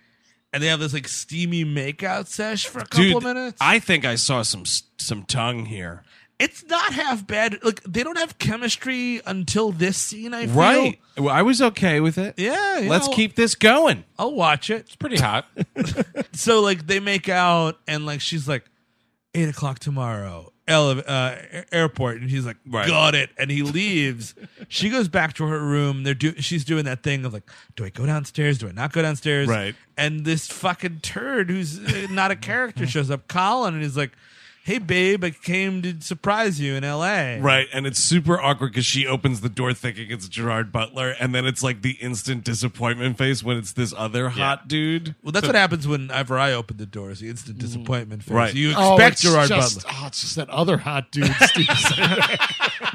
S5: And they have this, like, steamy makeout sesh for a couple
S1: Dude,
S5: of minutes.
S1: I think I saw some some tongue here.
S5: it's not half bad. Like they don't have chemistry until this scene. I feel.
S1: Right. Well, I was okay with it.
S5: Yeah. yeah,
S1: Let's
S5: I'll-
S1: keep this going.
S5: I'll watch it.
S2: pretty hot.
S5: So like they make out and like she's like eight o'clock tomorrow. Ele- uh, a- airport and he's like
S1: Right.
S5: got it and he leaves she goes back to her room they're do- she's doing that thing of like do i go downstairs do i not go downstairs
S1: Right.
S5: and this fucking turd who's uh, not a character shows up colin and he's like hey babe i came to surprise you in la
S1: Right. And it's super awkward because she opens the door thinking it's Gerard Butler. And then it's like the instant disappointment face when it's this other hot dude.
S5: Well, that's what happens whenever I open the doors. The instant disappointment face.
S1: Mm. Right.
S5: You
S3: Oh,
S5: expect
S3: it's
S5: Gerard
S3: just,
S5: Butler.
S3: Oh, it's just that other hot dude. Steve said.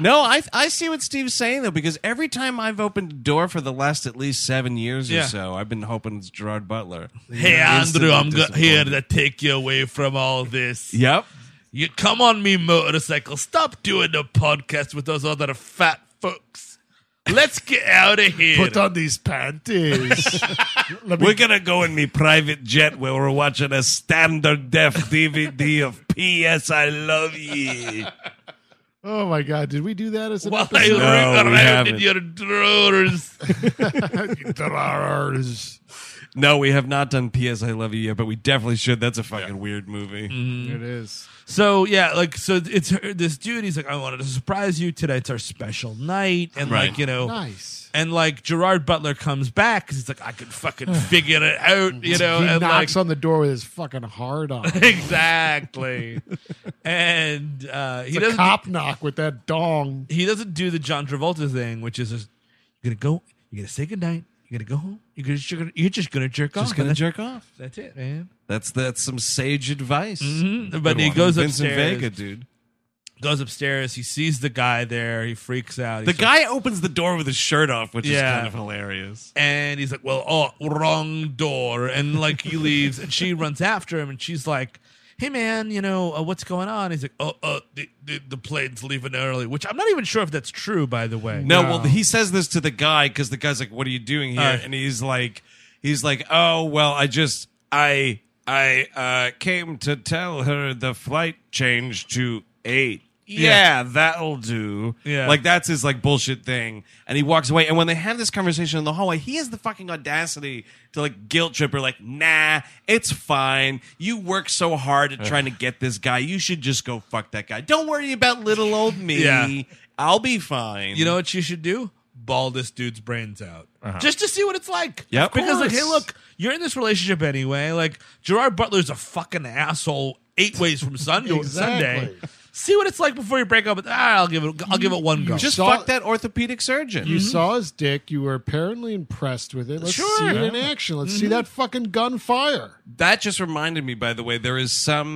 S1: no, I I see what Steve's saying though, because every time I've opened a door for the last at least seven years
S5: Yeah.
S1: or so, I've been hoping it's Gerard Butler.
S5: Hey,
S1: Instantly
S5: Andrew, I'm go- here
S1: disappointed.
S5: to take you away from all this.
S1: Yep.
S5: You come on me, motorcycle. Stop doing the podcast with those other fat folks. Let's get out of here.
S3: Put on these panties. Let me
S1: We're gonna go in me private jet where we're watching a standard def DVD of P.S. I Love You.
S3: Oh my god, did we do that as an
S5: while I
S1: No,
S3: episode?
S1: we
S5: root around in
S1: haven't.
S5: your drawers.
S3: Drrrrs.
S1: No, we have not done P.S. I Love You yet, but we definitely should. That's a fucking weird movie.
S5: Mm-hmm.
S3: it is.
S5: So yeah, like so it's her, this dude. He's like, I wanted to surprise you today. It's our special night, and like
S1: Right.
S5: you know,
S3: Nice.
S5: and like Gerard Butler comes back because he's like, I could fucking figure it out, you know.
S3: he
S5: and
S3: knocks
S5: like,
S3: on the door with his fucking hard on.
S5: exactly. and uh, he
S3: The
S5: doesn't
S3: cop knock with that dong.
S5: he doesn't do the John Travolta thing, which is just, you're gonna go, you're gonna say goodnight, you're gonna go home, you're gonna you're, gonna, you're just gonna jerk
S1: Just
S5: off.
S1: gonna
S5: and
S1: jerk off.
S5: Oh, that's, that's it, man.
S1: That's that's some sage advice.
S5: Mhm. But
S1: Good
S5: he
S1: one.
S5: goes
S1: Vincent
S5: upstairs.
S1: Vega, dude.
S5: Goes upstairs. He sees the guy there. He freaks out. He
S1: The
S5: starts-
S1: guy opens the door with his shirt off, which is
S5: Yeah.
S1: kind of hilarious.
S5: and he's like, "Well, oh, wrong door," and like he leaves, and she runs after him, and she's like, "Hey, man, you know uh, what's going on?" He's like, "Oh, uh, the, the the plane's leaving early," which I'm not even sure if that's true, by the way.
S1: No, well, he says this to the guy because the guy's like, "What are you doing here?"
S5: Alright.
S1: And he's like, "He's like, oh well, I just I I uh, came to tell her the flight changed to eight. Yeah, that'll do.
S5: Yeah.
S1: like that's his like bullshit thing. And he walks away. And when they have this conversation in the hallway, he has the fucking audacity to like guilt trip her, like, nah, it's fine. You work so hard at trying to get this guy. You should just go fuck that guy. Don't worry about little old me.
S5: Yeah.
S1: I'll be fine.
S5: You know what you should do? Ball this dude's brains out. Just to see what it's like.
S1: Uh-huh. Yeah, of
S5: Because, like,
S1: course.
S5: hey, look, you're in this relationship anyway. Like, Gerard Butler's a fucking asshole eight ways from sun to Sunday.
S3: Exactly.
S5: See what it's like before you break up. with ah, I'll give it. I'll give it one go.
S1: Just
S3: saw-
S1: fuck that orthopedic surgeon.
S5: Mm-hmm.
S3: You saw his dick. You were apparently impressed with it. Let's
S5: Sure. Mm-hmm.
S3: see it in action. Let's see that fucking gunfire.
S1: that just reminded me, by the way, there is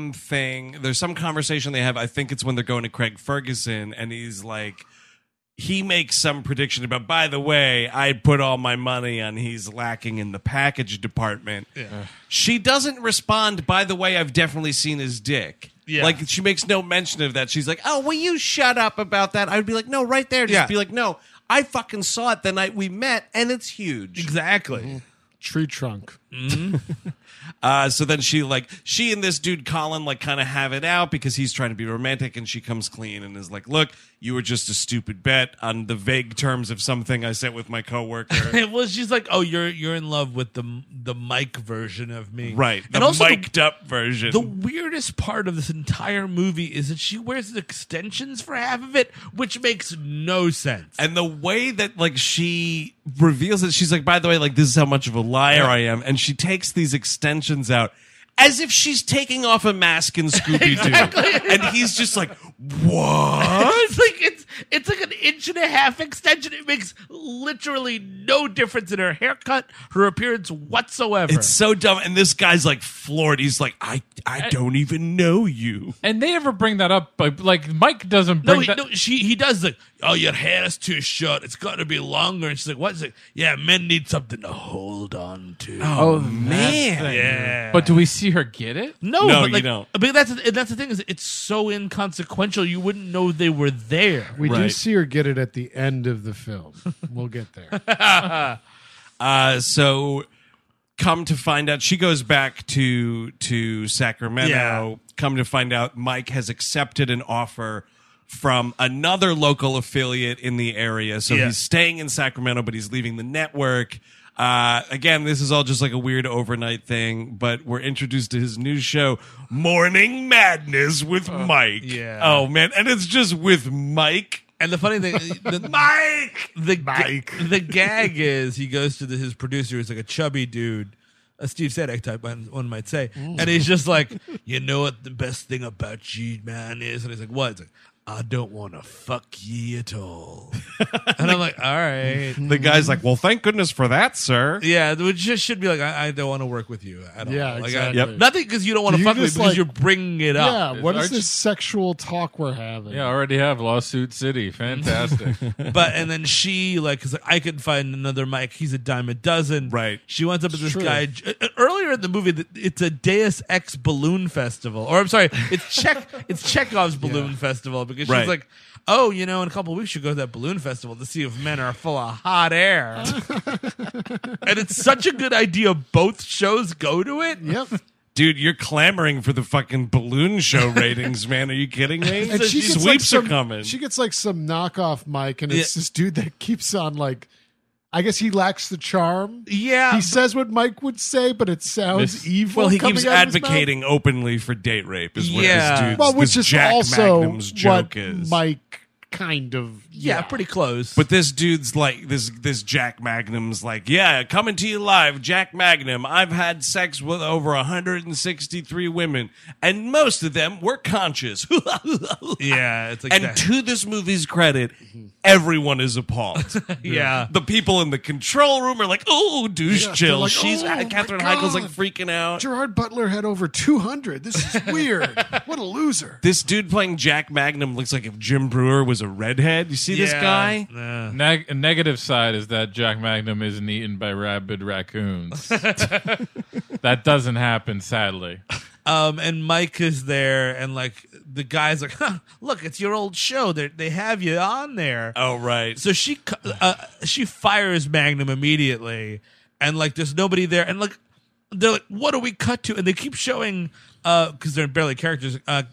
S1: something, there's some conversation they have. I think it's when they're going to Craig Ferguson, and he's like, he makes some prediction about, by the way, I put all my money on he's lacking in the package department. She doesn't respond, by the way, I've definitely seen his dick.
S5: Yeah.
S1: Like she makes no mention of that. She's like, "Oh, will you shut up about that?" I would be like, "No, right there." Just
S5: Yeah.
S1: be like, "No, I fucking saw it the night we met, and it's huge."
S5: exactly.
S3: Tree trunk.
S1: Uh, so then she like she and this dude Colin like kind of have it out because he's trying to be romantic and she comes clean and is like, "Look, you were just a stupid bet on the vague terms of something I said with my coworker."
S5: well, she's like, "Oh, you're you're in love with the the Mike version of me,
S1: right, the
S5: and also the-
S1: mic'd up version.
S5: the, weirdest part of this entire movie is that she wears extensions for half of it, which makes no sense.
S1: and the way that like she reveals it, she's like, "By the way, like this is how much of a liar I am," and she takes these extensions out. As if she's taking off a mask in Scooby Doo, and he's just like, "What?"
S5: it's like it's it's like an inch and a half extension. It makes literally no difference in her haircut, her appearance whatsoever.
S1: It's so dumb. And this guy's like floored. He's like, I, I don't even know you.
S2: And they never bring that up, but like Mike doesn't bring
S5: no, he,
S2: that.
S5: Oh, no, she he does like, oh, your hair is too short. It's got to be longer. And she's like, what's it? Yeah, men need something to hold on to.
S1: Oh,
S2: man.
S5: yeah.
S2: But do we see her get it?
S5: No,
S1: No,
S5: but
S1: you
S5: like,
S1: don't.
S5: But that's and that's the thing is it's so inconsequential. You wouldn't know they were there.
S3: We do
S1: Right.
S3: see her get it at the end of the film. We'll get there.
S1: Uh, so come to find out, she goes back to, to Sacramento.
S5: Yeah.
S1: Come to find out, Mike has accepted an offer from another local affiliate in the area. So
S5: Yeah.
S1: he's staying in Sacramento, but he's leaving the network. Uh, again, this is all just like a weird overnight thing, but we're introduced to his new show, Morning Madness with Mike.
S5: yeah.
S1: Oh man, and it's just with Mike.
S5: And the funny thing, the, Mike, the ga- the gag is he goes to the, his producer, who's like a chubby dude, a Steve Sadek type, one, one might say, and he's just like, you know what the best thing about you, man, is, and he's like, what? He's like, I don't want to fuck ye at all. and I'm like, all right.
S1: The
S5: Mm-hmm.
S1: guy's like, well, thank goodness for that, sir.
S5: Yeah, which just should be like, I, I don't want to work with you at all.
S3: Yeah,
S5: like,
S3: exactly.
S5: I,
S3: Yep.
S5: Nothing because you don't want to
S3: You
S5: fuck with me
S3: just,
S5: because
S3: like-
S5: you're bringing it up.
S3: Yeah, what is
S2: Arch-
S3: this sexual talk we're having?
S2: Yeah, I already have Lawsuit City. Fantastic.
S5: But and then she like is like I can find another Mike. He's a dime a dozen.
S1: Right.
S5: She winds up with this
S3: True.
S5: guy j- uh, earlier in the movie. th- It's a Deus Ex balloon festival, or I'm sorry, it's Czech. it's Chekhov's balloon festival because
S1: Right.
S5: she's like, oh, you know, in a couple of weeks you go to that balloon festival to see if men are full of hot air. and it's such a good idea. Both shows go to it.
S3: Yep.
S1: Dude, you're clamoring for the fucking balloon show ratings, man. Are you kidding me?
S3: And she gets
S1: Sweeps
S3: like some,
S1: are coming.
S3: She gets like some knockoff mic, and it's
S5: Yeah.
S3: this dude that keeps on like. I guess he lacks the charm.
S5: Yeah,
S3: he says what Mike would say, but it sounds
S2: This-
S3: evil.
S1: well, he
S3: coming
S1: keeps
S3: out of his mouth.
S1: advocating openly for date rape, is what this
S5: Yeah.
S1: dude's
S3: well, which
S1: this
S3: is
S1: Jack
S3: also
S1: Magnum's joke
S3: what
S1: is.
S3: Mike kind of.
S5: yeah, pretty close.
S1: But this dude's like this this Jack Magnum's like, yeah, coming to you live, Jack Magnum. I've had sex with over 163 women, and most of them were conscious.
S5: yeah, it's like
S1: and
S5: that.
S1: to this movie's credit,
S3: Mm-hmm.
S1: everyone is appalled.
S5: yeah.
S1: the people in the control room are like, "Oh, douche
S3: Yeah,
S1: chill."
S3: they're like,
S1: She's uh,
S3: "Oh, my
S1: Catherine Heigl's like
S3: God."
S1: freaking out.
S3: Gerard Butler had over two hundred. This is weird. what a loser.
S1: This dude playing Jack Magnum looks like if Jim Brewer was a redhead. You see this
S5: Yeah.
S1: guy?
S5: Yeah.
S2: Neg- negative side is that Jack Magnum isn't eaten by rabid raccoons. that doesn't happen, sadly.
S5: Um, and Mike is there, and like the guy's like, huh, "Look, it's your old show. They they have you on there."
S1: Oh right.
S5: So she cu- uh, she fires Magnum immediately, and like there's nobody there, and like they're like, "What do we cut to?" And they keep showing because they're barely characters. Uh,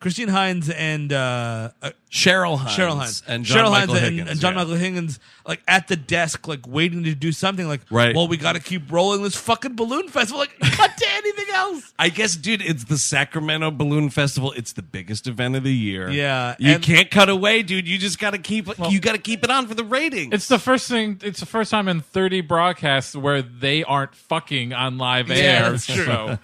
S5: Christine Hines and uh, uh,
S1: Cheryl Hines
S5: Cheryl Hines
S1: and John
S5: Cheryl
S1: Michael
S5: Hines
S1: Higgins.
S5: and, and John
S1: yeah.
S5: Michael Higgins like at the desk, like waiting to do something. Like,
S1: Right.
S5: Well, we got to keep rolling this fucking balloon festival. Like, cut to anything else.
S1: I guess, dude, it's the Sacramento Balloon Festival. It's the biggest event of the year.
S5: Yeah,
S1: you
S5: and-
S1: can't cut away, dude. You just gotta keep. you gotta keep it on for the ratings.
S2: It's the first thing. It's the first time in 30 broadcasts where they aren't fucking on live
S5: Yeah,
S2: air.
S5: that's true.
S2: So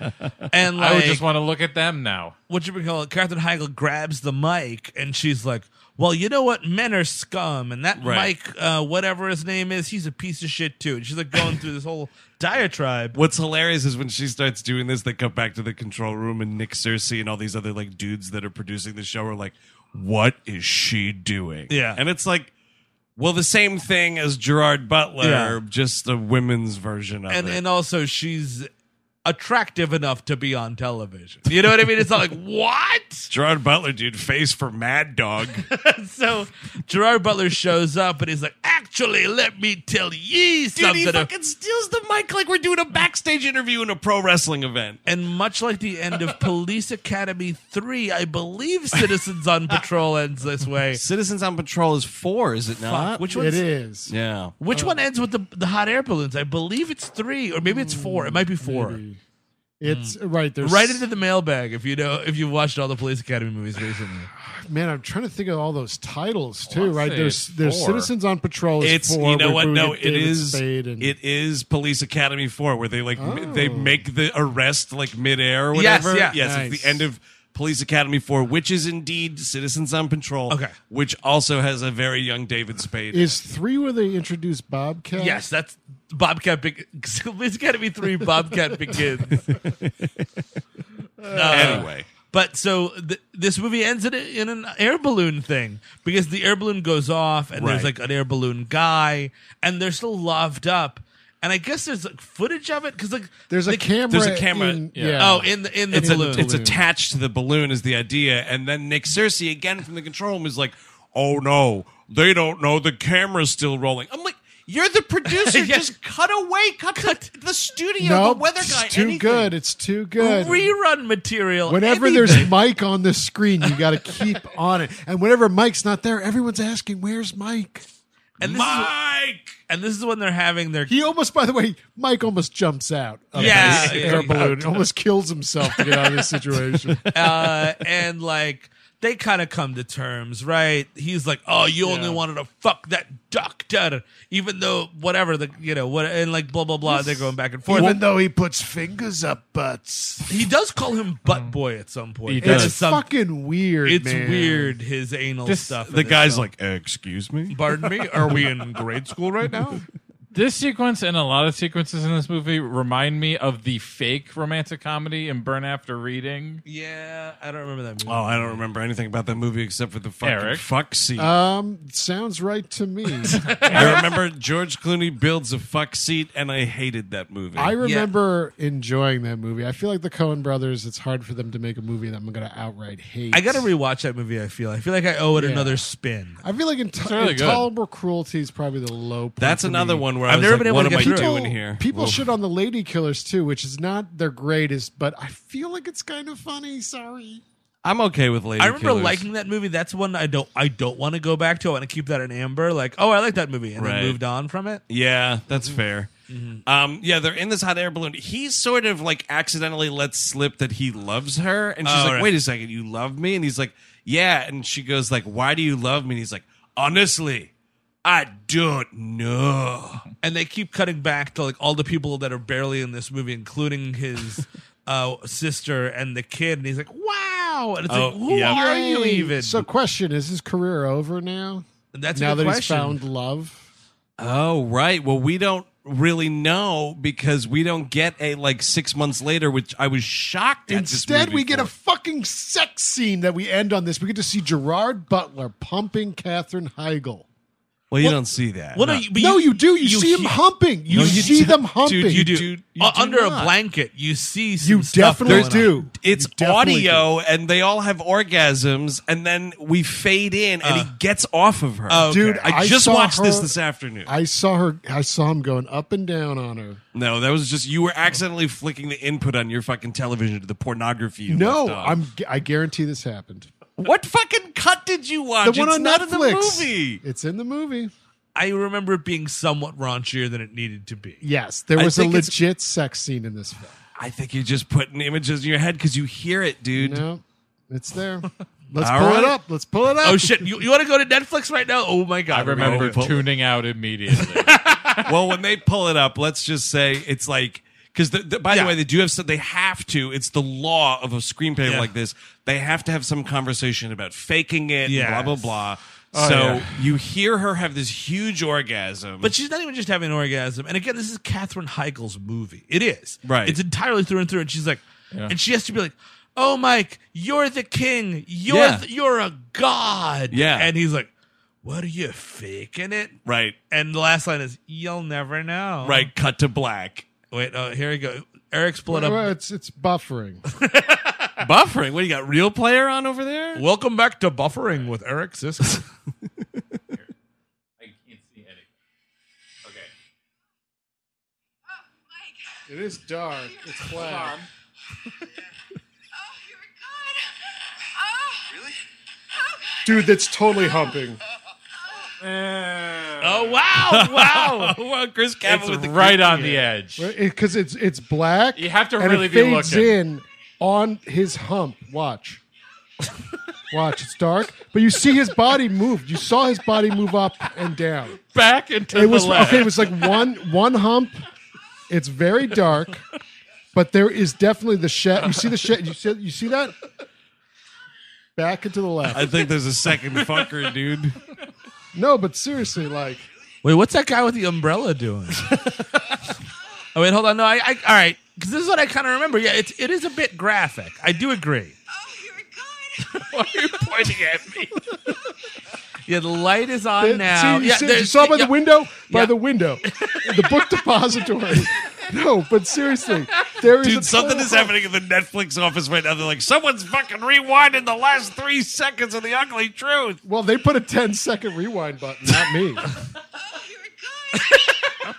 S5: And like,
S2: I would just want to look at them now.
S5: what you would call it, Catherine Heigl grabs the mic and she's like, "Well, you know what? Men are scum, and that
S1: Right.
S5: Mike, uh, whatever his name is, he's a piece of shit too." And she's like going through this whole diatribe.
S1: What's hilarious is when she starts doing this, they cut back to the control room, and Nick Cersei and all these other like dudes that are producing the show are like, "What is she doing?"
S5: Yeah.
S1: and it's like, well, the same thing as Gerard Butler,
S5: Yeah.
S1: just a women's version of
S5: And
S1: it.
S5: and also she's attractive enough to be on television. You know what I mean? It's not like what?
S1: Gerard Butler, dude, face for Mad Dog.
S5: So Gerard Butler shows up and he's like, "Actually, let me tell ye
S1: dude, he
S5: something."
S1: fucking steals the mic like we're doing a backstage interview in a pro wrestling event.
S5: And much like the end of Police Academy 3, I believe Citizens on Patrol ends this way.
S1: Citizens on Patrol is four, is it not? Which
S3: It is.
S1: Yeah.
S5: Which
S3: Oh.
S5: one ends with the, the hot air balloons? I believe it's 3 or maybe it's 4. It might be 4.
S3: Maybe. It's right there.
S5: Right into the mailbag if you know if you've watched all the Police Academy movies recently.
S3: man. I'm trying to think of all those titles too.
S2: Well, I'd
S3: right
S2: say
S3: there's
S2: it's
S3: there's
S2: four.
S3: citizens on patrol. is
S1: it's
S3: four,
S1: you know
S3: We're
S1: what
S3: doing
S1: no
S3: it
S1: it
S3: David
S1: is
S3: Spade and-
S1: it is police academy 4 where they like m- they make the arrest like midair or
S5: Yes,
S1: whatever
S5: yeah.
S1: it's the
S3: Nice.
S1: end of police academy 4 which is indeed citizens on patrol
S5: Okay.
S1: which also has a very young david spade
S3: is three where they introduce Bobcat.
S5: Yes, that's Bobcat Big Police Academy 3 Bobcat Begins.
S1: uh, anyway
S5: But so th- this movie ends in, a, in an air balloon thing because the air balloon goes off and there's
S1: Right.
S5: like an air balloon guy and they're still loved up. And I guess there's like footage of it because like
S3: There's a
S5: the-
S3: camera.
S1: there's a camera-
S3: in-
S2: yeah.
S5: Oh, in the in the
S1: it's,
S5: balloon.
S1: a, it's attached to the balloon is the idea and then nick cersei again from the control room is like oh no they don't know the camera's still rolling i'm like you're the producer.
S5: Yeah.
S1: Just cut away. Cut, The, the studio.
S3: Nope,
S1: the weather guy.
S3: It's too
S1: anything.
S3: good. It's too good.
S5: rerun material.
S3: Whenever
S5: anything.
S3: there's Mike on the screen, you got to keep on it. And whenever Mike's not there, everyone's asking, "Where's Mike?"
S5: and this, is,
S1: Mike.
S5: and this is when they're having their
S3: He almost, by the way, Mike almost jumps out. Of
S5: Yeah.
S3: his air balloon, almost kills himself to get out of this situation.
S5: uh, and like they kind of come to terms, right? He's like, "Oh, you only wanted to fuck that doctor, even though whatever the you know what," and like blah blah blah. They're going back and forth.
S3: Even though he puts fingers up butts.
S5: he does call him butt boy at some point.
S2: He
S5: That
S2: does.
S5: is
S3: It's
S5: some-
S3: fucking weird.
S5: it's
S3: man.
S5: weird his anal
S2: This-
S5: stuff. in
S1: The
S5: this
S1: guy's
S5: film.
S1: like, "Excuse me."
S5: "Pardon me, are we in grade school right now?"
S2: This sequence and a lot of sequences in this movie remind me of the fake romantic comedy in Burn After Reading.
S5: Yeah, I don't remember that movie.
S1: Oh, I don't remember anything about that movie except for the fucking
S2: Eric.
S1: fuck scene.
S3: Um, sounds right to me.
S1: I remember George Clooney builds a fuck seat, and I hated that movie.
S3: I remember enjoying that movie. I feel like the Coen brothers, it's hard for them to make a movie that I'm going to outright hate.
S5: I gotta rewatch that movie. I feel. I feel like I owe it
S3: Yeah.
S5: another spin.
S3: I feel like Int-
S2: really good.
S3: Intolerable Cruelty is probably the low point.
S1: That's
S3: for
S1: another
S3: me.
S1: one where
S5: I've
S1: I was
S5: never
S1: like,
S5: been able
S1: "What
S5: to
S1: am
S5: get
S1: I
S5: through it.
S1: doing here?"
S3: People
S1: Well,
S3: shit on the Lady Killers too, which is not their greatest, but I feel like it's kind of funny. Sorry.
S1: I'm okay with Lady
S5: I remember
S1: Killers.
S5: liking that movie. That's one I don't. I don't want to go back to. I want to keep that in amber. Like, oh, I like that movie, and
S1: Right.
S5: then moved on from it.
S1: Yeah, that's fair.
S5: Mm-hmm.
S1: Um, yeah, they're in this hot air balloon. He sort of like accidentally lets slip that he loves her, and she's
S5: Oh,
S1: like,
S5: right.
S1: "Wait a second, you love me?" And he's like, "Yeah," and she goes like, "Why do you love me?" And he's like, "Honestly, I don't know."
S5: And they keep cutting back to like all the people that are barely in this movie, including his uh, sister and the kid. And he's like, "Wow!" And it's
S1: Oh,
S5: like, "Who
S1: yeah.
S5: are you
S3: Yay.
S5: even?"
S3: So, question is his career over now?
S5: And that's a
S3: now that
S5: good
S3: he's
S5: question.
S3: found love?
S1: Oh, right. Well, we don't really know because we don't get a like six months later, which I was shocked. at this
S3: Instead,
S1: movie
S3: we get a
S1: for.
S3: fucking sex scene that we end on this. We get to see Gerard Butler pumping Katherine Heigl.
S1: well, you don't see that.
S5: What
S1: No.
S5: are you? but
S3: no, you, do. You, see him
S5: hear-
S3: humping. You,
S1: No, you
S3: see
S1: do-
S3: them humping.
S1: Dude,
S5: You do.
S1: You do- you
S5: Uh,
S1: do
S5: under
S1: not.
S5: a blanket, you see. Some
S3: You
S5: stuff
S3: definitely
S5: going on.
S3: do.
S1: It's
S3: You definitely
S1: audio, and they all have orgasms, and then we fade in, and he gets off of her.
S5: Oh,
S3: do. Uh. Dude,
S1: I, just
S3: saw
S1: watched this
S3: her-
S1: this afternoon.
S3: I saw her. I saw him going up and down on her.
S1: no, that was just you were accidentally flicking the input on your fucking television to the pornography. You
S3: No,
S1: left on.
S3: I'm. gu- I guarantee this happened.
S1: What fucking cut did you watch?
S3: The one
S1: it's
S3: on
S1: not
S3: Netflix.
S1: in the movie.
S3: It's in the movie.
S5: I remember it being somewhat raunchier than it needed to be.
S3: Yes, there
S1: I
S3: was a
S1: think it's-
S3: legit sex scene in this film.
S1: I think you're just putting images in your head because you hear it, dude.
S3: No, it's there. Let's
S1: All
S3: pull
S1: right.
S3: it up. Let's pull it up.
S5: Oh shit! You, you want to go to Netflix right now? Oh my god!
S2: I remember
S1: pull-
S2: tuning out immediately.
S1: well, when they pull it up, let's just say it's like because the, the, by
S5: Yeah.
S1: the way, they do have said they have to. It's the law of a screenplay
S5: Yeah.
S1: like this. They have to have some conversation about faking it.
S5: Yes.
S1: Blah blah blah. so you hear her have this huge orgasm,
S5: But she's not even just having an orgasm. And again, this is Katherine Heigl's movie. It is.
S1: Right.
S5: It's entirely through and through. And she's like, and she has to be like, oh, Mike, you're the king. You're,
S1: Yeah.
S5: th- you're a god.
S1: Yeah.
S5: And he's like, what are you faking it?
S1: right,
S5: And the last line is, you'll never know.
S1: right, cut to black.
S5: Wait, oh, here we go. Eric's pulling
S3: Well,
S5: up.
S3: it's it's buffering.
S1: Buffering. What do you got? Real player on over there?
S5: Welcome back to Buffering with Eric Sisk.
S2: I can't see anything. Okay.
S6: Oh, Mike.
S3: It is dark. It's black.
S6: Oh, you're a god. Oh. Really? Oh, God.
S3: Dude, that's totally humping.
S5: oh, wow. Wow.
S1: Oh, well, Chris Cavill with
S2: It's
S1: the
S2: right on the edge.
S3: Because it's it's black.
S2: You have to
S3: and
S2: really
S3: it
S2: be
S3: fades
S2: looking.
S3: in on his hump. Watch. Watch. It's dark, but you see his body move. You saw his body move up and down.
S2: Back into
S3: it
S2: the
S3: was
S2: left.
S3: okay. It was like one one hump. It's very dark, but there is definitely the shed. You see the shed. You see you see that back into the left.
S1: I think there's a second fucker, dude.
S3: no, but seriously, like
S5: Wait, what's that guy with the umbrella doing? oh wait, hold on. No, I, I all right, because this is what I kind of remember. Yeah, it's it is a bit graphic. I do agree.
S6: Oh, you're a god.
S2: Why are you pointing at me?
S5: Yeah, the light is on
S3: it-
S5: now.
S3: see, you,
S5: yeah,
S3: see- you
S5: there's-
S3: saw by
S5: yeah,
S3: the window. By
S5: yeah.
S3: the window, the book depository. No, but seriously, there is a
S1: Dude, something
S3: total
S1: is happening in the Netflix office right now. They're like, someone's fucking rewinding the last three seconds of the ugly truth.
S3: Well, they put a 10 second rewind button, not me.
S6: Oh, you're a god.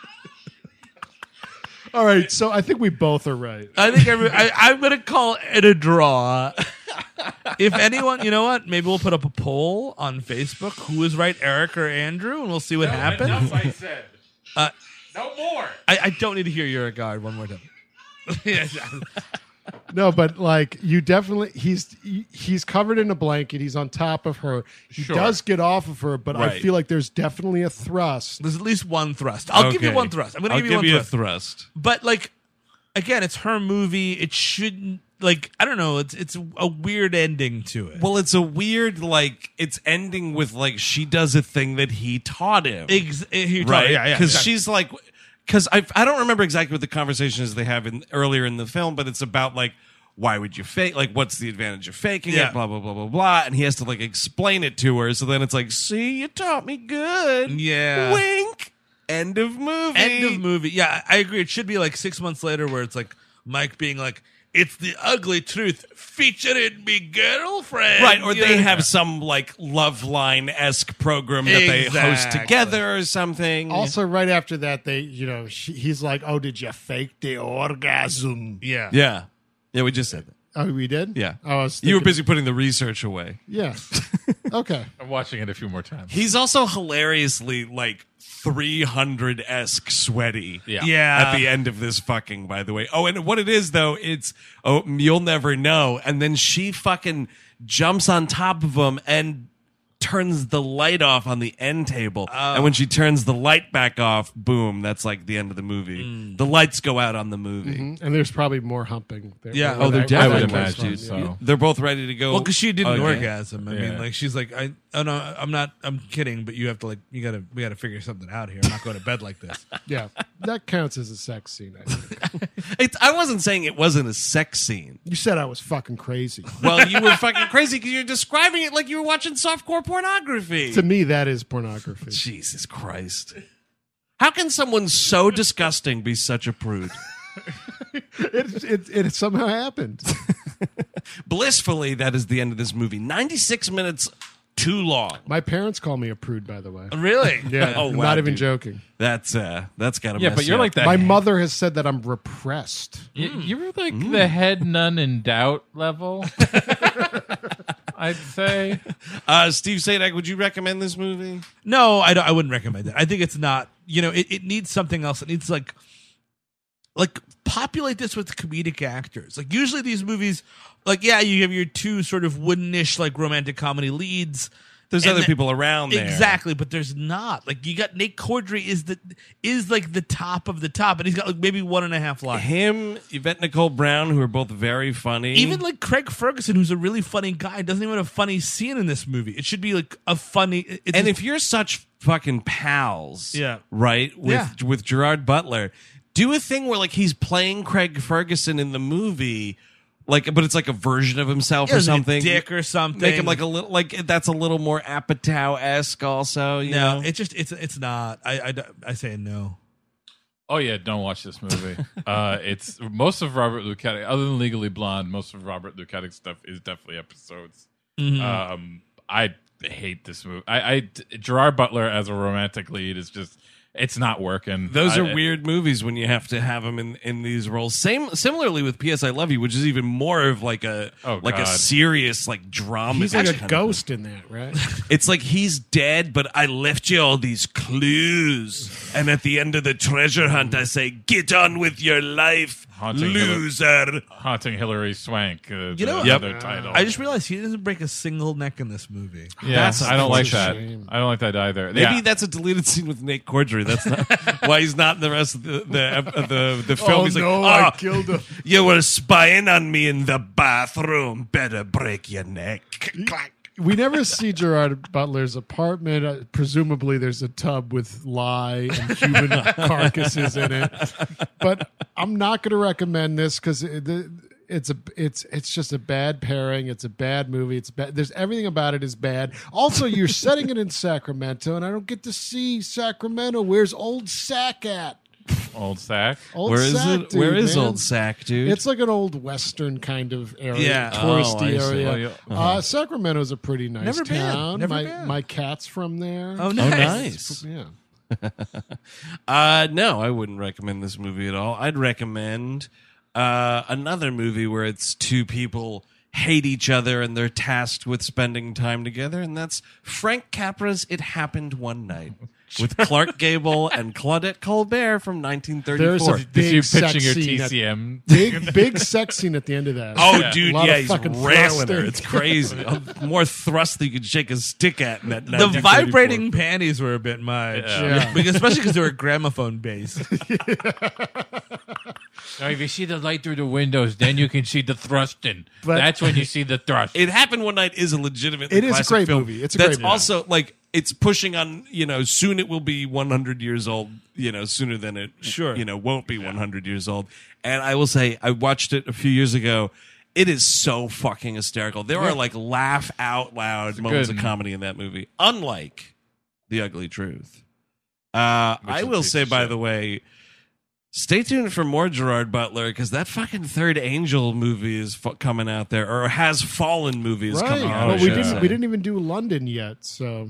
S3: All right, so I think we both are right.
S5: I think every, I, I'm gonna call it a draw. if anyone, you know what? Maybe we'll put up a poll on Facebook. Who is right, Eric or Andrew? And we'll see what happens.
S2: Enough, I said.
S5: Uh,
S2: no more.
S5: I, I don't need to hear your guard one more time. Yeah,
S3: No, but like you definitely he's he's covered in a blanket. He's on top of her. He
S2: Sure.
S3: does get off of her, but I
S1: Right.
S3: feel like there's definitely a thrust.
S4: There's at least one thrust. I'll give you
S1: Okay.
S4: one thrust. I'm gonna
S1: I'll
S4: give you one
S1: you
S4: thrust.
S1: a thrust.
S4: but like, again, it's her movie. It shouldn't like I don't know. It's it's a weird ending to it.
S1: Well, it's a weird like it's ending with like she does a thing that he taught him.
S4: Ex- eh, you're talking-
S1: right?
S4: Yeah, yeah.
S1: Because
S4: exactly.
S1: she's like, because I I don't remember exactly what the conversations they have in earlier in the film, but it's about like why would you fake? Like, what's the advantage of faking
S4: Yeah.
S1: it? Blah blah blah blah blah. And he has to like explain it to her. So then it's like, see, you taught me good.
S4: Yeah.
S1: Wink. End of movie.
S4: end of movie. Yeah, I agree. It should be like six months later, where it's like Mike being like, "It's the ugly truth, featuring me girlfriend."
S1: Right, or
S4: You
S1: they
S4: know?
S1: have some like love line esque program that they host
S4: Exactly.
S1: together or something.
S3: Also, right after that, they you know she, he's like, "Oh, did you fake the orgasm?"
S4: yeah,
S1: yeah, yeah, we just said that.
S3: Oh, we did.
S1: Yeah,
S3: Oh, I was
S1: you were
S3: thinking-
S1: busy putting the research away.
S3: Yeah. okay.
S2: I'm watching it a few more times.
S1: He's also hilariously like 300 esque sweaty.
S2: Yeah.
S4: Yeah.
S1: At the end of this fucking, by the way. Oh, and what it is though, it's oh, you'll never know. And then she fucking jumps on top of him and turns the light off on the end table. And when she turns the light back off, boom, that's like the end of the movie. The lights go out on the movie.
S3: Um, And there's probably more humping. There.
S4: Yeah.
S3: Where
S4: Oh,
S3: that-
S4: there
S3: where
S2: I
S3: that
S2: would
S3: comes
S2: imagine
S3: from, yeah.
S2: so.
S1: They're both ready to go.
S4: Well, because she didn't
S1: Okay.
S4: orgasm. I mean,
S2: Yeah.
S4: like she's like, I, oh no, I'm not. I'm kidding. But you have to like, you gotta, we gotta figure something out here. I'm not going to bed like this.
S3: Yeah, that counts as a sex scene. I think.
S1: It's, I wasn't saying it wasn't a sex scene.
S3: You said I was fucking crazy.
S1: Well, you were fucking crazy because you're describing it like you were watching softcore pornography.
S3: to me, that is pornography.
S1: Jesus Christ. How can someone so disgusting be such a prude?
S3: It, it, it somehow happened.
S1: Blissfully, that is the end of this movie. 96 minutes too long.
S3: My parents call me a prude, by the way.
S4: really?
S3: Yeah,
S1: Oh,
S3: I'm
S1: wow,
S3: not even
S1: dude.
S3: joking.
S1: That's uh that's got to
S2: Yeah, but you're like that.
S3: My mother has said that I'm repressed.
S1: Mm,
S2: You, you were like the head none in doubt level. I'd say.
S1: Uh Steve Sadak, would you recommend this movie?
S4: No, I don't. I wouldn't recommend it. I think it's not. You know, it, it needs something else. It needs like, like populate this with comedic actors. Like usually these movies, like yeah, you have your two sort of woodenish like romantic comedy leads.
S1: There's
S4: And
S1: other
S4: the-
S1: people around there.
S4: Exactly, but there's not. Like you got Nate Cordry is the is like the top of the top, and he's got like maybe one and a half lines.
S1: Him, Yvette Nicole Brown, who are both very funny.
S4: Even like Craig Ferguson, who's a really funny guy, doesn't even have a funny scene in this movie. It should be like a funny. It's
S1: and if you're such fucking pals,
S4: Yeah.
S1: right with
S4: Yeah.
S1: with Gerard Butler, do a thing where like he's playing Craig Ferguson in the movie, like, but it's like a version of himself
S4: Yeah,
S1: or
S4: like a
S1: something,
S4: dick or something.
S1: Make him like a little like that's a little more Apatow esque, also. You
S4: no,
S1: know?
S4: it's just it's it's not. I I, I say no.
S2: Oh yeah, don't watch this movie. uh, it's most of Robert Luketic, other than Legally Blonde, most of Robert Luketic stuff is definitely episodes. Um, I hate this movie. I, I Gerard Butler as a romantic lead is just it's not working.
S1: those
S2: I-
S1: are weird movies when you have to have them in, in these roles. Same, similarly with P.S. I Love You, which is even more of like a
S2: Oh,
S1: like a
S2: God.
S1: serious like drama.
S3: He's like a ghost in that, right?
S1: It's like he's dead, but I left you all these clues. And at the end of the treasure hunt, I say, get on with your life,
S2: Haunting
S1: loser.
S2: Haunting Hillary Swank. Uh, you
S4: know-
S2: know, the
S4: Yep.
S2: other title.
S4: I just realized he doesn't break a single neck in this movie.
S2: yeah,
S1: That's a-
S2: I don't like
S3: that's a
S2: that.
S3: shame.
S2: I don't like that either.
S1: Maybe
S2: yeah.
S1: that's a deleted scene with Nate Cordry. That's not why he's not in the rest of the the, of the, the film. he's like, "Ah,
S3: Oh, killed him.
S1: you were spying on me in the bathroom. Better break your neck. Clack.
S3: We never see Gerard Butler's apartment. Uh, presumably, there's a tub with lye and human carcasses in it. But I'm not going to recommend this because it's a it's it's just a bad pairing. It's a bad movie. It's bad. There's everything about it is bad. Also, you're setting it in Sacramento, and I don't get to see Sacramento. Where's old Sac at?
S2: old sack.
S3: Old
S1: Where is
S3: Sac,
S1: it? Where
S3: dude,
S1: is
S3: man.
S1: old sack, dude?
S3: It's like an old western kind of area,
S4: Yeah.
S1: Oh,
S3: touristy
S1: I see. uh-huh.
S3: area.
S2: Oh, yeah.
S3: Uh, Sacramento's a pretty nice
S4: Never been.
S3: town.
S4: Never
S3: my
S4: been.
S3: my cat's from there.
S4: Oh,
S1: nice.
S4: nice.
S3: Yeah.
S1: Uh, no, I wouldn't recommend this movie at all. I'd recommend uh, another movie where it's two people hate each other and they're tasked with spending time together, and that's Frank Capra's "It Happened One Night," with Clark Gable and Claudette Colbert from 1934.
S3: There's a
S2: This
S3: big
S2: you
S3: sex
S2: pitching your
S3: scene at-
S2: TCM.
S3: big big sex scene at the end of that.
S1: Oh,
S2: Yeah.
S1: dude,
S3: A lot
S1: yeah,
S3: of
S1: he's
S3: fucking
S1: railing her.
S3: thrusting.
S1: It's crazy. More thrust than you could shake a stick at in that.
S4: The vibrating panties were a bit much,
S3: Yeah.
S4: because, especially because they were gramophone based.
S2: Now, if you see the light through the windows, then you can see the thrusting.
S3: But-
S2: That's when you see the thrust.
S1: It happened one night is a legitimate.
S3: It is a
S1: classic
S3: great
S1: film.
S3: movie. It's a
S1: that's
S3: great movie.
S1: also like it's pushing on. You know, soon it will be 100 years old. You know, sooner than it
S4: Sure.
S1: You know, won't be 100 years old. And I will say, I watched it a few years ago. It is so fucking hysterical. There are like laugh out loud moments
S2: good
S1: of
S2: one.
S1: comedy in that movie, unlike The Ugly Truth. Uh, I
S2: is a
S1: will
S2: piece
S1: say,
S2: of
S1: by
S2: shit.
S1: the way, Stay tuned for more Gerard Butler because that fucking Third Angel movie is fu- coming out there, or has Fallen movie is
S3: Right.
S1: coming out.
S3: Well,
S1: I
S3: we
S1: should
S3: didn't
S1: say.
S3: we didn't even do London yet, so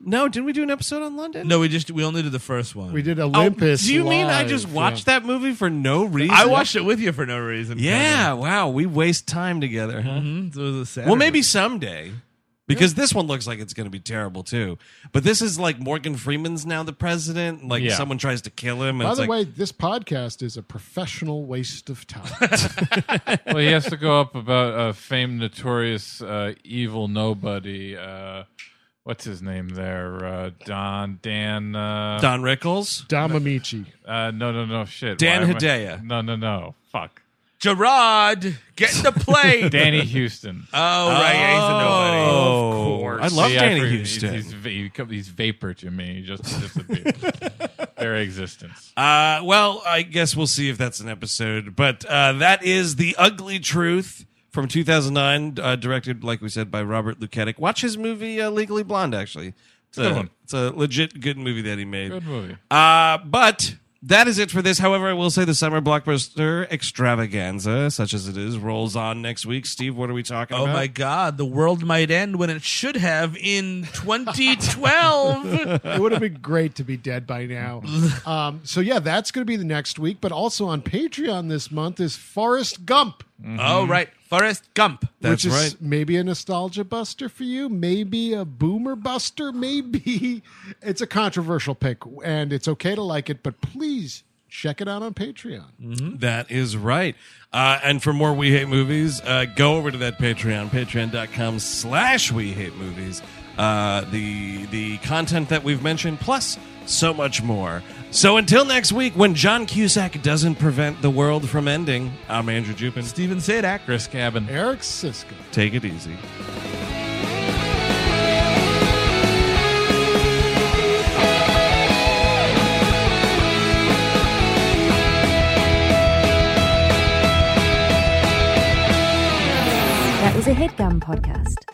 S1: No, didn't we do an episode on London?
S4: No, we just we only did the first one.
S3: we did
S1: Oh,
S3: Olympus.
S1: do you mean I
S3: live.
S1: just
S3: Yeah.
S1: watched that movie for no reason?
S4: I watched it with you for no reason.
S1: Yeah. Wow. We waste time together, huh?
S4: Kevin. Mhm, so it was a Saturday.
S1: Well, maybe someday. Because this one looks like it's going to be terrible too, but this is like Morgan Freeman's now the president. Like
S2: Yeah.
S1: someone tries to kill him. And
S3: By
S1: it's
S3: the
S1: like,
S3: way, this podcast is a professional waste of time.
S2: well, he has to go up about uh, famed, notorious, uh, evil nobody. Uh, what's his name there? Uh, Don Dan. Uh,
S1: Don Rickles,
S3: Dom Amici.
S2: Uh, no, no, no, shit.
S1: Dan
S2: Why am I-
S1: Hedaya.
S2: No, no, no. Fuck.
S4: Gerard, get in the plane.
S2: Danny Houston.
S4: oh, right, yeah, he's a nobody.
S1: Oh, I love
S2: Yeah, I
S1: Danny
S2: forget-
S1: Houston.
S2: He's, he's, va- he co- he's vapor to me. He just disappeared. Their existence.
S1: Uh, well, I guess we'll see if that's an episode. But uh, that is The Ugly Truth from 2009, uh, directed, like we said, by Robert Luketic. Watch his movie uh, Legally Blonde, actually. It's
S2: Good
S1: a,
S2: one.
S1: it's a legit good movie that he made.
S2: Good movie.
S1: Uh, but that is it for this. However, I will say the summer blockbuster extravaganza, such as it is, rolls on next week. Steve, what are we talking
S4: Oh
S1: about?
S4: my God! The world might end when it should have in 2012.
S3: it would have been great to be dead by now. Um, so yeah, that's going to be the next week. But also on Patreon this month is Forrest Gump,
S4: oh right, Forrest Gump.
S1: Mm, That's
S3: which is
S1: right.
S3: maybe a nostalgia buster for you, maybe a boomer buster, maybe it's a controversial pick, and it's okay to like it, but please check it out on Patreon.
S1: Mm. That is right. Uh, and for more We Hate Movies, uh, go over to that Patreon, patreon.com slash We Hate Movies. Uh, the, the content that we've mentioned, plus so much more. So until next week, when John Cusack doesn't prevent the world from ending, I'm Andrew Jupin.
S4: Steven Sadak.
S2: Chris Cabin.
S3: Eric Siska.
S1: Take it easy.
S7: That was a headgum podcast.